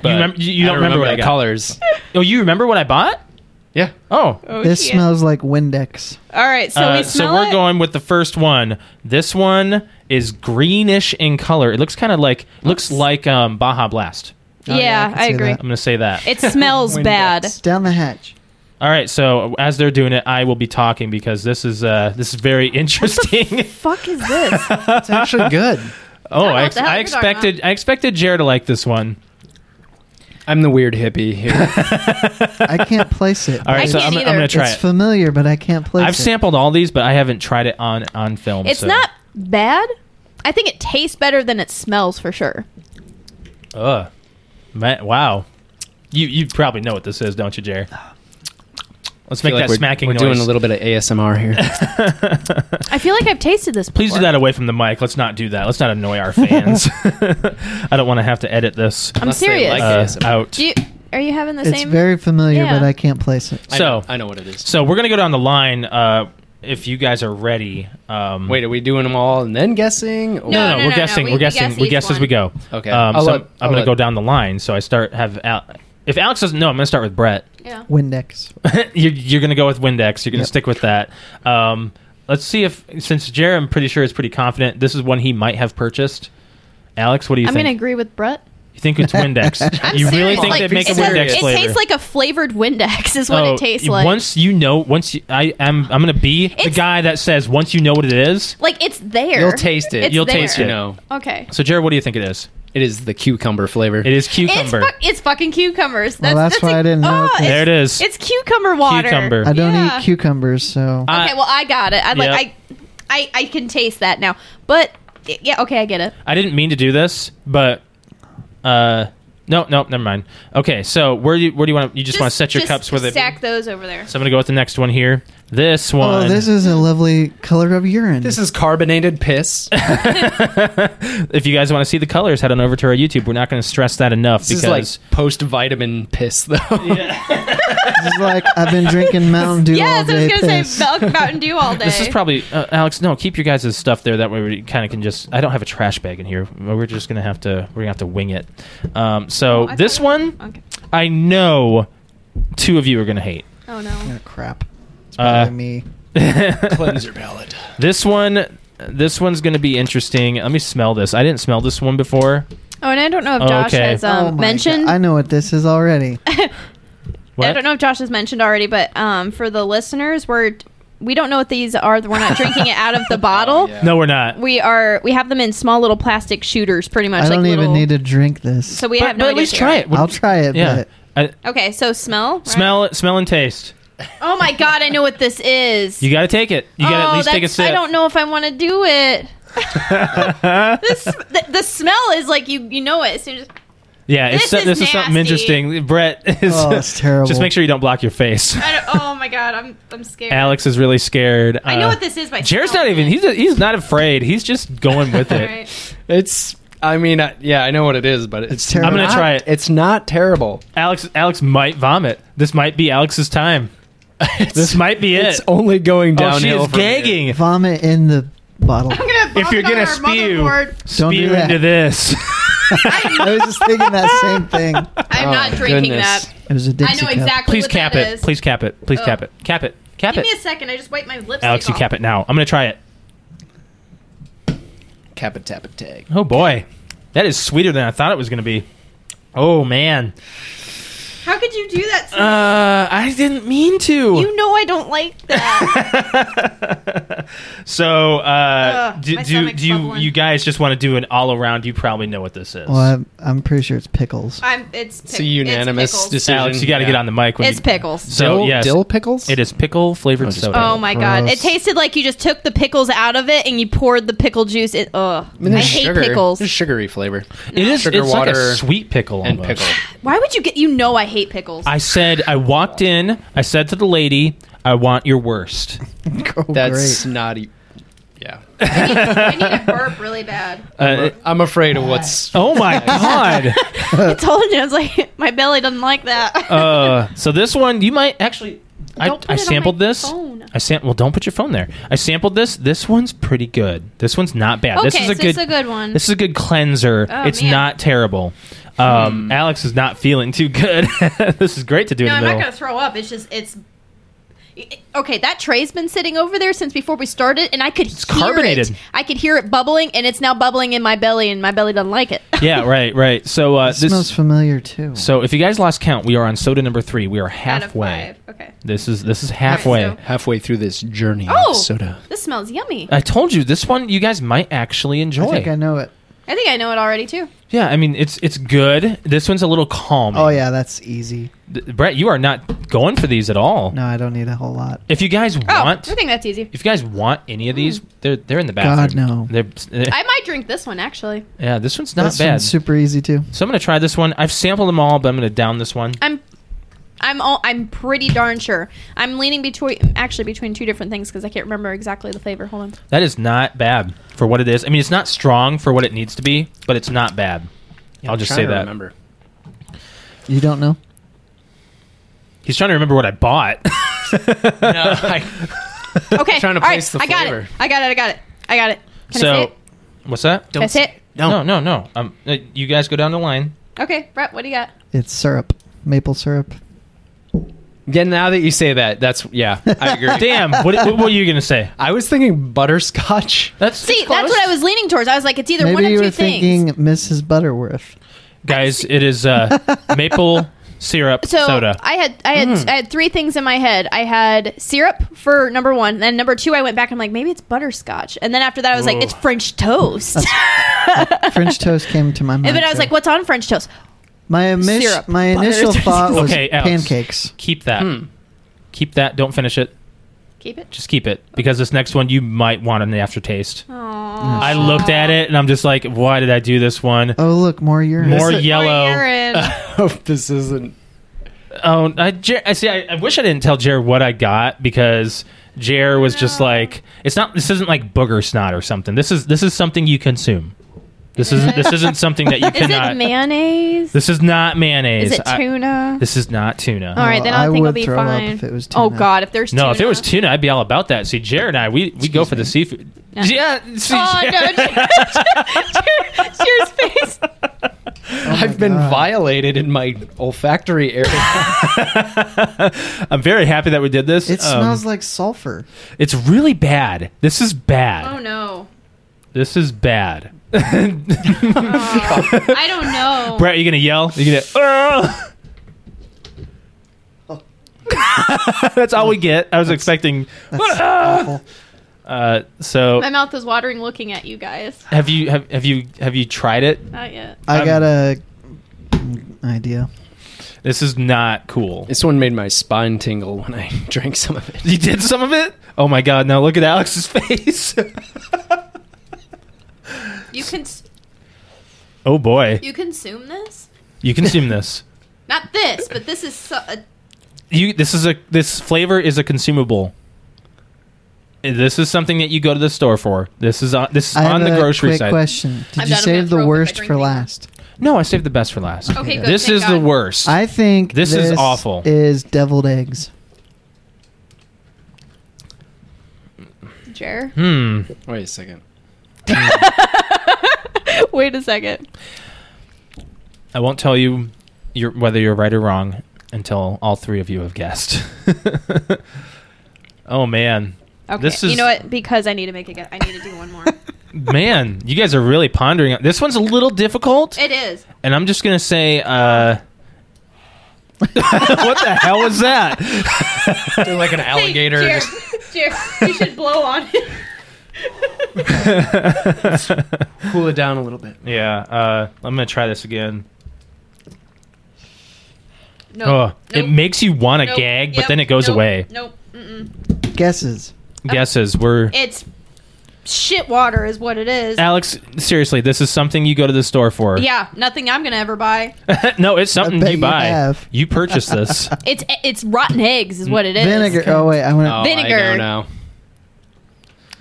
Speaker 4: But
Speaker 3: remem- you- you
Speaker 4: I
Speaker 3: don't remember what I
Speaker 4: the
Speaker 3: got.
Speaker 4: colors.
Speaker 3: Oh, you remember what I bought?
Speaker 4: Yeah.
Speaker 3: Oh.
Speaker 1: Oh,
Speaker 2: This
Speaker 1: shit.
Speaker 2: smells like Windex.
Speaker 1: All right, so
Speaker 3: Uh,
Speaker 1: we smell
Speaker 3: so we're
Speaker 1: it.
Speaker 3: going with the first one. This one is greenish in color. It looks kind of like looks like um, Baja Blast.
Speaker 2: Oh,
Speaker 1: yeah,
Speaker 2: yeah, I can
Speaker 1: I
Speaker 2: see
Speaker 1: agree.
Speaker 3: I'm gonna say that.
Speaker 1: It smells bad.
Speaker 2: It's down the hatch.
Speaker 3: All right. So as they're doing it, I will be talking because this is uh, this is very interesting.
Speaker 1: Fuck is this?
Speaker 2: It's actually good.
Speaker 1: I
Speaker 3: Oh,
Speaker 1: don't know
Speaker 3: I,
Speaker 1: what the hell
Speaker 3: I
Speaker 1: you're talking
Speaker 3: expected I expected Jared to like this one.
Speaker 4: I'm the weird hippie here.
Speaker 2: I can't place it.
Speaker 3: All right,
Speaker 1: I
Speaker 3: so
Speaker 1: can't
Speaker 3: I'm, I'm
Speaker 1: either.
Speaker 3: gonna try
Speaker 2: it's
Speaker 3: it.
Speaker 2: familiar, but I can't place
Speaker 3: I've
Speaker 2: it.
Speaker 3: sampled all these, but I haven't tried it on on film.
Speaker 1: It's
Speaker 3: so-
Speaker 1: not bad. I think it tastes better than it smells for sure.
Speaker 3: Ugh. Man, wow. You you probably know what this is, don't you, Jared? Let's make
Speaker 4: Feel like
Speaker 3: that
Speaker 4: we're,
Speaker 3: smacking
Speaker 4: We're
Speaker 3: noise.
Speaker 4: doing a little bit of ASMR here.
Speaker 1: I feel like I've tasted this.
Speaker 3: Please do
Speaker 1: before.
Speaker 3: that away from the mic. Let's not do that. Let's not annoy our fans. I don't want to have to edit this
Speaker 1: I'm
Speaker 4: Unless they
Speaker 1: serious.
Speaker 4: like
Speaker 3: uh,
Speaker 4: ASMR.
Speaker 3: out.
Speaker 1: Do you, are you having the
Speaker 2: It's
Speaker 1: same?
Speaker 2: very familiar,
Speaker 1: Yeah.
Speaker 2: but I can't place it.
Speaker 4: I
Speaker 3: So-
Speaker 4: know, I know what it is.
Speaker 3: So we're gonna go down the line. Uh, if you guys are ready, um,
Speaker 4: Wait, are we doing them all and then guessing?
Speaker 3: No, no,
Speaker 4: Or?
Speaker 1: No, no,
Speaker 3: we're
Speaker 1: no,
Speaker 3: guessing.
Speaker 1: no, we-
Speaker 3: we're
Speaker 1: we
Speaker 3: guessing.
Speaker 1: guess
Speaker 3: we
Speaker 1: each
Speaker 3: guess as
Speaker 1: one.
Speaker 3: we go.
Speaker 4: Okay.
Speaker 3: Um,
Speaker 4: I'll
Speaker 3: so
Speaker 4: let-
Speaker 3: I'm,
Speaker 4: I'll
Speaker 3: going to
Speaker 4: let-
Speaker 3: go down the line. So I start have Al- if Alex doesn't know, I'm going to start with Brett.
Speaker 1: Yeah.
Speaker 2: Windex.
Speaker 3: you're you're going to go with Windex. You're going to
Speaker 2: Yep.
Speaker 3: stick with that. Um, let's see if since Jared, I'm pretty sure is pretty confident. This is one he might have purchased. Alex, what do you
Speaker 1: I'm
Speaker 3: think?
Speaker 1: gonna agree with Brett.
Speaker 3: you think it's Windex?
Speaker 1: I'm
Speaker 3: you
Speaker 1: serious.
Speaker 3: really think
Speaker 1: like,
Speaker 3: they make a
Speaker 1: it's
Speaker 3: Windex
Speaker 1: it
Speaker 3: flavor?
Speaker 1: tastes like a flavored Windex is what
Speaker 3: Oh,
Speaker 1: it tastes like.
Speaker 3: Once you know, once you, I am, I'm going to be the
Speaker 1: It's-
Speaker 3: guy that says once you know what it is.
Speaker 1: like it's there.
Speaker 4: You'll taste it.
Speaker 1: It's
Speaker 3: You'll
Speaker 1: there.
Speaker 3: taste
Speaker 4: you
Speaker 3: it.
Speaker 4: know,
Speaker 1: Okay.
Speaker 3: So Jared, what do you think it is?
Speaker 4: it is the cucumber flavor.
Speaker 3: It is
Speaker 1: It's,
Speaker 3: cucumber.
Speaker 1: fu- it's fucking cucumbers.
Speaker 2: Well, that's why
Speaker 1: I
Speaker 2: I didn't know it.
Speaker 3: there it is.
Speaker 1: oh, It's cucumber water.
Speaker 3: Cucumber.
Speaker 2: I don't
Speaker 1: Yeah.
Speaker 2: eat cucumbers, so
Speaker 3: I-
Speaker 1: Okay, well I got it. I like
Speaker 3: Yep.
Speaker 1: I, I I can taste that now. But yeah, okay, I get it.
Speaker 3: I didn't mean to do this, but uh, no, no, never mind. Okay, so where do you where do you want you just, want to set your cups where they?
Speaker 1: stack those over there.
Speaker 3: So I'm gonna go with the next one here. This one.
Speaker 2: oh, this is a lovely color of urine.
Speaker 4: this is carbonated piss.
Speaker 3: if you guys want to see the colors, head on over to our YouTube. We're not gonna stress that enough
Speaker 4: This
Speaker 3: because
Speaker 4: is like post vitamin piss, though.
Speaker 2: This is like I've been drinking Mountain Dew all
Speaker 1: yes, I
Speaker 2: day.
Speaker 1: was gonna
Speaker 2: piss.
Speaker 1: say milk Mountain Dew all day.
Speaker 3: this is probably uh, Alex. No, keep your guys' stuff there. That way we kind of can just. I don't have a trash bag in here. We're just gonna have to. We're gonna have to wing it. Um, so
Speaker 1: Oh, I
Speaker 3: this
Speaker 1: thought-
Speaker 3: one,
Speaker 1: Okay.
Speaker 3: I know, two of you are gonna hate.
Speaker 1: Oh no.
Speaker 2: Oh, crap. It's
Speaker 3: Uh,
Speaker 2: probably
Speaker 1: Um,
Speaker 2: me. Oh
Speaker 4: Cleanse your palate.
Speaker 3: This one, this one's gonna be interesting. Let me smell this. I didn't smell this one before.
Speaker 1: Oh, and I don't know if
Speaker 3: Oh,
Speaker 1: Josh
Speaker 3: okay.
Speaker 1: has
Speaker 2: Oh
Speaker 1: um,
Speaker 2: my
Speaker 1: mentioned.
Speaker 2: God. I know what this is already.
Speaker 3: What?
Speaker 1: I don't know if Josh has mentioned already, but um, for the listeners, we're we don't know what these are. We're not drinking it out of
Speaker 2: Oh,
Speaker 1: the bottle.
Speaker 4: yeah.
Speaker 3: No, we're not.
Speaker 1: We are we have them in small little plastic shooters, pretty much.
Speaker 2: I don't
Speaker 1: like
Speaker 2: even
Speaker 1: little,
Speaker 2: need to drink this.
Speaker 1: So we
Speaker 3: but,
Speaker 1: have no.
Speaker 3: but at
Speaker 1: idea
Speaker 3: least
Speaker 1: what they
Speaker 3: try
Speaker 1: are.
Speaker 3: it.
Speaker 2: I'll try it,
Speaker 3: yeah.
Speaker 2: but
Speaker 3: I-
Speaker 1: Okay, so smell. right?
Speaker 3: Smell it, smell and taste.
Speaker 1: Oh my god, I know what this is.
Speaker 3: You got to take it. You got to
Speaker 1: oh,
Speaker 3: at least take a
Speaker 1: that's-
Speaker 3: sip.
Speaker 1: I don't know if I want to do it. this the, the smell is like you you know it. So you're just,
Speaker 3: yeah, it's,
Speaker 1: This
Speaker 3: so-
Speaker 1: is
Speaker 3: this is something
Speaker 1: nasty.
Speaker 3: interesting. Brett is
Speaker 2: Oh, that's terrible.
Speaker 3: Just make sure you don't block your face.
Speaker 1: I don't, oh my god, I'm I'm scared.
Speaker 3: Alex is really scared. Uh,
Speaker 1: I know what this is. By
Speaker 3: Jared's not
Speaker 1: smelling
Speaker 3: even.
Speaker 1: it.
Speaker 3: He's he's not afraid. He's just going with
Speaker 1: All
Speaker 3: it.
Speaker 1: right.
Speaker 4: It's. I mean, I, yeah, I know what it is, but it's,
Speaker 2: terrible. I'm
Speaker 3: gonna
Speaker 4: not-
Speaker 3: try it.
Speaker 4: It's not terrible.
Speaker 3: Alex Alex might vomit. This might be Alex's time. this might be it.
Speaker 4: It's only going
Speaker 3: oh, she
Speaker 4: downhill.
Speaker 3: is
Speaker 4: from here.
Speaker 3: gagging.
Speaker 2: vomit in the bottle.
Speaker 1: I'm gonna
Speaker 3: If
Speaker 1: vomit
Speaker 3: you're gonna
Speaker 1: on our
Speaker 3: spew,
Speaker 1: motherboard.
Speaker 2: Don't do
Speaker 3: spew
Speaker 2: that.
Speaker 3: into this.
Speaker 2: I was just thinking that same thing.
Speaker 1: I'm
Speaker 4: Oh,
Speaker 1: not drinking
Speaker 4: goodness.
Speaker 1: that.
Speaker 2: It was a
Speaker 1: I
Speaker 2: Dixie
Speaker 1: know
Speaker 2: cup.
Speaker 1: exactly.
Speaker 3: Please
Speaker 1: what
Speaker 3: cap
Speaker 1: that
Speaker 3: it.
Speaker 1: is.
Speaker 3: Please cap it. Please
Speaker 1: Ugh.
Speaker 3: cap it. Cap it. Cap
Speaker 1: Give
Speaker 3: it.
Speaker 1: me a Oh. second. I just wiped my lips.
Speaker 3: Alex, you cap it now. I'm gonna try it.
Speaker 4: Cap it, tap it, tag.
Speaker 3: Oh boy, that is sweeter than I thought it was gonna be. Oh man,
Speaker 1: How could you do that? To me?
Speaker 3: uh, I didn't mean to.
Speaker 1: You know I don't like that.
Speaker 3: so, uh,
Speaker 1: Ugh,
Speaker 3: do,
Speaker 1: my
Speaker 3: do,
Speaker 1: stomach's
Speaker 3: do you,
Speaker 1: bubbling.
Speaker 3: you guys just want to do an all around? You probably know what this is.
Speaker 2: Well, I'm, I'm pretty sure it's pickles.
Speaker 1: I'm. It's. Pic-
Speaker 4: It's a unanimous
Speaker 1: It's pickles.
Speaker 4: decision.
Speaker 3: Alex, you got to
Speaker 4: Yeah.
Speaker 3: get on the mic. When
Speaker 1: It's
Speaker 3: you-
Speaker 1: pickles.
Speaker 3: So
Speaker 4: dill,
Speaker 3: yes,
Speaker 4: dill pickles.
Speaker 3: it is pickle flavored
Speaker 4: Oh, just
Speaker 3: soda.
Speaker 1: Oh my god! It
Speaker 2: Gross.
Speaker 1: tasted like you just took the pickles out of it and you poured the pickle juice. It. Ugh. I,
Speaker 4: mean, there's
Speaker 1: hate
Speaker 4: sugar.
Speaker 1: pickles.
Speaker 4: There's sugary flavor.
Speaker 3: It is.
Speaker 4: Sugar
Speaker 3: it's like a
Speaker 4: water
Speaker 3: sweet pickle
Speaker 4: and
Speaker 3: almost.
Speaker 4: pickle.
Speaker 1: Why would you get? You know I hate pickles.
Speaker 3: I said. I walked in. I said to the lady, "I want your worst."
Speaker 2: Oh,
Speaker 4: That's
Speaker 2: great.
Speaker 4: not. E- yeah,
Speaker 1: I need, I need a burp really bad.
Speaker 3: Uh,
Speaker 4: I'm afraid of what's.
Speaker 3: oh my god.
Speaker 1: I told you. I was like, my belly doesn't like that.
Speaker 3: uh, so this one you might actually. I,
Speaker 1: Don't put
Speaker 3: I
Speaker 1: it on
Speaker 3: sampled
Speaker 1: my
Speaker 3: this.
Speaker 1: phone.
Speaker 3: I sam- well, don't put your phone there. I sampled this. This one's pretty good. This one's not bad. this
Speaker 1: Okay,
Speaker 3: is a
Speaker 1: so
Speaker 3: good.
Speaker 1: it's a good one.
Speaker 3: This is a good cleanser.
Speaker 1: Oh,
Speaker 3: it's
Speaker 1: man.
Speaker 3: not terrible. Um,
Speaker 2: Hmm.
Speaker 3: Alex is not feeling too good. this is great to do
Speaker 1: No,
Speaker 3: in
Speaker 1: I'm
Speaker 3: the
Speaker 1: not
Speaker 3: middle.
Speaker 1: gonna throw up. It's just it's. it- Okay, that tray's been sitting over there since before we started, and I could it's hear
Speaker 3: carbonated.
Speaker 1: it. I could hear it bubbling, and it's now bubbling in my belly, and my belly doesn't like it.
Speaker 3: yeah, right, right. So uh,
Speaker 2: It smells
Speaker 3: this.
Speaker 2: familiar too.
Speaker 3: So if you guys lost count, we are on soda number three. We are
Speaker 1: Out of
Speaker 3: halfway.
Speaker 1: five. Okay.
Speaker 3: This is this is halfway.
Speaker 1: so-
Speaker 4: Halfway through this journey
Speaker 3: Uh,
Speaker 1: Oh,
Speaker 4: of soda.
Speaker 1: this smells yummy.
Speaker 3: I told you this one you guys might actually
Speaker 2: I
Speaker 3: enjoy.
Speaker 2: think I know it.
Speaker 1: I think I know it already too.
Speaker 3: Yeah, I mean it's it's good. This one's a little calm.
Speaker 2: Oh yeah, that's easy.
Speaker 3: Brett, you are not going for these at all.
Speaker 2: No, I don't need a whole lot.
Speaker 3: If you guys
Speaker 1: Oh,
Speaker 3: want,
Speaker 1: I think that's easy.
Speaker 3: if you guys want any of these, they're they're in the bathroom.
Speaker 2: God, no.
Speaker 3: They're,
Speaker 1: Mm.
Speaker 3: eh,
Speaker 1: I might drink this one actually.
Speaker 3: yeah, this one's not
Speaker 2: That's
Speaker 3: bad.
Speaker 2: super easy too.
Speaker 3: so I'm gonna try this one. I've sampled them all, but I'm gonna down this one.
Speaker 1: I'm I'm all, I'm pretty darn sure. I'm leaning between actually between two different things because I can't remember exactly the flavor. Hold on.
Speaker 3: That is not bad for what it is. I mean, it's not strong for what it needs to be, but it's not bad. I'll just say that.
Speaker 4: Remember.
Speaker 2: You don't know?
Speaker 3: He's trying to remember what I bought.
Speaker 1: Okay.
Speaker 4: Trying to
Speaker 1: all
Speaker 4: place the
Speaker 1: I got
Speaker 4: flavor.
Speaker 1: it. I got it. I got it. I got it. Can I say
Speaker 3: so,
Speaker 1: it?
Speaker 3: what's that?
Speaker 1: That's it.
Speaker 3: No, no, no. Um, uh, you guys go down the line.
Speaker 1: Okay, Brett, what do you got?
Speaker 2: It's syrup, maple syrup.
Speaker 4: Yeah, now that you say that, that's yeah, I agree.
Speaker 3: Damn, what, what were you gonna say?
Speaker 4: I was thinking butterscotch.
Speaker 3: That's
Speaker 1: See, that's what I was leaning towards. I was like, it's either one
Speaker 2: Maybe
Speaker 1: of
Speaker 2: you
Speaker 1: two
Speaker 2: were
Speaker 1: things.
Speaker 2: thinking Mrs. Butterworth.
Speaker 3: guys. It is uh, maple syrup
Speaker 1: so
Speaker 3: soda. Mm.
Speaker 1: I had I had I had three things in my head. I had syrup for number one, then number two I went back and I'm like, maybe it's butterscotch. And then after that I was like, it's French toast.
Speaker 2: French toast came to my mind.
Speaker 1: and then I was
Speaker 2: too.
Speaker 1: like, what's on French toast?
Speaker 2: my, imis-
Speaker 1: syrup,
Speaker 2: my
Speaker 1: butter.
Speaker 2: initial thought was
Speaker 3: Okay, Alex.
Speaker 2: pancakes.
Speaker 3: keep that. Keep that. Don't finish it.
Speaker 1: Keep it.
Speaker 3: Just keep it because this next one you might want an aftertaste.
Speaker 1: Oh, Aww.
Speaker 3: I looked at it and I'm just like, why did I do this one?
Speaker 2: Oh, look, more urine.
Speaker 3: More
Speaker 4: is-
Speaker 3: yellow.
Speaker 4: I hope this isn't.
Speaker 3: Oh, I, Jer- I see. I, I wish I didn't tell Jer what I got because Jer was just like, it's not. This isn't like booger snot or something. This is this is something you consume. This isn't this isn't something that you
Speaker 1: Is it
Speaker 3: cannot.
Speaker 1: mayonnaise?
Speaker 3: this is not mayonnaise.
Speaker 1: Is it
Speaker 3: I-
Speaker 1: tuna?
Speaker 3: this is not tuna.
Speaker 1: All right, then
Speaker 2: Well,
Speaker 1: I,
Speaker 2: I
Speaker 1: think I'll
Speaker 2: would
Speaker 1: be
Speaker 2: throw up
Speaker 1: fine.
Speaker 2: if it was
Speaker 1: Oh
Speaker 2: tuna.
Speaker 1: God, if there's
Speaker 3: No,
Speaker 1: tuna.
Speaker 3: if it was tuna, I'd be all about that. See, Jared and I, we we go for the seafood. Yeah, see,
Speaker 1: Oh
Speaker 3: Jer-
Speaker 1: no! Cheers, cheers, face.
Speaker 4: I've been
Speaker 2: God.
Speaker 4: violated in my olfactory area.
Speaker 3: I'm very happy that we did this.
Speaker 2: It
Speaker 3: Um,
Speaker 2: smells like sulfur.
Speaker 3: It's really bad. This is bad.
Speaker 1: Oh no!
Speaker 3: This is bad.
Speaker 1: I don't know.
Speaker 3: Brett, you gonna yell? You gonna?
Speaker 2: Oh.
Speaker 3: "Ugh!" that's all we get. I was expecting.
Speaker 2: That's awful.
Speaker 3: Uh, so,
Speaker 1: My mouth is watering looking at you guys.
Speaker 3: have you have, have you have you tried it?
Speaker 1: Not yet.
Speaker 2: I
Speaker 3: I'm-
Speaker 2: got a mm, idea.
Speaker 3: This is not cool.
Speaker 4: this one made my spine tingle when I drank some of it.
Speaker 3: You did some of it. Oh my god! Now look at Alex's face.
Speaker 1: You can
Speaker 3: oh boy,
Speaker 1: you consume this?
Speaker 3: you consume this.
Speaker 1: Not this, but this is so. Uh,
Speaker 3: You this is a this flavor is a consumable. This is something that you go to the store for. This is on this is
Speaker 2: I have
Speaker 3: on
Speaker 2: a
Speaker 3: the grocery
Speaker 2: quick
Speaker 3: side.
Speaker 2: question. Did
Speaker 1: I'm done,
Speaker 2: you
Speaker 1: I'm gonna
Speaker 2: save
Speaker 1: throw up
Speaker 2: the
Speaker 1: if I
Speaker 2: worst
Speaker 1: drink
Speaker 2: for
Speaker 1: these.
Speaker 2: last?
Speaker 3: No, I saved the best for last.
Speaker 1: okay, good.
Speaker 3: This
Speaker 1: thank
Speaker 3: is the
Speaker 1: God.
Speaker 3: worst.
Speaker 2: I think
Speaker 3: This is awful.
Speaker 2: Is deviled eggs?
Speaker 1: Jer,
Speaker 3: hmm.
Speaker 4: Wait a second.
Speaker 1: wait a second.
Speaker 3: I won't tell you your, whether you're right or wrong until all three of you have guessed. oh man,
Speaker 1: Okay,
Speaker 3: This is-
Speaker 1: you know what? Because I need to make a guess. I need to do one more.
Speaker 3: man, you guys are really pondering. This one's a little difficult,
Speaker 1: it is.
Speaker 3: and I'm just gonna say, uh, what the hell was that?
Speaker 4: like an alligator.
Speaker 1: Hey, Jer, Jer, you should blow on it.
Speaker 4: cool it down a little bit.
Speaker 3: Yeah, uh, I'm gonna try this again.
Speaker 1: No,
Speaker 3: oh, it
Speaker 1: nope,
Speaker 3: makes you want to
Speaker 1: nope,
Speaker 3: gag, but
Speaker 1: yep,
Speaker 3: then it goes
Speaker 1: nope,
Speaker 3: away.
Speaker 1: Nope. Mm-mm.
Speaker 2: Guesses.
Speaker 3: Guesses were.
Speaker 1: It's shit water, is what it is.
Speaker 3: Alex, seriously, this is something you go to the store for.
Speaker 1: yeah, nothing I'm gonna ever buy.
Speaker 3: no, it's something
Speaker 2: bet
Speaker 3: you
Speaker 2: you
Speaker 3: buy.
Speaker 2: have.
Speaker 3: You purchase this.
Speaker 1: It's it's rotten eggs, is what it is.
Speaker 2: Vinegar. Oh wait, I want
Speaker 4: Oh,
Speaker 2: to.
Speaker 4: I
Speaker 1: Vinegar.
Speaker 4: don't know.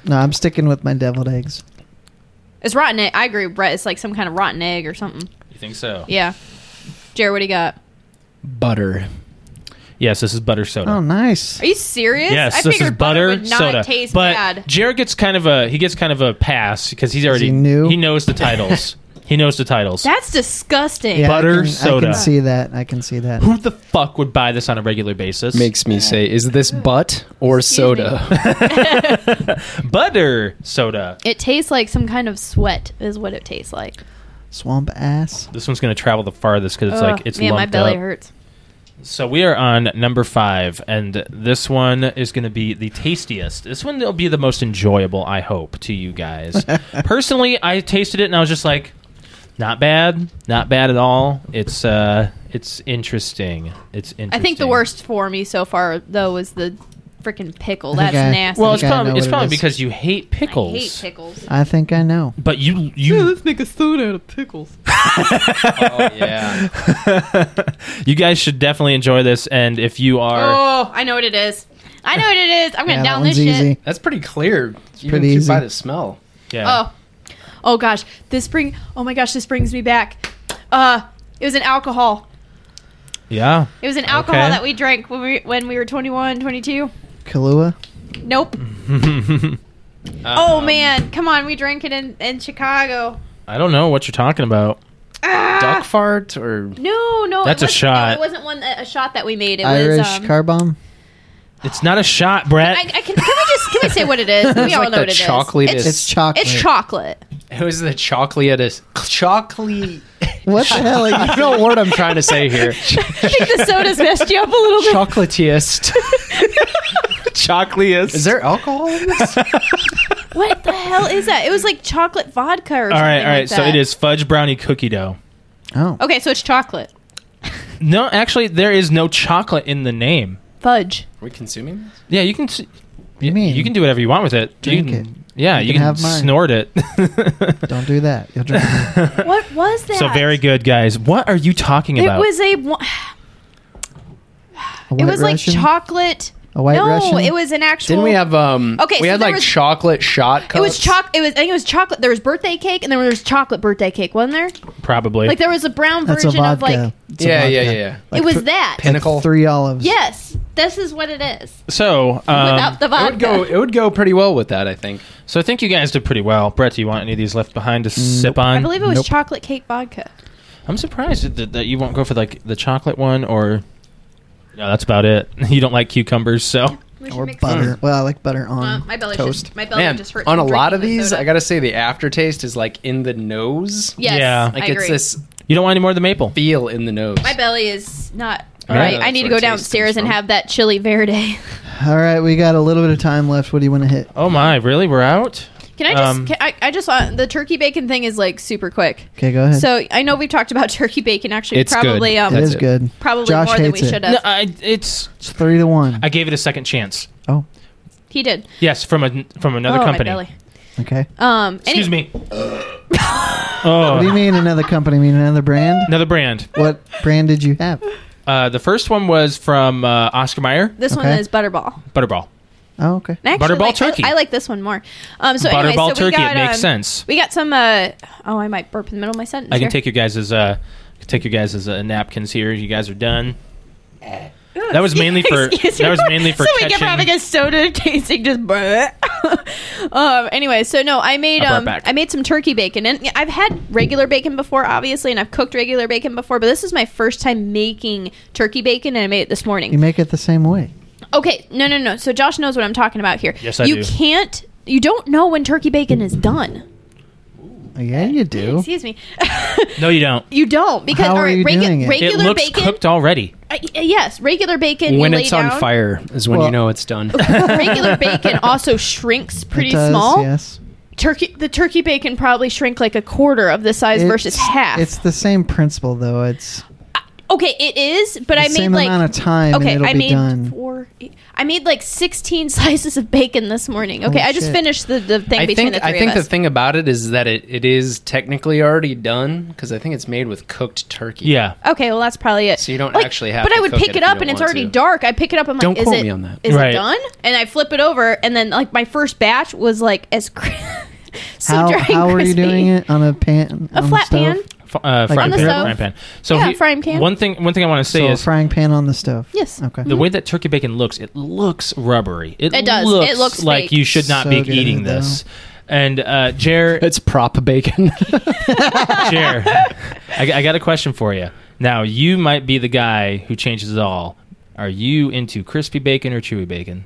Speaker 2: No, I'm sticking with my deviled eggs.
Speaker 1: It's rotten egg. I agree, with Brett. It's like some kind of rotten egg or something.
Speaker 3: you think so?
Speaker 1: Yeah. Jared, what do you got?
Speaker 4: Butter.
Speaker 3: Yes, this is butter soda.
Speaker 2: Oh, nice.
Speaker 1: Are you serious?
Speaker 3: Yes,
Speaker 1: I
Speaker 3: this is
Speaker 1: figured
Speaker 3: butter,
Speaker 1: would not
Speaker 3: soda.
Speaker 1: taste
Speaker 3: but
Speaker 1: bad.
Speaker 3: Jared gets kind of a he gets kind of a pass because he's already
Speaker 2: he knew?
Speaker 3: knows the titles. he knows the titles.
Speaker 1: That's disgusting.
Speaker 2: Yeah, I
Speaker 3: Butter
Speaker 2: can- I
Speaker 3: soda.
Speaker 2: can see that. I can see that.
Speaker 3: Who the fuck would buy this on a regular basis?
Speaker 4: Makes me say, is this butt or
Speaker 1: Excuse me.
Speaker 4: soda?
Speaker 3: butter soda.
Speaker 1: It tastes like some kind of sweat is what it tastes like.
Speaker 2: Swamp ass.
Speaker 3: This one's gonna travel the farthest because it's
Speaker 1: Ugh,
Speaker 3: like it's
Speaker 1: man, my
Speaker 3: lumped
Speaker 1: belly
Speaker 3: up.
Speaker 1: hurts.
Speaker 3: So we are on number five, and this one is going to be the tastiest. This one will be the most enjoyable, I hope, to you guys. Personally, I tasted it and I was just like, Not bad. Not bad at all. It's uh it's interesting. It's interesting.
Speaker 1: I think the worst for me so far though was the freaking pickle.
Speaker 2: I think
Speaker 1: That's
Speaker 2: I-
Speaker 1: nasty.
Speaker 3: Well,
Speaker 2: I
Speaker 3: it's
Speaker 2: think I know
Speaker 3: probably it's
Speaker 2: what it
Speaker 3: probably
Speaker 2: is.
Speaker 3: because you hate pickles.
Speaker 1: I hate pickles.
Speaker 2: I think I know.
Speaker 3: But you you
Speaker 1: make a food out of pickles.
Speaker 4: Oh yeah.
Speaker 3: you guys should definitely enjoy this and if you are
Speaker 1: Oh, I know what it is. I know what it is. I'm gonna
Speaker 2: Yeah, that
Speaker 1: down
Speaker 2: one's
Speaker 1: this shit.
Speaker 2: easy.
Speaker 4: That's pretty clear. Even
Speaker 2: pretty
Speaker 4: if you
Speaker 2: easy.
Speaker 4: by the smell.
Speaker 3: yeah.
Speaker 1: Oh, oh gosh, this bring. Oh my gosh, this brings me back. Uh, it was an alcohol.
Speaker 3: Yeah.
Speaker 1: It was an alcohol
Speaker 3: Okay.
Speaker 1: that we drank when we when we were 21, 22.
Speaker 2: Kahlua.
Speaker 1: Nope.
Speaker 3: Mm-hmm.
Speaker 1: oh man, come on, we drank it in in Chicago.
Speaker 3: I don't know what you're talking about.
Speaker 1: Ah!
Speaker 4: Duck fart or
Speaker 1: No, no, it
Speaker 3: That's a
Speaker 1: wasn't-
Speaker 3: shot.
Speaker 1: No, it wasn't one that, a shot that we made. It
Speaker 2: Irish
Speaker 1: was um,
Speaker 2: car bomb.
Speaker 3: It's not a shot, Brett.
Speaker 1: I, I can, can we just can we say what it is? We all know
Speaker 4: like the
Speaker 1: what it is.
Speaker 4: chocolatest-
Speaker 1: It's,
Speaker 2: It's chocolate.
Speaker 1: it's chocolate.
Speaker 4: it was the chocolatist chocolate
Speaker 2: What the hell? Are
Speaker 4: I
Speaker 2: you-
Speaker 4: don't know what word I'm trying to say here.
Speaker 1: I think the soda's messed you up a little bit.
Speaker 4: Chocolatiest.
Speaker 3: Chocolate
Speaker 4: Is there alcohol in this?
Speaker 1: What the hell is that? It was like chocolate vodka or
Speaker 3: All
Speaker 1: something.
Speaker 3: right, all right.
Speaker 1: like
Speaker 3: so
Speaker 1: that.
Speaker 3: it is fudge brownie cookie dough.
Speaker 2: oh,
Speaker 1: Okay, so it's chocolate.
Speaker 3: No, actually there is no chocolate in the name.
Speaker 1: Fudge.
Speaker 4: Are we consuming this?
Speaker 3: Yeah, you can s-
Speaker 2: you mean
Speaker 3: you can do whatever you want with it.
Speaker 2: Drink
Speaker 3: you can,
Speaker 2: it.
Speaker 3: Yeah,
Speaker 2: You
Speaker 3: you
Speaker 2: can
Speaker 3: can,
Speaker 2: have mine.
Speaker 3: snort it.
Speaker 2: don't do that. You'll drink. it.
Speaker 1: What was that?
Speaker 3: So very good, guys. What are you talking
Speaker 1: It
Speaker 3: about?
Speaker 1: was a. wa-
Speaker 2: A
Speaker 1: It
Speaker 2: white
Speaker 1: was like
Speaker 2: Russian?
Speaker 1: chocolate.
Speaker 2: A white
Speaker 1: no,
Speaker 2: Russian?
Speaker 1: it was an actual.
Speaker 4: Didn't we have um?
Speaker 1: Okay,
Speaker 4: we
Speaker 1: so
Speaker 4: had
Speaker 1: there
Speaker 4: like
Speaker 1: was-
Speaker 4: chocolate shot cups.
Speaker 1: It was choc. It was. I think it was chocolate. There was birthday cake, and then there was chocolate birthday cake, wasn't there?
Speaker 3: Probably.
Speaker 1: Like there was a brown
Speaker 2: That's a
Speaker 1: version
Speaker 2: vodka.
Speaker 1: of like.
Speaker 2: It's a
Speaker 4: Yeah,
Speaker 2: vodka.
Speaker 4: yeah, yeah, yeah.
Speaker 1: it was that.
Speaker 2: Like
Speaker 4: Pinnacle.
Speaker 2: three olives.
Speaker 1: Yes, this is what it is.
Speaker 3: so, um,
Speaker 1: Without the
Speaker 4: It
Speaker 1: vodka.
Speaker 4: would go. It would go pretty well with that, I think.
Speaker 3: so I think you guys did pretty well. Brett, do you want any of these left behind to sip on?
Speaker 1: I believe it was
Speaker 2: Nope.
Speaker 1: chocolate cake vodka.
Speaker 3: I'm surprised that, that you won't go for like the chocolate one or. No, that's about it. You don't like cucumbers, so
Speaker 1: We
Speaker 2: Or butter.
Speaker 4: Hmm.
Speaker 2: Well, I like butter on
Speaker 1: Uh, my belly
Speaker 2: toast.
Speaker 1: Just, my belly
Speaker 4: Man,
Speaker 1: just hurts
Speaker 4: on a lot of these, I gotta say the aftertaste is like in the nose.
Speaker 1: Yes,
Speaker 3: Yeah.
Speaker 1: yeah,
Speaker 4: like
Speaker 1: I
Speaker 4: it's
Speaker 1: agree.
Speaker 4: this
Speaker 3: you don't want any more of the maple.
Speaker 4: feel in the nose.
Speaker 1: My belly is not
Speaker 3: Yeah,
Speaker 1: all right. I
Speaker 4: that's
Speaker 1: need to
Speaker 4: where
Speaker 1: go
Speaker 4: taste comes
Speaker 1: downstairs and
Speaker 4: from.
Speaker 1: have that chili verde.
Speaker 2: All right, we got a little bit of time left. What do you want to hit?
Speaker 3: Oh my, really? We're out.
Speaker 1: Can I just?
Speaker 3: Um,
Speaker 1: can I, I just saw the turkey bacon thing is like super quick.
Speaker 2: Okay, go ahead.
Speaker 1: So I know we've talked about turkey bacon actually
Speaker 4: It's
Speaker 1: probably
Speaker 4: good.
Speaker 1: um
Speaker 2: it
Speaker 4: that's
Speaker 2: is
Speaker 4: it.
Speaker 2: good.
Speaker 1: probably
Speaker 2: Josh
Speaker 1: more than we
Speaker 2: hates it.
Speaker 1: should have.
Speaker 3: No, I, it's.
Speaker 2: It's three to one.
Speaker 3: I gave it a second chance.
Speaker 2: oh,
Speaker 1: He did.
Speaker 3: Yes, from a from another
Speaker 1: oh,
Speaker 3: company.
Speaker 1: My belly.
Speaker 2: okay.
Speaker 1: Um,
Speaker 3: Excuse
Speaker 1: any-
Speaker 3: me.
Speaker 2: What do you
Speaker 3: oh,
Speaker 2: mean another company? mean another brand?
Speaker 3: another brand.
Speaker 2: What brand did you have?
Speaker 3: Uh, the first one was from uh, Oscar Mayer
Speaker 1: This one
Speaker 2: Okay.
Speaker 1: is butterball.
Speaker 3: Butterball.
Speaker 2: Oh, okay.
Speaker 1: And I actually
Speaker 3: Butterball
Speaker 1: like- I-
Speaker 3: turkey.
Speaker 1: I, like this one more. Um, so anyway,
Speaker 3: Butterball
Speaker 1: so we
Speaker 3: turkey.
Speaker 1: got,
Speaker 3: it makes
Speaker 1: um,
Speaker 3: sense.
Speaker 1: We got some. Uh, oh, I might burp in the middle of my sentence.
Speaker 3: I can
Speaker 1: here.
Speaker 3: take your guys' uh, take your guys' uh, napkins here. You guys are done. That was mainly for-
Speaker 1: Excuse
Speaker 3: that was
Speaker 1: me.
Speaker 3: mainly for
Speaker 1: So we kept
Speaker 3: catching-
Speaker 1: having a soda tasting just. bleh. um. Anyway, so no, I made
Speaker 3: I brought
Speaker 1: um
Speaker 3: back.
Speaker 1: I made some turkey bacon, and I've had regular bacon before, obviously, and I've cooked regular bacon before, but this is my first time making turkey bacon, and I made it this morning.
Speaker 2: You make it the same way.
Speaker 1: Okay, no, no, no. So Josh knows what I'm talking about here.
Speaker 3: Yes, I
Speaker 1: you
Speaker 3: do.
Speaker 1: can't. You don't know when turkey bacon is done.
Speaker 2: Yeah, you do.
Speaker 1: Excuse me.
Speaker 3: No, you don't.
Speaker 1: you don't because
Speaker 2: How
Speaker 1: all
Speaker 2: are
Speaker 1: right,
Speaker 2: you
Speaker 1: regu-
Speaker 2: doing it? It
Speaker 3: It
Speaker 1: regular
Speaker 3: looks
Speaker 1: bacon.
Speaker 3: cooked already.
Speaker 1: I- I- yes, regular bacon. you
Speaker 4: when
Speaker 1: lay
Speaker 4: it's on
Speaker 1: down.
Speaker 4: fire is when
Speaker 2: Well-
Speaker 4: you know it's done.
Speaker 1: regular bacon also shrinks pretty
Speaker 2: it does,
Speaker 1: small.
Speaker 2: Yes.
Speaker 1: Turkey, the turkey bacon probably shrink like a quarter of the size
Speaker 2: It's-
Speaker 1: versus half.
Speaker 2: It's the same principle, though. It's
Speaker 1: okay, it is, but
Speaker 2: the
Speaker 1: I made
Speaker 2: same
Speaker 1: like
Speaker 2: amount of time, and
Speaker 1: okay,
Speaker 2: it'll
Speaker 1: I
Speaker 2: be
Speaker 1: made
Speaker 2: done.
Speaker 1: four. eight- I made like sixteen slices of bacon this morning. Okay,
Speaker 2: Oh,
Speaker 1: I just
Speaker 2: shit.
Speaker 1: finished the, the thing
Speaker 4: I
Speaker 1: between
Speaker 4: think
Speaker 1: the three
Speaker 4: I think
Speaker 1: of
Speaker 4: the
Speaker 1: us.
Speaker 4: thing about it is that it, it is technically already done because I think it's made with cooked turkey.
Speaker 3: Yeah.
Speaker 1: Okay, well that's probably it.
Speaker 4: So you don't actually have
Speaker 1: But
Speaker 4: to
Speaker 1: I would
Speaker 4: cook
Speaker 1: pick
Speaker 4: it
Speaker 1: it
Speaker 4: if you
Speaker 1: up and
Speaker 4: don't
Speaker 1: it's
Speaker 4: want
Speaker 1: already
Speaker 4: to.
Speaker 1: dark. I pick it up. I'm like,
Speaker 4: Don't
Speaker 1: is
Speaker 4: quote
Speaker 1: it,
Speaker 4: me on that.
Speaker 1: is
Speaker 3: Right.
Speaker 1: it done? And I flip it over, and then like my first batch was like as cr- so
Speaker 2: how
Speaker 1: dry and
Speaker 2: how are
Speaker 1: crispy.
Speaker 2: you doing it on a pan?
Speaker 1: A
Speaker 2: on
Speaker 1: flat
Speaker 2: the stove?
Speaker 1: pan.
Speaker 3: F- uh, frying,
Speaker 2: the
Speaker 3: pan,
Speaker 1: stove.
Speaker 3: frying pan. So
Speaker 1: Yeah,
Speaker 3: he-
Speaker 1: frying pan.
Speaker 3: One thing, one thing I want to say
Speaker 2: So a
Speaker 3: is
Speaker 2: frying pan on the stove.
Speaker 1: Yes.
Speaker 2: Okay.
Speaker 3: the way that turkey bacon looks. It looks rubbery. It,
Speaker 1: It does. It
Speaker 3: Looks
Speaker 1: looks
Speaker 3: like
Speaker 1: fake.
Speaker 3: you should not
Speaker 2: So
Speaker 3: be
Speaker 2: good,
Speaker 3: eating
Speaker 2: though.
Speaker 3: this. And uh, Jer,
Speaker 4: It's prop bacon.
Speaker 3: Jer, I, g- I got a question for you. Now you might be the guy who changes it all. Are you into crispy bacon or chewy bacon?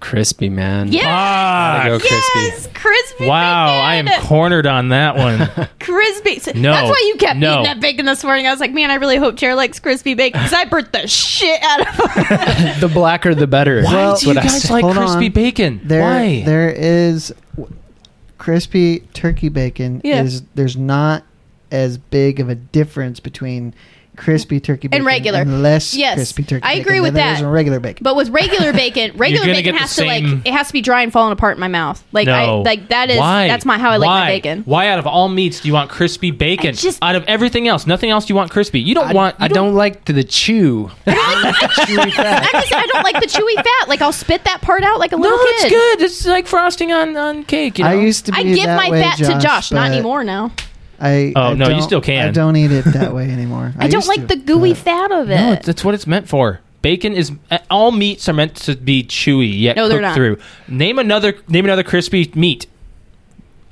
Speaker 4: crispy man.
Speaker 1: Yeah.
Speaker 3: Ah,
Speaker 4: Gotta go crispy.
Speaker 1: Yes, crispy.
Speaker 3: wow, I am
Speaker 1: bacon!
Speaker 3: cornered on that one.
Speaker 1: crispy. So
Speaker 3: No,
Speaker 1: that's why you kept
Speaker 3: no.
Speaker 1: eating that bacon this morning. I was like, man, I really hope Jer likes crispy bacon because I burnt the shit out of her.
Speaker 4: The blacker the better.
Speaker 3: Why
Speaker 2: Well,
Speaker 3: do you
Speaker 2: what I
Speaker 3: guys
Speaker 2: said.
Speaker 3: like
Speaker 2: Hold
Speaker 3: crispy
Speaker 2: on.
Speaker 3: bacon?
Speaker 2: There,
Speaker 3: Why?
Speaker 2: there is w- crispy turkey bacon.
Speaker 1: Yeah.
Speaker 2: Is there's not as big of a difference between crispy turkey bacon
Speaker 1: regular.
Speaker 2: and less
Speaker 1: Yes.
Speaker 2: crispy turkey.
Speaker 1: I
Speaker 2: bacon
Speaker 1: agree
Speaker 2: than
Speaker 1: with
Speaker 2: there
Speaker 1: that.
Speaker 2: is in regular bacon.
Speaker 1: But with regular bacon, regular
Speaker 3: gonna
Speaker 1: bacon
Speaker 3: get the
Speaker 1: has to like
Speaker 3: same-
Speaker 1: it has to be dry and falling apart in my mouth. Like I like that is
Speaker 3: Why?
Speaker 1: that's my how I like
Speaker 3: Why?
Speaker 1: my bacon.
Speaker 3: Why out of all meats do you want crispy bacon?
Speaker 1: just-
Speaker 3: out of everything else, nothing else do you want crispy. You don't
Speaker 4: I,
Speaker 3: want.
Speaker 4: I
Speaker 3: you
Speaker 4: don't, like the, the chew.
Speaker 1: I'm just, I don't like the chewy fat. Like I'll spit that part out like a
Speaker 3: No,
Speaker 1: little
Speaker 3: it's
Speaker 1: kid.
Speaker 3: good. It's like frosting on on cake. You know?
Speaker 2: I used to be
Speaker 1: I give
Speaker 2: that
Speaker 1: my
Speaker 2: way,
Speaker 1: fat to Josh, not
Speaker 2: but
Speaker 1: anymore now.
Speaker 2: I
Speaker 3: Oh,
Speaker 2: I
Speaker 3: no, you
Speaker 2: don't-
Speaker 3: still can.
Speaker 2: I don't eat it that way anymore.
Speaker 1: I, don't
Speaker 2: used
Speaker 1: like the
Speaker 2: to,
Speaker 1: gooey
Speaker 2: but-
Speaker 1: fat of it.
Speaker 3: No, it's- that's what it's meant for. Bacon is uh, all meats are meant to be chewy yet
Speaker 1: No, they're
Speaker 3: cooked
Speaker 1: not.
Speaker 3: through. Name another name another crispy meat.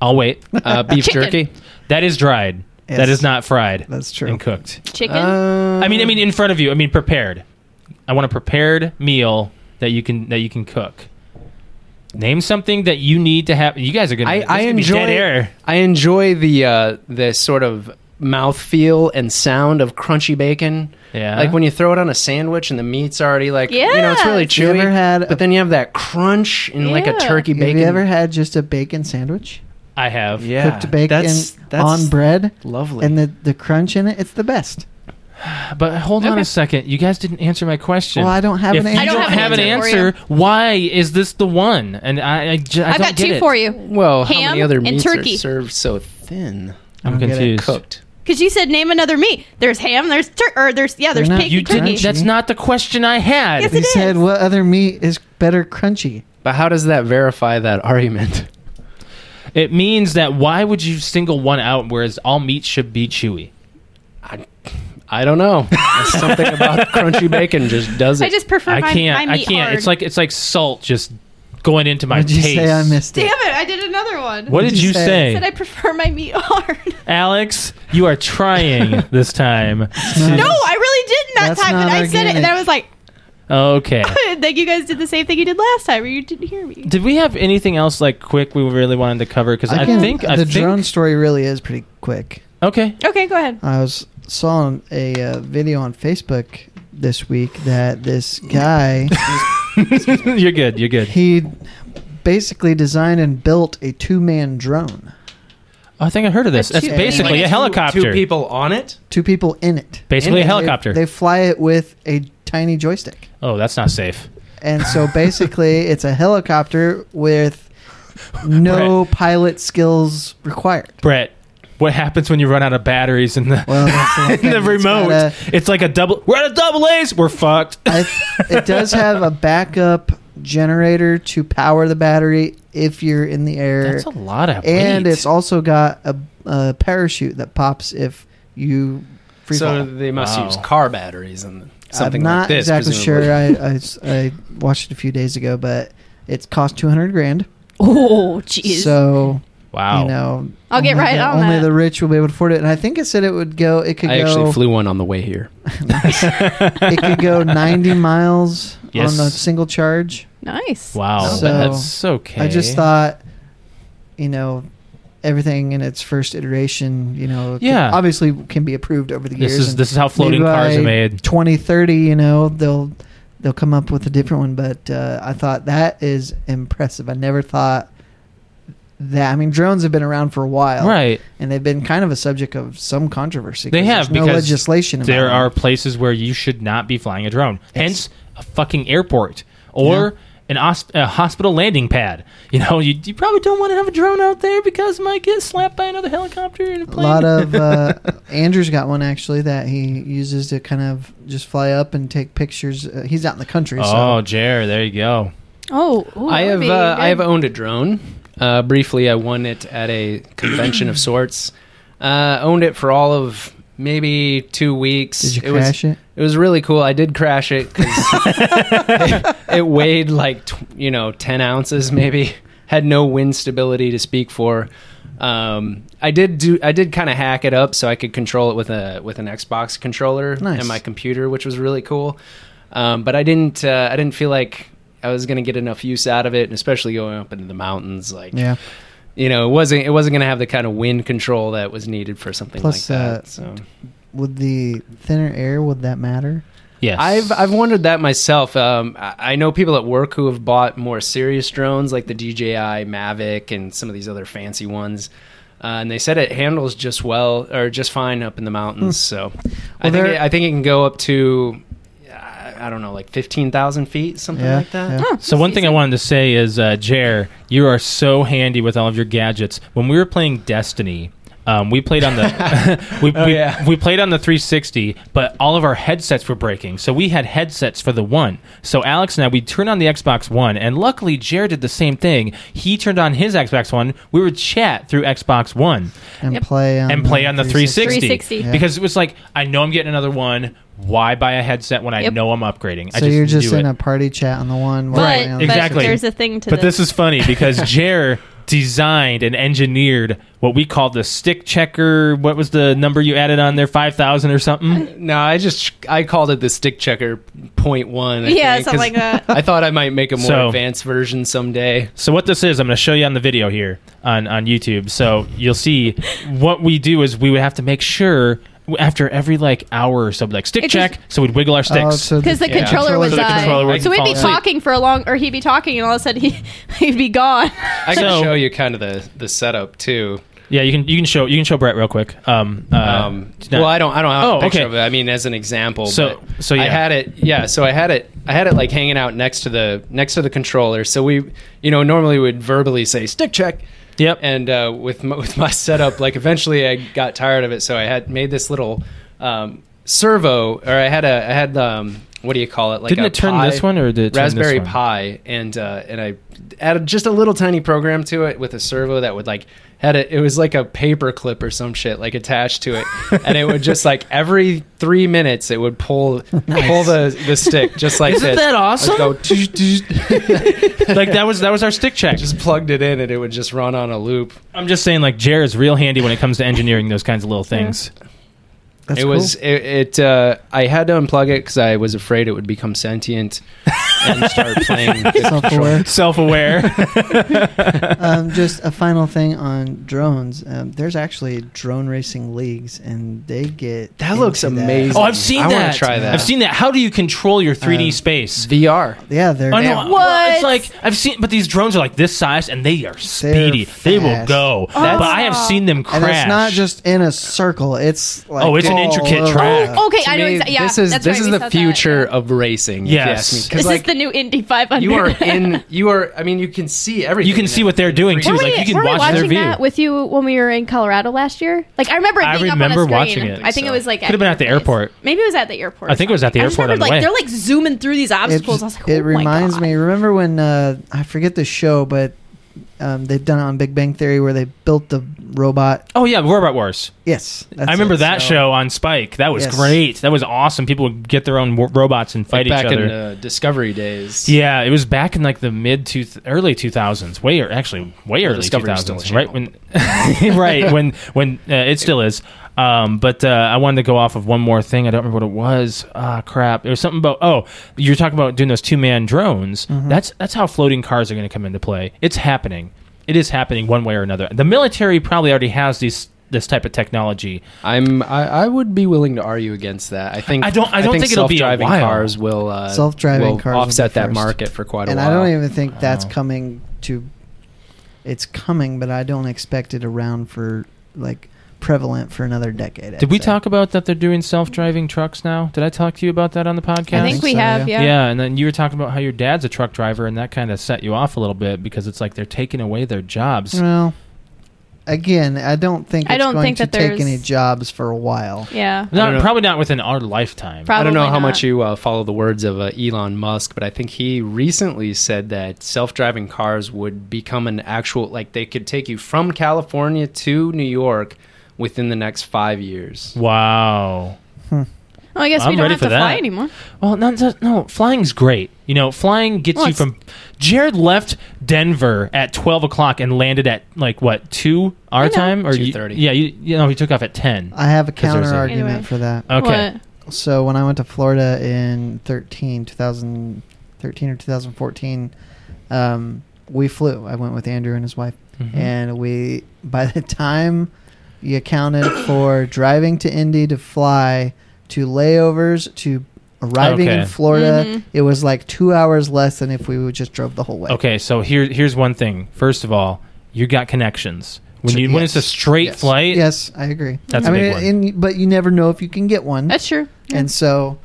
Speaker 3: I'll wait.
Speaker 4: Uh, beef
Speaker 1: Chicken.
Speaker 4: jerky.
Speaker 3: That is dried. That
Speaker 2: Yes.
Speaker 3: is not fried.
Speaker 2: That's true.
Speaker 3: And cooked.
Speaker 1: Chicken.
Speaker 3: uh,
Speaker 4: Um,
Speaker 3: I mean, I mean, in front of you. I mean, prepared. I want a prepared meal that you can that you can cook. Name something that you need to have. You guys are gonna.
Speaker 4: I,
Speaker 3: this is
Speaker 4: I
Speaker 3: gonna be
Speaker 4: enjoy.
Speaker 3: dead air.
Speaker 4: I enjoy the uh, the sort of mouthfeel and sound of crunchy bacon.
Speaker 3: Yeah.
Speaker 4: Like when you throw it on a sandwich and the meat's already like, you know, it's really
Speaker 1: Yes.
Speaker 2: You
Speaker 4: chewy.
Speaker 2: ever had a-
Speaker 4: but then you have that crunch and like a
Speaker 1: Yeah.
Speaker 4: turkey
Speaker 2: Have
Speaker 4: bacon.
Speaker 2: you ever had just a bacon sandwich?
Speaker 3: I have.
Speaker 4: yeah,
Speaker 2: Cooked bacon
Speaker 4: that's, that's
Speaker 2: on bread
Speaker 4: Lovely.
Speaker 2: and the, the crunch in it, it's the best.
Speaker 3: But hold on a second. You guys didn't answer my question.
Speaker 2: Well, I don't have
Speaker 3: if
Speaker 2: an
Speaker 3: you
Speaker 2: answer.
Speaker 1: I don't have an answer for
Speaker 3: answer, why is this the one? And I, I, ju- I
Speaker 1: I've
Speaker 3: don't
Speaker 1: got
Speaker 3: get
Speaker 1: two
Speaker 3: it.
Speaker 1: for you.
Speaker 4: well, how
Speaker 1: ham
Speaker 4: many other
Speaker 1: and
Speaker 4: meats
Speaker 1: turkey.
Speaker 4: are served so thin,
Speaker 2: I
Speaker 3: I'm
Speaker 2: don't get it.
Speaker 3: confused.
Speaker 4: cooked?
Speaker 1: Because you said name another meat. There's ham. There's tur- or there's yeah. There's
Speaker 2: They're not-
Speaker 1: pig
Speaker 3: You
Speaker 1: and turkey.
Speaker 3: didn't. That's not the question I had.
Speaker 1: Yes,
Speaker 2: You
Speaker 1: it is.
Speaker 2: said what other meat is better crunchy?
Speaker 4: But how does that verify that argument?
Speaker 3: It means that why would you single one out, whereas all meat should be chewy?
Speaker 4: I, I don't know. There's something about crunchy bacon just does it.
Speaker 1: I just prefer my,
Speaker 3: I
Speaker 1: my
Speaker 3: can't. I
Speaker 1: meat
Speaker 3: can't.
Speaker 1: hard.
Speaker 3: It's like it's like salt just going into my
Speaker 2: Would you
Speaker 3: taste.
Speaker 2: say I missed
Speaker 1: damn
Speaker 2: it?
Speaker 1: it! I did another one.
Speaker 3: What did you
Speaker 1: I said
Speaker 3: say,
Speaker 1: I prefer my meat hard.
Speaker 3: Alex? You are trying this time.
Speaker 2: not-
Speaker 1: no, I really didn't that
Speaker 2: That's
Speaker 1: time.
Speaker 2: not
Speaker 1: But I said it, and
Speaker 2: organic.
Speaker 1: I was like,
Speaker 3: Okay.
Speaker 1: like you guys did the same thing you did last time, or you didn't hear me.
Speaker 3: Did we have anything else like quick we really wanted to cover? Because I,
Speaker 2: can-
Speaker 3: think
Speaker 2: the
Speaker 3: I think
Speaker 2: drone story really is pretty quick.
Speaker 3: okay.
Speaker 1: Okay, go ahead.
Speaker 2: I was saw a uh, video on Facebook this week that this guy
Speaker 3: you're good. You're good.
Speaker 2: he basically designed and built a two man drone,
Speaker 3: I think I heard of this.
Speaker 1: A
Speaker 3: That's
Speaker 1: two-
Speaker 3: basically
Speaker 1: Two-
Speaker 3: a helicopter.
Speaker 4: Two people on it.
Speaker 2: two people in it.
Speaker 3: Basically a
Speaker 2: And they-
Speaker 3: helicopter.
Speaker 2: They, fly it with a tiny joystick,
Speaker 3: oh, that's not safe.
Speaker 2: and so basically it's a helicopter with no pilot skills required.
Speaker 3: Brett, what happens when you run out of batteries in the
Speaker 2: Well, that's the, one
Speaker 3: in
Speaker 2: thing.
Speaker 3: the
Speaker 2: It's
Speaker 3: remote?
Speaker 2: gotta-
Speaker 3: it's like a double. We're out of double A's. We're fucked.
Speaker 2: I th- it does have a backup generator to power the battery if you're in the air.
Speaker 3: That's a lot of
Speaker 2: and
Speaker 3: weight.
Speaker 2: it's also got a, a parachute that pops if you free
Speaker 4: so
Speaker 2: fall.
Speaker 4: they must
Speaker 3: Wow.
Speaker 4: use car batteries and something
Speaker 2: I'm not
Speaker 4: like this.
Speaker 2: exactly
Speaker 4: presumably.
Speaker 2: sure. I, I s- I watched it a few days ago, but it's cost two hundred grand.
Speaker 1: Oh, jeez.
Speaker 2: So
Speaker 3: wow.
Speaker 2: you know,
Speaker 1: I'll get
Speaker 2: only
Speaker 1: right
Speaker 2: the,
Speaker 1: on
Speaker 2: Only
Speaker 1: that.
Speaker 2: the rich will be able to afford it. And I think it said it would go. It could
Speaker 4: I
Speaker 2: go.
Speaker 4: actually flew one on the way here.
Speaker 2: it could go ninety miles
Speaker 3: Yes.
Speaker 2: on a single charge.
Speaker 1: nice.
Speaker 3: Wow,
Speaker 2: So,
Speaker 3: that's okay.
Speaker 2: I just thought, you know, everything in its first iteration, you know, can-
Speaker 3: Yeah.
Speaker 2: obviously can be approved over the
Speaker 3: this
Speaker 2: years.
Speaker 3: is this is how floating
Speaker 2: maybe
Speaker 3: cars
Speaker 2: by
Speaker 3: are made.
Speaker 2: Twenty thirty, you know, they'll they'll come up with a different one. But uh, I thought that is impressive. I never thought that. I mean, drones have been around for a while,
Speaker 3: Right,
Speaker 2: And they've been kind of a subject of some controversy.
Speaker 3: They
Speaker 2: 'cause
Speaker 3: have,
Speaker 2: there's no
Speaker 3: because
Speaker 2: legislation. About
Speaker 3: there
Speaker 2: it.
Speaker 3: are places where you should not be flying a drone.
Speaker 2: Yes.
Speaker 3: Hence, a fucking airport or an os- a hospital landing pad. You know, you, you probably don't want to have a drone out there because it might get slapped by another helicopter and a
Speaker 2: A
Speaker 3: plane.
Speaker 2: lot of uh, Andrew's got one actually that he uses to kind of just fly up and take pictures. Uh, he's out in the country,
Speaker 3: oh,
Speaker 2: so
Speaker 3: Jer, there you go.
Speaker 1: Oh, ooh, that
Speaker 4: I
Speaker 1: would
Speaker 4: have
Speaker 1: be
Speaker 4: uh, I have
Speaker 1: good.
Speaker 4: owned a drone. Uh, briefly, I won it at a convention of sorts. Uh, owned it for all of maybe two weeks.
Speaker 2: did you
Speaker 4: it was
Speaker 2: crash it?
Speaker 4: It was really cool. I did crash it 'cause it weighed like tw- you know ten ounces, maybe. Had no wind stability to speak for. Um, I did do. I did kind of hack it up so I could control it with a with an Xbox controller
Speaker 2: Nice.
Speaker 4: and my computer, which was really cool. Um, but I didn't. Uh, I didn't feel like I was going to get enough use out of it, and especially going up into the mountains, like
Speaker 2: Yeah.
Speaker 4: you know, it wasn't. It wasn't going to have the kind of wind control that was needed for something
Speaker 2: Plus,
Speaker 4: like that.
Speaker 2: uh,
Speaker 4: so.
Speaker 2: Would the thinner air would that matter?
Speaker 3: Yes,
Speaker 4: I've I've wondered that myself. Um, I I know people at work who have bought more serious drones, like the DJI Mavic and some of these other fancy ones. Uh, and they said it handles just well or just fine up in the mountains. So I
Speaker 2: Well,
Speaker 4: think
Speaker 2: there-
Speaker 4: it, I think it can go up to uh, I don't know like fifteen thousand feet, something
Speaker 2: Yeah,
Speaker 4: like that.
Speaker 2: yeah.
Speaker 3: So one thing I wanted to say is, uh, Jer, you are so handy with all of your gadgets. When we were playing Destiny, um, we played on the
Speaker 2: Oh,
Speaker 3: we, we,
Speaker 4: yeah.
Speaker 3: we played on the 360, but all of our headsets were breaking. So we had headsets for the one. So Alex and I we turned on the Xbox One, and luckily Jer did the same thing. He turned on his Xbox One. We would chat through Xbox One
Speaker 2: and
Speaker 1: Yep.
Speaker 2: play on
Speaker 3: and play on the 360,
Speaker 1: 360. Yeah.
Speaker 3: because it was like I know I'm getting another one. Why buy a headset when I
Speaker 1: Yep.
Speaker 3: know I'm upgrading? I
Speaker 2: So you're just
Speaker 3: do
Speaker 2: in
Speaker 3: it.
Speaker 2: a party chat on the one, while
Speaker 1: But,
Speaker 2: you're on
Speaker 1: but
Speaker 2: the
Speaker 3: Exactly.
Speaker 1: there's a thing to
Speaker 3: But this is funny because Jer designed and engineered what we call the stick checker. What was the number you added on there? Five thousand or something?
Speaker 4: No, I just I called it the stick checker point one. I
Speaker 1: Yeah,
Speaker 4: think,
Speaker 1: something
Speaker 4: 'cause
Speaker 1: like that.
Speaker 4: I thought I might make a more
Speaker 3: So-
Speaker 4: advanced version someday.
Speaker 3: So what this is, I'm going to show you on the video here on on YouTube. So you'll see what we do is we would have to make sure after every like hour or so, like stick
Speaker 1: It's
Speaker 3: check. So we'd wiggle our sticks.
Speaker 2: Oh, so
Speaker 1: because the
Speaker 4: Yeah.
Speaker 1: controller was
Speaker 3: So the
Speaker 1: died.
Speaker 3: controller would
Speaker 1: so we'd
Speaker 3: fall
Speaker 1: be
Speaker 3: asleep.
Speaker 1: talking for a long, or he'd be talking, and all of a sudden he he'd be gone.
Speaker 4: I can
Speaker 3: So-
Speaker 4: show you kind of the the setup too.
Speaker 3: yeah, you can you can show you can show Brett real quick. Um, uh,
Speaker 4: Um,
Speaker 3: it's not-
Speaker 4: well, I don't I don't have
Speaker 3: Oh,
Speaker 4: a picture
Speaker 3: okay.
Speaker 4: of it. I mean, as an example.
Speaker 3: So-
Speaker 4: but
Speaker 3: so, yeah.
Speaker 4: I had it. Yeah, so I had it. I had it like hanging out next to the next to the controller. So we, you know, normally would verbally say stick check.
Speaker 3: Yep.
Speaker 4: And uh, with my, with my setup, like eventually I got tired of it, so I had made this little um, servo, or I had a I had um, what do you call it? Like
Speaker 3: Didn't
Speaker 4: a
Speaker 3: it turn
Speaker 4: Pi-
Speaker 3: this one or did it turn this
Speaker 4: Raspberry
Speaker 3: one?
Speaker 4: Pi? And uh, and I added just a little tiny program to it with a servo that would like had it. It was like a paper clip or some shit like attached to it, and it would just like every three minutes it would pull pull the the stick just like
Speaker 3: Isn't
Speaker 4: this.
Speaker 3: that
Speaker 4: Like,
Speaker 3: awesome?
Speaker 4: go tsh, tsh,
Speaker 3: like that was that was our stick check.
Speaker 4: just plugged it in and it would just run on a loop.
Speaker 3: I'm just saying, like Jer is real handy when it comes to engineering those kinds of little things.
Speaker 2: That's
Speaker 4: it was it. it uh, I had to unplug it because I was afraid it would become sentient and start playing. the
Speaker 2: cool.
Speaker 4: controller.
Speaker 2: Self-aware.
Speaker 3: Self-aware.
Speaker 2: um, just a final thing on drones. Um, there's actually drone racing leagues, and they get
Speaker 4: That looks
Speaker 2: into
Speaker 4: amazing.
Speaker 3: Oh, I've seen
Speaker 4: I wanna
Speaker 3: that.
Speaker 4: try that.
Speaker 3: I've seen that. How do you control your 3D
Speaker 2: Um,
Speaker 3: space?
Speaker 4: VR.
Speaker 2: Yeah, they're
Speaker 3: I know.
Speaker 4: What?
Speaker 3: Well, It's like I've seen, but these drones are like this size and they are speedy. They will
Speaker 2: fast.
Speaker 3: go.
Speaker 1: That's-
Speaker 3: but I have seen them crash.
Speaker 2: and it's not just in a circle. It's like
Speaker 3: Oh, it's an
Speaker 2: all
Speaker 3: intricate
Speaker 2: over.
Speaker 3: track.
Speaker 1: Oh, okay, I know.
Speaker 4: To me,
Speaker 1: Exa- yeah,
Speaker 4: this is
Speaker 1: that's
Speaker 4: this
Speaker 1: right,
Speaker 4: is
Speaker 1: we
Speaker 4: the
Speaker 1: saw that,
Speaker 4: future
Speaker 1: yeah.
Speaker 4: of racing.
Speaker 3: Yes.
Speaker 4: Yes,
Speaker 1: This is the new Indy 500.
Speaker 4: you are in. You are. I mean, you can see everything.
Speaker 3: You can
Speaker 4: in
Speaker 3: see
Speaker 4: it.
Speaker 3: what they're doing too.
Speaker 1: Were
Speaker 3: It's
Speaker 1: we,
Speaker 3: like you
Speaker 1: were
Speaker 3: can
Speaker 1: we
Speaker 3: watch their
Speaker 1: watching
Speaker 3: view.
Speaker 1: that with you when we were in Colorado last year? Like I remember it
Speaker 3: I
Speaker 1: being
Speaker 3: remember
Speaker 1: up on a
Speaker 3: watching
Speaker 1: screen.
Speaker 3: it.
Speaker 1: I think it was like
Speaker 3: Could've been at the
Speaker 1: your place.
Speaker 3: airport.
Speaker 1: Maybe it was at the airport. or
Speaker 3: I think it was at the
Speaker 1: something. I just
Speaker 3: airport
Speaker 1: remembered,
Speaker 3: on the
Speaker 1: like
Speaker 3: way.
Speaker 1: they're like zooming through these
Speaker 2: It,
Speaker 1: obstacles. I was like,
Speaker 2: it
Speaker 1: oh my
Speaker 2: reminds
Speaker 1: God.
Speaker 2: me. Remember when uh, I forget the show, but um, they've done it on Big Bang Theory where they built the robot.
Speaker 3: Oh yeah, Robot Wars.
Speaker 2: Yes, that's
Speaker 3: I remember
Speaker 2: it.
Speaker 3: that
Speaker 2: So-
Speaker 3: show on Spike. That was
Speaker 2: Yes.
Speaker 3: great. That was awesome. People would get their own w- robots and
Speaker 4: Like
Speaker 3: fight
Speaker 4: back
Speaker 3: each other.
Speaker 4: in the Discovery days.
Speaker 3: yeah, it was back in like the mid to early 2000s. Way or actually way
Speaker 4: Well,
Speaker 3: early
Speaker 4: Discovery was
Speaker 3: 2000s,
Speaker 4: still a
Speaker 3: right when right when when uh, it still is. Um, but uh, I wanted to go off of one more thing. I don't remember what it was. Ah, crap. It was something about oh, you're talking about doing those two man drones.
Speaker 1: Mm-hmm.
Speaker 3: That's that's how floating cars are going to come into play. It's happening. It is happening one way or another. The military probably already has these this type of technology.
Speaker 4: I'm. I, I would be willing to argue against that. I think.
Speaker 3: I don't- I don't think it'll be a
Speaker 4: self-driving
Speaker 3: while.
Speaker 4: cars will. Uh,
Speaker 2: Self-driving
Speaker 4: will
Speaker 2: cars will be
Speaker 4: offset that
Speaker 2: first.
Speaker 4: market for quite a
Speaker 2: and
Speaker 4: while.
Speaker 2: I don't even think that's
Speaker 3: Wow.
Speaker 2: coming to. It's coming, but I don't expect it around for like prevalent for another decade. I'd
Speaker 3: Did we
Speaker 2: say.
Speaker 3: talk about that they're doing self driving trucks now? Did I talk to you about that on the podcast?
Speaker 1: I think we
Speaker 2: So,
Speaker 1: have.
Speaker 2: yeah.
Speaker 1: Yeah.
Speaker 3: Yeah. and then you were talking about how your dad's a truck driver, and that kind of set you off a little bit because it's like they're taking away their jobs.
Speaker 2: Well, again, I don't think it's
Speaker 1: I don't
Speaker 2: going
Speaker 1: think
Speaker 2: to
Speaker 1: that
Speaker 2: take
Speaker 1: there's-
Speaker 2: any jobs for a while.
Speaker 1: Yeah.
Speaker 4: don't
Speaker 3: Not,
Speaker 4: know.
Speaker 3: probably not within our lifetime.
Speaker 1: Prob-
Speaker 4: I don't know
Speaker 1: Probably
Speaker 4: how
Speaker 1: not.
Speaker 4: much you uh, follow the words of uh, Elon Musk, but I think he recently said that self-driving cars would become an actual like they could take you from California to New York within the next five years.
Speaker 3: wow.
Speaker 1: Well, I guess
Speaker 3: I'm
Speaker 1: we don't
Speaker 3: ready
Speaker 1: have
Speaker 3: for
Speaker 1: to fly
Speaker 3: that.
Speaker 1: anymore.
Speaker 3: Well, not just, no. Flying's great. You know, flying gets
Speaker 1: Well,
Speaker 3: you
Speaker 1: it's-
Speaker 3: from. Jared left Denver at twelve o'clock and landed at like what two our
Speaker 1: know.
Speaker 3: time or you-
Speaker 4: 2:30.
Speaker 3: Yeah, you, you know he took off at ten.
Speaker 2: I have a
Speaker 3: 'Cause there's
Speaker 2: counter
Speaker 3: a-
Speaker 2: argument
Speaker 1: Anyway.
Speaker 2: for that.
Speaker 3: Okay.
Speaker 1: What?
Speaker 2: So when I went to Florida in 13, 2013 or 2014, um, we flew. I went with Andrew and his wife,
Speaker 3: Mhm.
Speaker 2: and we by the time you accounted for driving to Indy to fly to layovers to arriving in
Speaker 3: Okay. Mm-hmm.
Speaker 2: Florida,
Speaker 1: Mhm.
Speaker 2: it was like two hours less than if we would just drove the whole way.
Speaker 3: Okay, so here here's one thing. First of all, you got connections. When you when it's a
Speaker 2: Yes.
Speaker 3: straight
Speaker 2: Yes.
Speaker 3: flight,
Speaker 2: Yes, I agree.
Speaker 3: That's
Speaker 2: I
Speaker 3: a
Speaker 2: mean,
Speaker 3: big one.
Speaker 2: and- but you never know if you can get one,
Speaker 1: That's true. Yeah.
Speaker 2: and so.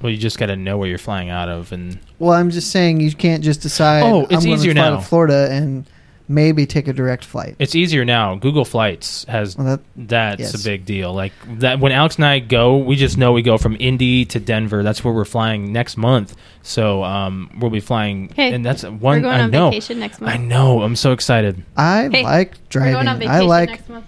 Speaker 3: well, you just got to know where you're flying out of, and
Speaker 2: Well, I'm just saying you can't just decide.
Speaker 3: Oh, it's
Speaker 2: I'm gonna
Speaker 3: easier
Speaker 2: fly
Speaker 3: now.
Speaker 2: to Florida and maybe take a direct flight.
Speaker 3: it's easier now. Google Flights has
Speaker 2: Well, that,
Speaker 3: that's
Speaker 2: Yes.
Speaker 3: a big deal. Like that when Alex and I go, we just know we go from Indy to Denver. That's where we're flying next month. So um, we'll be flying,
Speaker 1: Hey,
Speaker 3: and that's one
Speaker 1: We're going
Speaker 3: I
Speaker 1: on
Speaker 3: know.
Speaker 1: vacation next month.
Speaker 3: I know. I'm so excited.
Speaker 2: I
Speaker 1: Hey,
Speaker 2: like
Speaker 1: We're
Speaker 2: driving.
Speaker 1: going on
Speaker 2: I
Speaker 1: vacation
Speaker 2: like
Speaker 1: next month.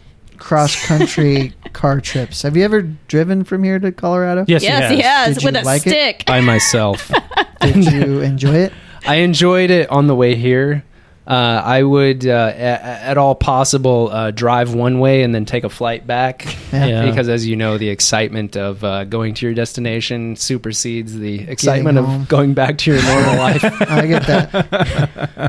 Speaker 2: cross country car trips. Have you ever driven from here to Colorado?
Speaker 3: Yes, he
Speaker 1: Yes,
Speaker 3: has.
Speaker 1: he has
Speaker 2: Did
Speaker 1: with
Speaker 2: you
Speaker 1: a
Speaker 2: like it?
Speaker 1: stick.
Speaker 4: by myself.
Speaker 2: Did you enjoy it?
Speaker 4: I enjoyed it on the way here. Uh, I would, uh, a- at all possible, uh, drive one way and then take a flight back.
Speaker 2: Yeah.
Speaker 3: Yeah.
Speaker 4: Because, as you know, the excitement of uh, going to your destination supersedes the excitement
Speaker 2: home.
Speaker 4: of going back to your normal life.
Speaker 2: I get that.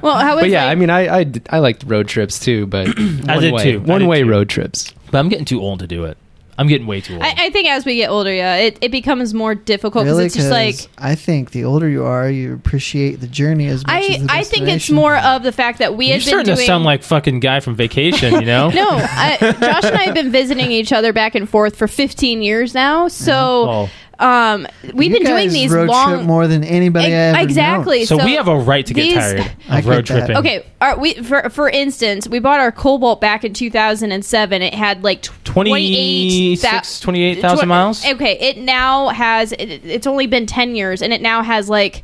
Speaker 1: Well, how was
Speaker 4: But yeah,
Speaker 1: like,
Speaker 4: I mean, I I, d- I liked road trips too, but one
Speaker 3: did
Speaker 4: way,
Speaker 3: too. I
Speaker 4: One
Speaker 3: did
Speaker 4: way
Speaker 3: too.
Speaker 4: road trips.
Speaker 3: But I'm getting too old to do it. I'm getting way too old.
Speaker 1: I, I think as we get older, yeah, it, it becomes more difficult because
Speaker 2: really,
Speaker 1: it's just
Speaker 2: 'cause
Speaker 1: like
Speaker 2: I think the older you are, you appreciate the journey as much as
Speaker 1: I
Speaker 2: the
Speaker 1: I think it's
Speaker 2: destination.
Speaker 1: more of the fact that we
Speaker 3: you're
Speaker 1: have been
Speaker 3: starting
Speaker 1: doing.
Speaker 3: to sound like fucking guy from vacation. You know?
Speaker 1: no, I, Josh and I have been visiting each other back and forth for 15 years now. So,
Speaker 3: Well,
Speaker 1: um, we've
Speaker 2: You
Speaker 1: been doing
Speaker 2: guys
Speaker 1: these
Speaker 2: road
Speaker 1: long.
Speaker 2: trip more than anybody
Speaker 1: Ex-
Speaker 2: I ever
Speaker 1: exactly.
Speaker 3: so,
Speaker 1: so
Speaker 3: we have a right to get
Speaker 1: these-
Speaker 3: tired
Speaker 2: I
Speaker 3: of
Speaker 2: get
Speaker 3: road
Speaker 2: that.
Speaker 3: tripping.
Speaker 1: Okay, are we for for instance, we bought our Cobalt back in 2007. It had like tw- 28 thou-
Speaker 3: 26, 28,000
Speaker 1: twen-
Speaker 3: miles.
Speaker 1: Okay, it now has it, it's only been 10 years and it now knows like
Speaker 3: Well,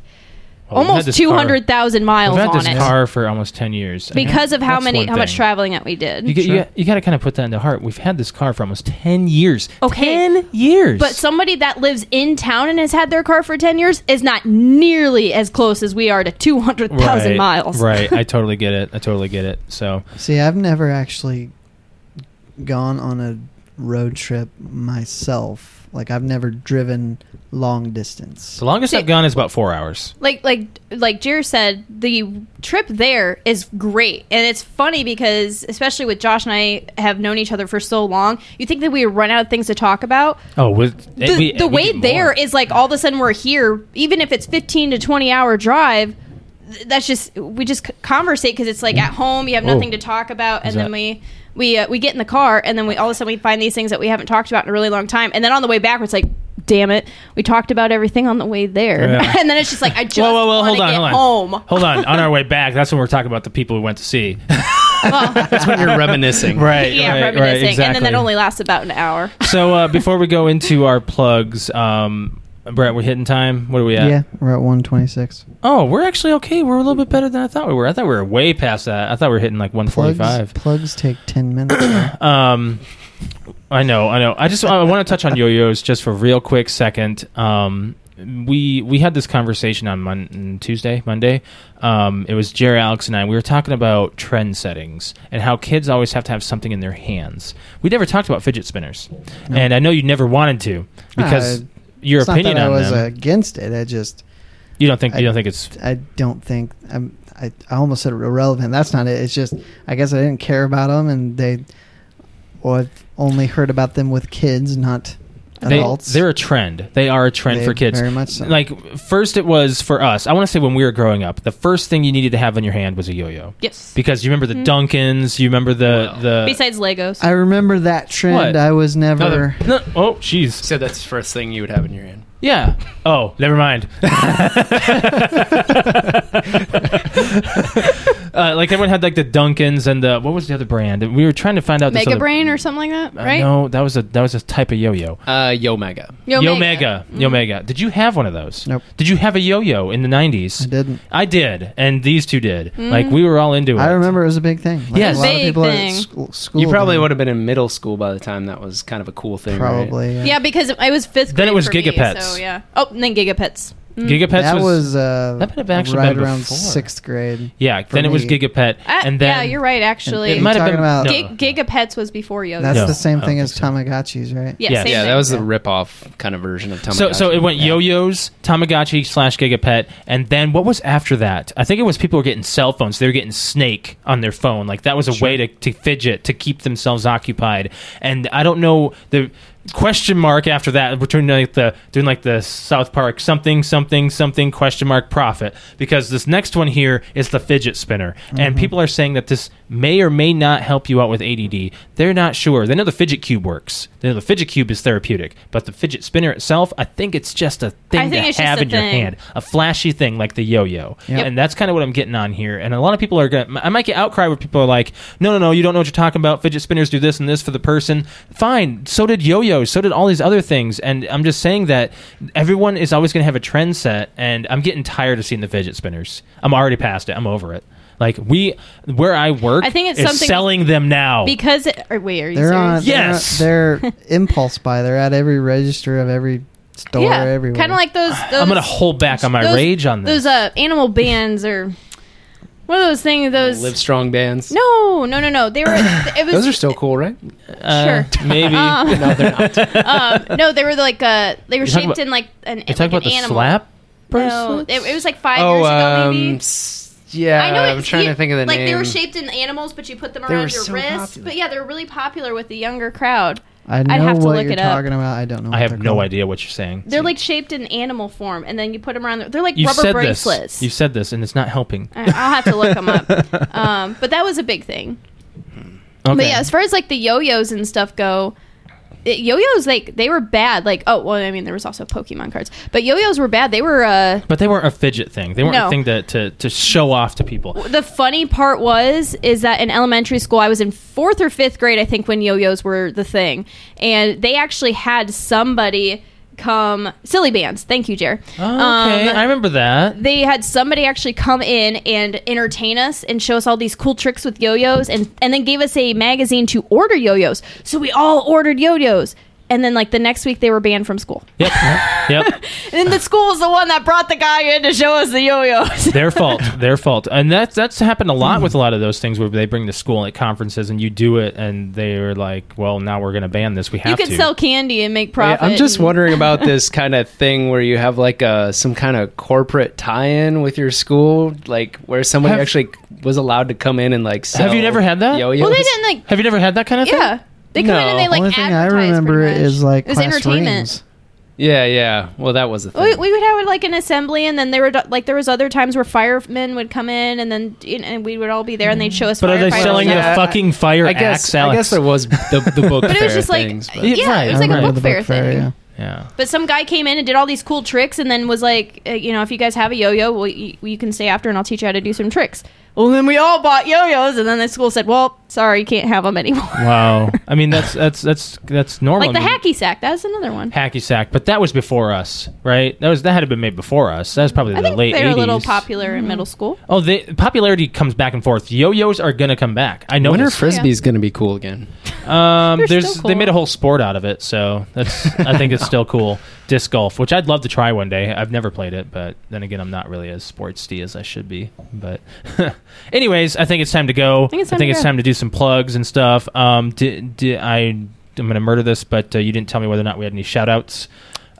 Speaker 3: Oh, we've had
Speaker 1: almost
Speaker 3: this car-
Speaker 1: 200,000 miles
Speaker 3: I've had
Speaker 1: on
Speaker 3: this
Speaker 1: it
Speaker 3: car for almost ten years I mean,
Speaker 1: because of how
Speaker 3: that's
Speaker 1: many
Speaker 3: one
Speaker 1: how much
Speaker 3: thing.
Speaker 1: traveling that we did.
Speaker 3: You, get,
Speaker 2: Sure.
Speaker 3: you, got, you got to kind of put that into heart. We've had this car for almost 10 years.
Speaker 1: Okay.
Speaker 3: 10 years.
Speaker 1: but somebody that lives in town and has had their car for 10 years is not nearly as close as we are to 200,000
Speaker 3: Right,
Speaker 1: miles.
Speaker 3: Right. I totally get it. I totally get it. So,
Speaker 2: know. See, I've never actually gone on a road trip myself. Like I've never driven long distance.
Speaker 3: the longest
Speaker 1: See-
Speaker 3: I've gone is about four hours.
Speaker 1: like like like Jer said, the trip there is great, and it's funny because especially with Josh and I have known each other for so long, you think that we run out of things to talk about.
Speaker 3: Oh, with
Speaker 1: The, the way there is like all of a sudden we're here, even if it's fifteen to twenty hour drive. th- That's just we just c- conversate because it's like at home you have
Speaker 3: Whoa.
Speaker 1: nothing to talk about, and
Speaker 3: Is
Speaker 1: then
Speaker 3: that-
Speaker 1: we we uh, we get in the car, and then we all of a sudden we find these things that we haven't talked about in a really long time, and then on the way back it's like. Damn it! We talked about everything on the way there,
Speaker 3: Yeah.
Speaker 1: and then it's just like I just
Speaker 3: Whoa, whoa, whoa!
Speaker 1: want
Speaker 3: Hold
Speaker 1: to
Speaker 3: on,
Speaker 1: get
Speaker 3: hold on.
Speaker 1: home.
Speaker 3: Hold on. On our way back, that's when we're talking about the people we went to see.
Speaker 4: That's when you're reminiscing.
Speaker 3: right.
Speaker 1: yeah,
Speaker 3: right,
Speaker 1: reminiscing,
Speaker 3: Right, exactly.
Speaker 1: and then that only lasts about an hour.
Speaker 3: so uh, before we go into our plugs, um, Brett, we're hitting time. What are we at?
Speaker 2: yeah we're at 126.
Speaker 3: Oh, we're actually okay. We're a little bit better than I thought we were. I thought we were way past that. I thought we were hitting like one
Speaker 2: Plugs,
Speaker 3: forty-five.
Speaker 2: plugs take 10 minutes. though.
Speaker 3: Um, I know, I know. I just I want to touch on yo-yos just for a real quick second. Um, we we had this conversation on Mon- Tuesday, Monday. Um, it was Jerry, Alex, and I. We were talking about trend settings and how kids always have to have something in their hands. We never talked about fidget spinners,
Speaker 2: No.
Speaker 3: and I know you never wanted to because
Speaker 2: Uh,
Speaker 3: your
Speaker 2: it's
Speaker 3: opinion
Speaker 2: not that
Speaker 3: on
Speaker 2: I was
Speaker 3: them.
Speaker 2: against it. I just
Speaker 3: you don't think
Speaker 2: I-
Speaker 3: you don't think it's
Speaker 2: I don't think I'm, I I almost said irrelevant. That's not it. It's just I guess I didn't care about them, and they or I've only heard about them with kids, not adults.
Speaker 3: They, are a trend. They are a trend
Speaker 2: They-
Speaker 3: for kids.
Speaker 2: very much so.
Speaker 3: Like first, it was for us. I want to say when we were growing up, the first thing you needed to have in your hand was a yo-yo
Speaker 1: Yes.
Speaker 3: because you remember the Dunkins. You remember the
Speaker 4: Wow.
Speaker 3: the.
Speaker 1: Mm-hmm. Besides Legos,
Speaker 2: I remember that trend.
Speaker 3: What?
Speaker 2: I was
Speaker 3: No, the-
Speaker 2: never.
Speaker 3: no, oh, jeez.
Speaker 4: So that's the first thing you would have in your hand.
Speaker 3: Yeah. Oh, never mind. uh, like everyone had like the Dunkins and the what was the other brand? And we were trying to find out. this
Speaker 1: Mega
Speaker 3: other-
Speaker 1: Brain or something like that,
Speaker 3: Uh,
Speaker 1: right?
Speaker 3: No, that was a that was a type of yo-yo.
Speaker 4: Uh, Yo Mega.
Speaker 1: Yo,
Speaker 3: Yo
Speaker 1: Mega. Mm. Mm-hmm.
Speaker 3: Mega. Yo Mega. Did you have one of those?
Speaker 2: Nope.
Speaker 3: Did you have a yo yo in the 90s?
Speaker 2: I didn't.
Speaker 3: I did, and these two did. Like, we were all into it.
Speaker 2: I remember it was a big thing. Like,
Speaker 3: Yes.
Speaker 2: a lot
Speaker 1: Big
Speaker 2: of people
Speaker 1: thing.
Speaker 2: at school. school
Speaker 4: You probably
Speaker 2: then,
Speaker 4: would have been in middle school by the time that was kind of a cool thing. right?
Speaker 2: Probably.
Speaker 1: Yeah, because it was fifth.
Speaker 3: Then it
Speaker 1: grade
Speaker 3: was
Speaker 1: for me,
Speaker 3: Gigapets.
Speaker 1: so yeah. Oh, and then Gigapets.
Speaker 3: Gigapets
Speaker 2: that
Speaker 3: was,
Speaker 2: was, uh,
Speaker 3: that might have actually
Speaker 2: right
Speaker 3: been
Speaker 2: around
Speaker 3: before.
Speaker 2: sixth grade.
Speaker 3: Yeah,
Speaker 2: for
Speaker 3: then it was
Speaker 2: me.
Speaker 3: Gigapet.
Speaker 1: Ah,
Speaker 3: and then.
Speaker 1: yeah, you're right. Actually,
Speaker 3: It
Speaker 2: You're
Speaker 3: might have
Speaker 2: talking
Speaker 3: been. uh,
Speaker 2: about-
Speaker 3: no.
Speaker 1: Gig- Gigapets was before Yo.
Speaker 2: That's
Speaker 3: No,
Speaker 2: the same
Speaker 3: I don't
Speaker 2: thing
Speaker 3: think
Speaker 2: as
Speaker 3: so.
Speaker 2: Tamagotchis, right?
Speaker 1: yeah,
Speaker 3: Yeah.
Speaker 1: same
Speaker 4: Yeah,
Speaker 1: thing.
Speaker 4: that was the rip-off kind of version of Tamagotchi.
Speaker 3: so, so it went
Speaker 4: Yeah.
Speaker 3: yo yo's, Tamagotchi slash Gigapet, and then what was after that? I think it was people were getting cell phones. They were getting Snake on their phone. Like, that was a way to, to fidget, to keep themselves occupied. And I don't know. the question mark after that. We're doing like the doing like the South Park something something something question mark profit because this next one here is the fidget spinner, and people are saying that this may or may not help you out with ADD. They're not sure. They know the fidget cube works. They know the fidget cube is therapeutic, but the fidget spinner itself, I think it's just a thing
Speaker 1: I think
Speaker 3: to
Speaker 1: it's just
Speaker 3: have
Speaker 1: a
Speaker 3: in your
Speaker 1: thing.
Speaker 3: hand, a flashy thing like the yo-yo,
Speaker 1: Yep.
Speaker 3: and that's kind of what I'm getting on here. And a lot of people are going. to I might get outcry where people are like, "No, no, no, you don't know what you're talking about. Fidget spinners do this and this for the person." Fine. So did yo-yos. So did all these other things. And I'm just saying that everyone is always going to have a trend set, and I'm getting tired of seeing the fidget spinners. I'm already past it. I'm over it. Like we, where I work,
Speaker 1: I think it's
Speaker 3: is
Speaker 1: something-
Speaker 3: selling them now.
Speaker 1: because it, or wait, are you
Speaker 2: They're on.
Speaker 1: serious?
Speaker 3: Yes.
Speaker 2: They're, they're impulse buy. They're at every register of every store. everywhere.
Speaker 1: kind of like those. those
Speaker 3: I'm going to hold back on my
Speaker 1: those-
Speaker 3: rage on this.
Speaker 1: Those uh, animal bands or one of those things. Those
Speaker 4: Live strong bands.
Speaker 1: no, no, no, no. They were. It was,
Speaker 4: Those are still cool, right?
Speaker 3: Uh,
Speaker 1: sure.
Speaker 3: Maybe.
Speaker 1: Um,
Speaker 4: No, they're not.
Speaker 1: um, no, they were like uh, they were
Speaker 3: You're talking
Speaker 1: shaped
Speaker 3: about-
Speaker 1: in like an.
Speaker 3: you talking
Speaker 1: like
Speaker 3: about the
Speaker 1: an animal.
Speaker 3: slap?
Speaker 1: No, it, it was like five
Speaker 2: Oh,
Speaker 1: years ago,
Speaker 2: um,
Speaker 1: maybe.
Speaker 4: Oh, um, s- yeah.
Speaker 1: I know
Speaker 4: I'm
Speaker 1: it's-
Speaker 4: trying
Speaker 1: you-
Speaker 4: to think of the
Speaker 1: like
Speaker 4: name.
Speaker 1: they were shaped in animals, but you put them
Speaker 4: They
Speaker 1: around
Speaker 4: were
Speaker 1: your
Speaker 4: so
Speaker 1: wrist.
Speaker 4: popular.
Speaker 1: But yeah, they're really popular with the younger crowd.
Speaker 2: I know
Speaker 1: I'd have to
Speaker 2: what
Speaker 1: look
Speaker 2: you're
Speaker 1: it up.
Speaker 2: talking about. I don't know.
Speaker 3: I
Speaker 2: what
Speaker 3: have
Speaker 2: they're
Speaker 3: no
Speaker 2: called.
Speaker 3: idea what you're saying.
Speaker 1: They're like shaped in animal form, and then you put them around. The, they're like
Speaker 3: You've
Speaker 1: rubber
Speaker 3: said
Speaker 1: bracelets.
Speaker 3: this. You've said this, and it's not helping.
Speaker 1: I- I'll have to look them up. Um, but that was a big thing.
Speaker 3: Okay.
Speaker 1: But yeah, as far as like the yo-yos and stuff go, it, yo-yos like they were bad. Like oh well, I mean there was also Pokemon cards, but yo-yos were bad. They were uh,
Speaker 3: but they weren't a fidget thing. They weren't
Speaker 1: No.
Speaker 3: a thing to, to, to show off to people.
Speaker 1: the funny part was is that in elementary school I was in fourth or fifth grade I think when yo-yos were the thing, and they actually had somebody come silly bands. Thank you, Jer.
Speaker 3: Oh, okay,
Speaker 1: Um,
Speaker 3: I remember that.
Speaker 1: they had somebody actually come in and entertain us and show us all these cool tricks with yo-yos and and then gave us a magazine to order yo-yos. So we all ordered yo-yos. And then like the next week they were banned from school.
Speaker 3: Yep, yep.
Speaker 1: And the school is the one that brought the guy in to show us the yo-yos.
Speaker 3: Their fault. Their fault. And that's that's happened a lot with a lot of those things where they bring to school at conferences and you do it, and they're like, "Well, now we're going to ban this. We
Speaker 1: you
Speaker 3: have
Speaker 1: could
Speaker 3: to."
Speaker 1: sell candy and make
Speaker 4: Yeah,
Speaker 1: profit.
Speaker 4: I'm just
Speaker 1: and-
Speaker 4: wondering about this kind of thing where you have like a some kind of corporate tie-in with your school, like where somebody
Speaker 3: Have-
Speaker 4: actually was allowed to come in and like. Sell
Speaker 3: you never had that?
Speaker 4: Yo-yos.
Speaker 1: Well, they didn't like
Speaker 3: have you never had that kind of thing?
Speaker 1: yeah. They come in
Speaker 4: No.
Speaker 1: and they like
Speaker 2: Only thing I
Speaker 1: advertise
Speaker 2: remember
Speaker 1: pretty much.
Speaker 2: is like
Speaker 1: it was
Speaker 2: class
Speaker 1: entertainment.
Speaker 2: rings.
Speaker 4: Yeah, yeah. Well, that was the thing.
Speaker 1: We, we would have like an assembly, and then there were like there was other times where firemen would come in, and then you know, and we would all be there, and they'd show us.
Speaker 3: But are they
Speaker 1: firefighters.
Speaker 3: selling
Speaker 4: Yeah, I-
Speaker 3: the fucking fire
Speaker 4: I guess.
Speaker 3: axe, Alex?
Speaker 4: I guess there was the, the book.
Speaker 1: But it was
Speaker 4: fair
Speaker 1: just like-
Speaker 4: things, but-
Speaker 1: Yeah, it was like a
Speaker 2: I
Speaker 1: book
Speaker 2: remember
Speaker 1: fair
Speaker 2: the
Speaker 1: thing.
Speaker 2: yeah.
Speaker 3: yeah.
Speaker 1: But some guy came in and did all these cool tricks, and then was like, uh, you know, if you guys have a yo-yo, well, you, you can stay after, and I'll teach you how to do some tricks. Well, then we all bought yo-yos, and then the school said, well, sorry, you can't have them anymore.
Speaker 3: Wow. I mean, that's that's that's that's normal.
Speaker 1: like the
Speaker 3: I mean,
Speaker 1: hacky sack, that's another one.
Speaker 3: hacky sack, but that was before us, right? That was that had been made before us. That was probably
Speaker 1: I
Speaker 3: the
Speaker 1: think
Speaker 3: late
Speaker 1: they were a little
Speaker 3: 80s.
Speaker 1: popular in middle school.
Speaker 3: Oh, they, popularity comes back and forth. Yo-yos are gonna come back. I know.
Speaker 4: when are
Speaker 3: this.
Speaker 4: frisbees going to be cool again?
Speaker 3: um,
Speaker 1: They're
Speaker 3: there's
Speaker 1: still cool.
Speaker 3: they made a whole sport out of it, so that's I think it's still cool. Disc golf, which I'd love to try one day. I've never played it, but then again, I'm not really as sportsy as I should be. But anyways, I think it's time to go. I
Speaker 1: think it's time to go.
Speaker 3: do some plugs and stuff. Um, di di- I I'm gonna murder this, but uh, you didn't tell me whether or not we had any shout outs.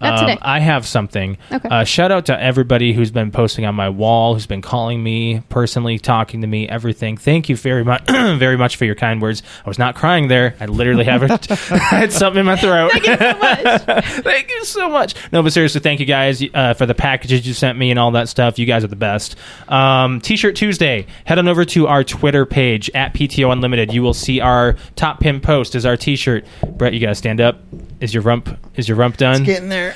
Speaker 1: Not today.
Speaker 3: I have something.
Speaker 1: Okay.
Speaker 3: Uh, shout out to everybody who's been posting on my wall, who's been calling me personally, talking to me, everything. Thank you very much, very much for your kind words. I was not crying there. I literally have a, I had something in my throat. Thank you so much. thank you so much. No, but seriously, thank you guys uh, for the packages you sent me and all that stuff. You guys are the best. Um, T-shirt Tuesday. Head on over to our Twitter page at PTO Unlimited. You will see our top pin post is our T-shirt. Brett, you gotta stand up. Is your rump? Is your rump done?
Speaker 2: Getting there.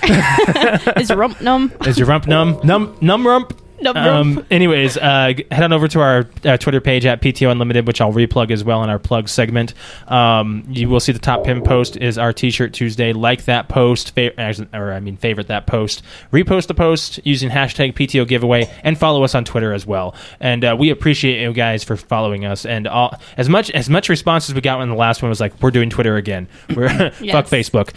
Speaker 1: Is rump num?
Speaker 3: Is your rump numb? Numb, numb rump?
Speaker 1: Numb
Speaker 3: Um,
Speaker 1: rump.
Speaker 3: anyways, uh, g- head on over to our uh, Twitter page at PTO Unlimited, which I'll replug as well in our plug segment. Um, you will see the top pin post is our T-shirt Tuesday. Like that post, fa- actually- or I mean, favorite that post, repost the post using hashtag PTO giveaway, and follow us on Twitter as well. And uh, we appreciate you guys for following us. And all, as much as much response as we got when the last one was like, "We're doing Twitter again. We're fuck
Speaker 1: Yes.
Speaker 3: Facebook."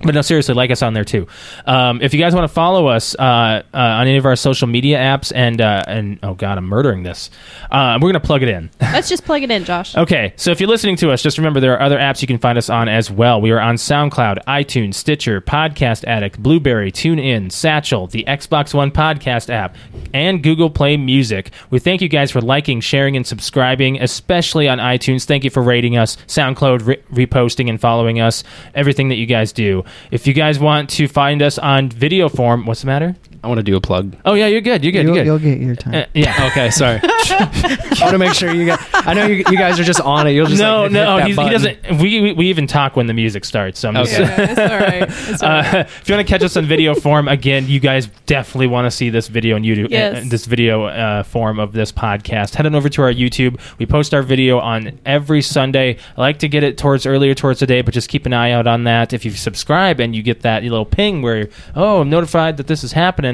Speaker 3: But no, seriously, like us on there too. Um, if you guys want to follow us uh, uh, on any of our social media apps, and uh, and oh god, I'm murdering this. Uh, we're gonna plug it in.
Speaker 1: Let's just plug it in, Josh.
Speaker 3: Okay, so if you're listening to us, just remember there are other apps you can find us on as well. We are on SoundCloud, iTunes, Stitcher, Podcast Addict, Blueberry, TuneIn, Satchel, the Xbox One podcast app, and Google Play Music. We thank you guys for liking, sharing, and subscribing, especially on iTunes. Thank you for rating us, SoundCloud re- reposting and following us, everything that you guys do. If you guys want to find us on video form, what's the matter?
Speaker 4: I want to do a plug.
Speaker 3: Oh yeah, you're good. You're good.
Speaker 2: You'll,
Speaker 3: you're good.
Speaker 2: you'll get your time.
Speaker 3: Uh, yeah.
Speaker 4: Okay, sorry. I want to make sure you guys. I know you, you guys are just on it. You'll just
Speaker 3: no,
Speaker 4: like, hit-
Speaker 3: no,
Speaker 4: hit that
Speaker 3: he's, he
Speaker 4: button.
Speaker 3: doesn't. We, we we even talk when the music starts. So I'm just-
Speaker 4: Okay.
Speaker 1: it's all right. It's all right.
Speaker 3: Uh, if you want to catch us on video form again, you guys definitely want to see this video on YouTube.
Speaker 1: Yes.
Speaker 3: uh, this video uh, form of this podcast. Head on over to our YouTube. We post our video on every Sunday. I like to get it towards earlier towards the day, but just keep an eye out on that. If you subscribe and you get that little ping where oh, I'm notified that this is happening.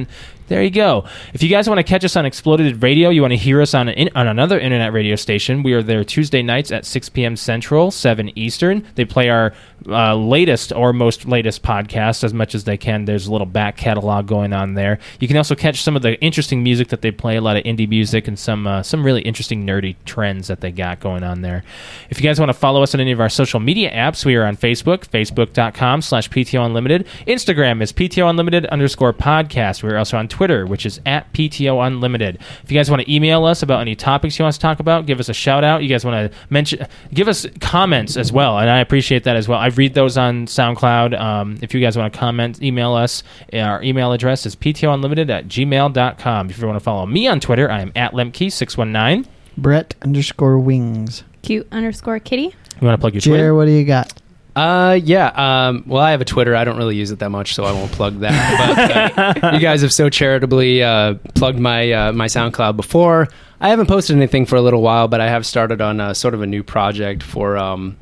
Speaker 3: There you go. If you guys want to catch us on Exploded Radio, you want to hear us on an, on another internet radio station. We are there Tuesday nights at 6 p.m. Central, 7 Eastern. They play our uh, latest or most latest podcast as much as they can. There's a little back catalog going on there. You can also catch some of the interesting music that they play, a lot of indie music and some uh, some really interesting nerdy trends that they got going on there. If you guys want to follow us on any of our social media apps, we are on Facebook, facebook.com slash PTO Unlimited. Instagram is PTO Unlimited underscore podcast. We're also on Twitter, which is at PTO Unlimited. If you guys want to email us about any topics you want us to talk about, give us a shout out. You guys want to mention, give us comments as well, and I appreciate that as well. I read those on SoundCloud. Um, if you guys want to comment, email us. Our email address is PTO Unlimited at gmail.com. If you want to follow me on Twitter, I am at Lemke619.
Speaker 2: Brett underscore wings.
Speaker 1: Cute underscore kitty.
Speaker 3: You want to plug your Twitter?
Speaker 2: Jer, what do you got?
Speaker 4: Uh, yeah. Um, well, I have a Twitter. I don't really use it that much, so I won't plug that. But uh, you guys have so charitably uh, plugged my uh, my SoundCloud before. I haven't posted anything for a little while, but I have started on uh sort of a new project for um,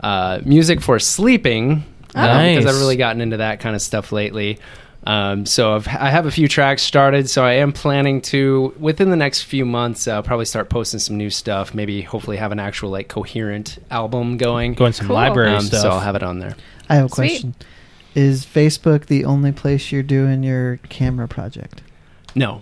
Speaker 4: uh, music for sleeping. uh,
Speaker 3: Nice.
Speaker 4: Because I've really gotten into that kind of stuff lately. Um, so I've, I have a few tracks started. So I am planning to within the next few months uh, probably start posting some new stuff. Maybe hopefully have an actual like coherent album going.
Speaker 3: Go in some
Speaker 1: Cool.
Speaker 3: library
Speaker 4: Um,
Speaker 3: stuff.
Speaker 4: so I'll have it on there.
Speaker 2: I have a
Speaker 1: Sweet.
Speaker 2: question. Is Facebook the only place you're doing your camera project?
Speaker 4: No.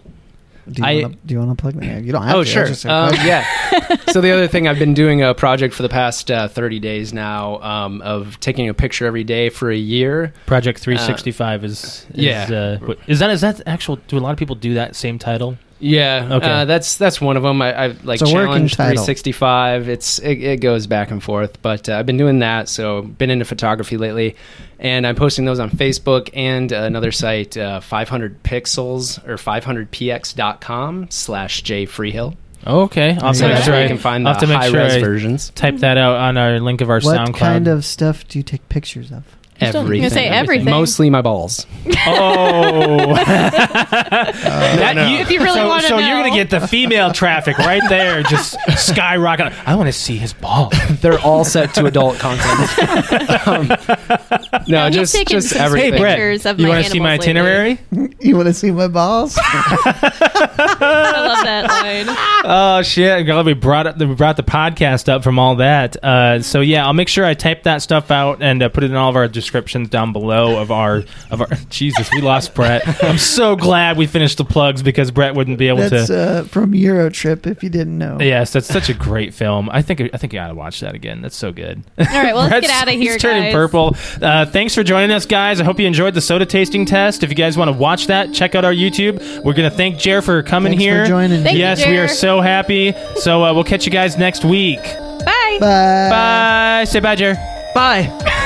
Speaker 2: Do you
Speaker 4: I-
Speaker 2: wanna- do you want to plug that? You don't have
Speaker 4: Oh,
Speaker 2: to. I
Speaker 4: sure.
Speaker 2: just said
Speaker 3: Uh,
Speaker 4: Um,
Speaker 2: plug it.
Speaker 4: yeah. so the other thing, I've been doing a project for the past uh, 30 days now um, of taking a picture every day for a year.
Speaker 3: Project 365 is, is
Speaker 4: Uh, yeah.
Speaker 3: uh, what- is that is that actual? Do a lot of people do that same title?
Speaker 4: Yeah.
Speaker 3: Okay.
Speaker 4: Uh, that's that's one of them. I, I like
Speaker 2: It's a working
Speaker 4: challenge
Speaker 2: title.
Speaker 4: 365. It's it, it goes back and forth, but uh, I've been doing that. So been into photography lately, and I'm posting those on Facebook and another site, uh, 500 pixels or 500px.com slash jfreehill.
Speaker 3: Okay, I'll
Speaker 2: So
Speaker 3: have to make
Speaker 4: that's
Speaker 2: that's
Speaker 3: sure
Speaker 4: where
Speaker 3: I-
Speaker 4: you can find
Speaker 3: I'll
Speaker 4: the
Speaker 3: have to make
Speaker 4: high
Speaker 3: sure
Speaker 4: res
Speaker 3: I
Speaker 4: versions.
Speaker 3: type that out on our link of our
Speaker 2: What
Speaker 3: SoundCloud.
Speaker 2: kind of stuff do you take pictures of?
Speaker 1: Just don't-
Speaker 4: Everything.
Speaker 1: you say everything.
Speaker 4: Mostly my balls.
Speaker 3: oh, That-
Speaker 4: no.
Speaker 1: If you really
Speaker 3: so,
Speaker 1: wanna
Speaker 3: so you're
Speaker 1: know.
Speaker 3: gonna get the female traffic right there, just skyrocketing. I want to see his ball.
Speaker 4: They're all set to adult content. um, no,
Speaker 1: he's
Speaker 4: just
Speaker 1: taken
Speaker 4: just
Speaker 1: some
Speaker 4: everything.
Speaker 1: Hey, Brett. Pictures of
Speaker 3: you
Speaker 1: my
Speaker 3: wanna see my
Speaker 1: animals lately.
Speaker 3: itinerary?
Speaker 2: You want to see my balls?
Speaker 1: I love that line.
Speaker 3: Oh shit! I'm glad we brought up we brought the podcast up from all that. Uh, so yeah, I'll make sure I type that stuff out and uh, put it in all of our descriptions down below of our of our. Jesus, we lost Brett. I'm so glad we finished the plugs because Brett wouldn't be able
Speaker 2: That's
Speaker 3: to.
Speaker 2: uh, from Eurotrip. If you didn't know,
Speaker 3: Yes, that's such a great film. I think I think you gotta watch that again. That's so good. All
Speaker 1: All right, well, let's get out of here,
Speaker 3: He's turning
Speaker 1: guys.
Speaker 3: purple. Uh, thanks for joining us, guys. I hope you enjoyed the soda tasting test. If you guys want to watch that, check out our YouTube. We're gonna thank Jer for coming
Speaker 2: Thanks for
Speaker 3: here.
Speaker 2: joining. Thank
Speaker 1: you,
Speaker 3: yes, we
Speaker 1: Jer.
Speaker 3: are so happy. So uh, we'll catch you guys next week.
Speaker 1: Bye.
Speaker 2: Bye.
Speaker 3: Bye. Say bye, Jer.
Speaker 2: Bye.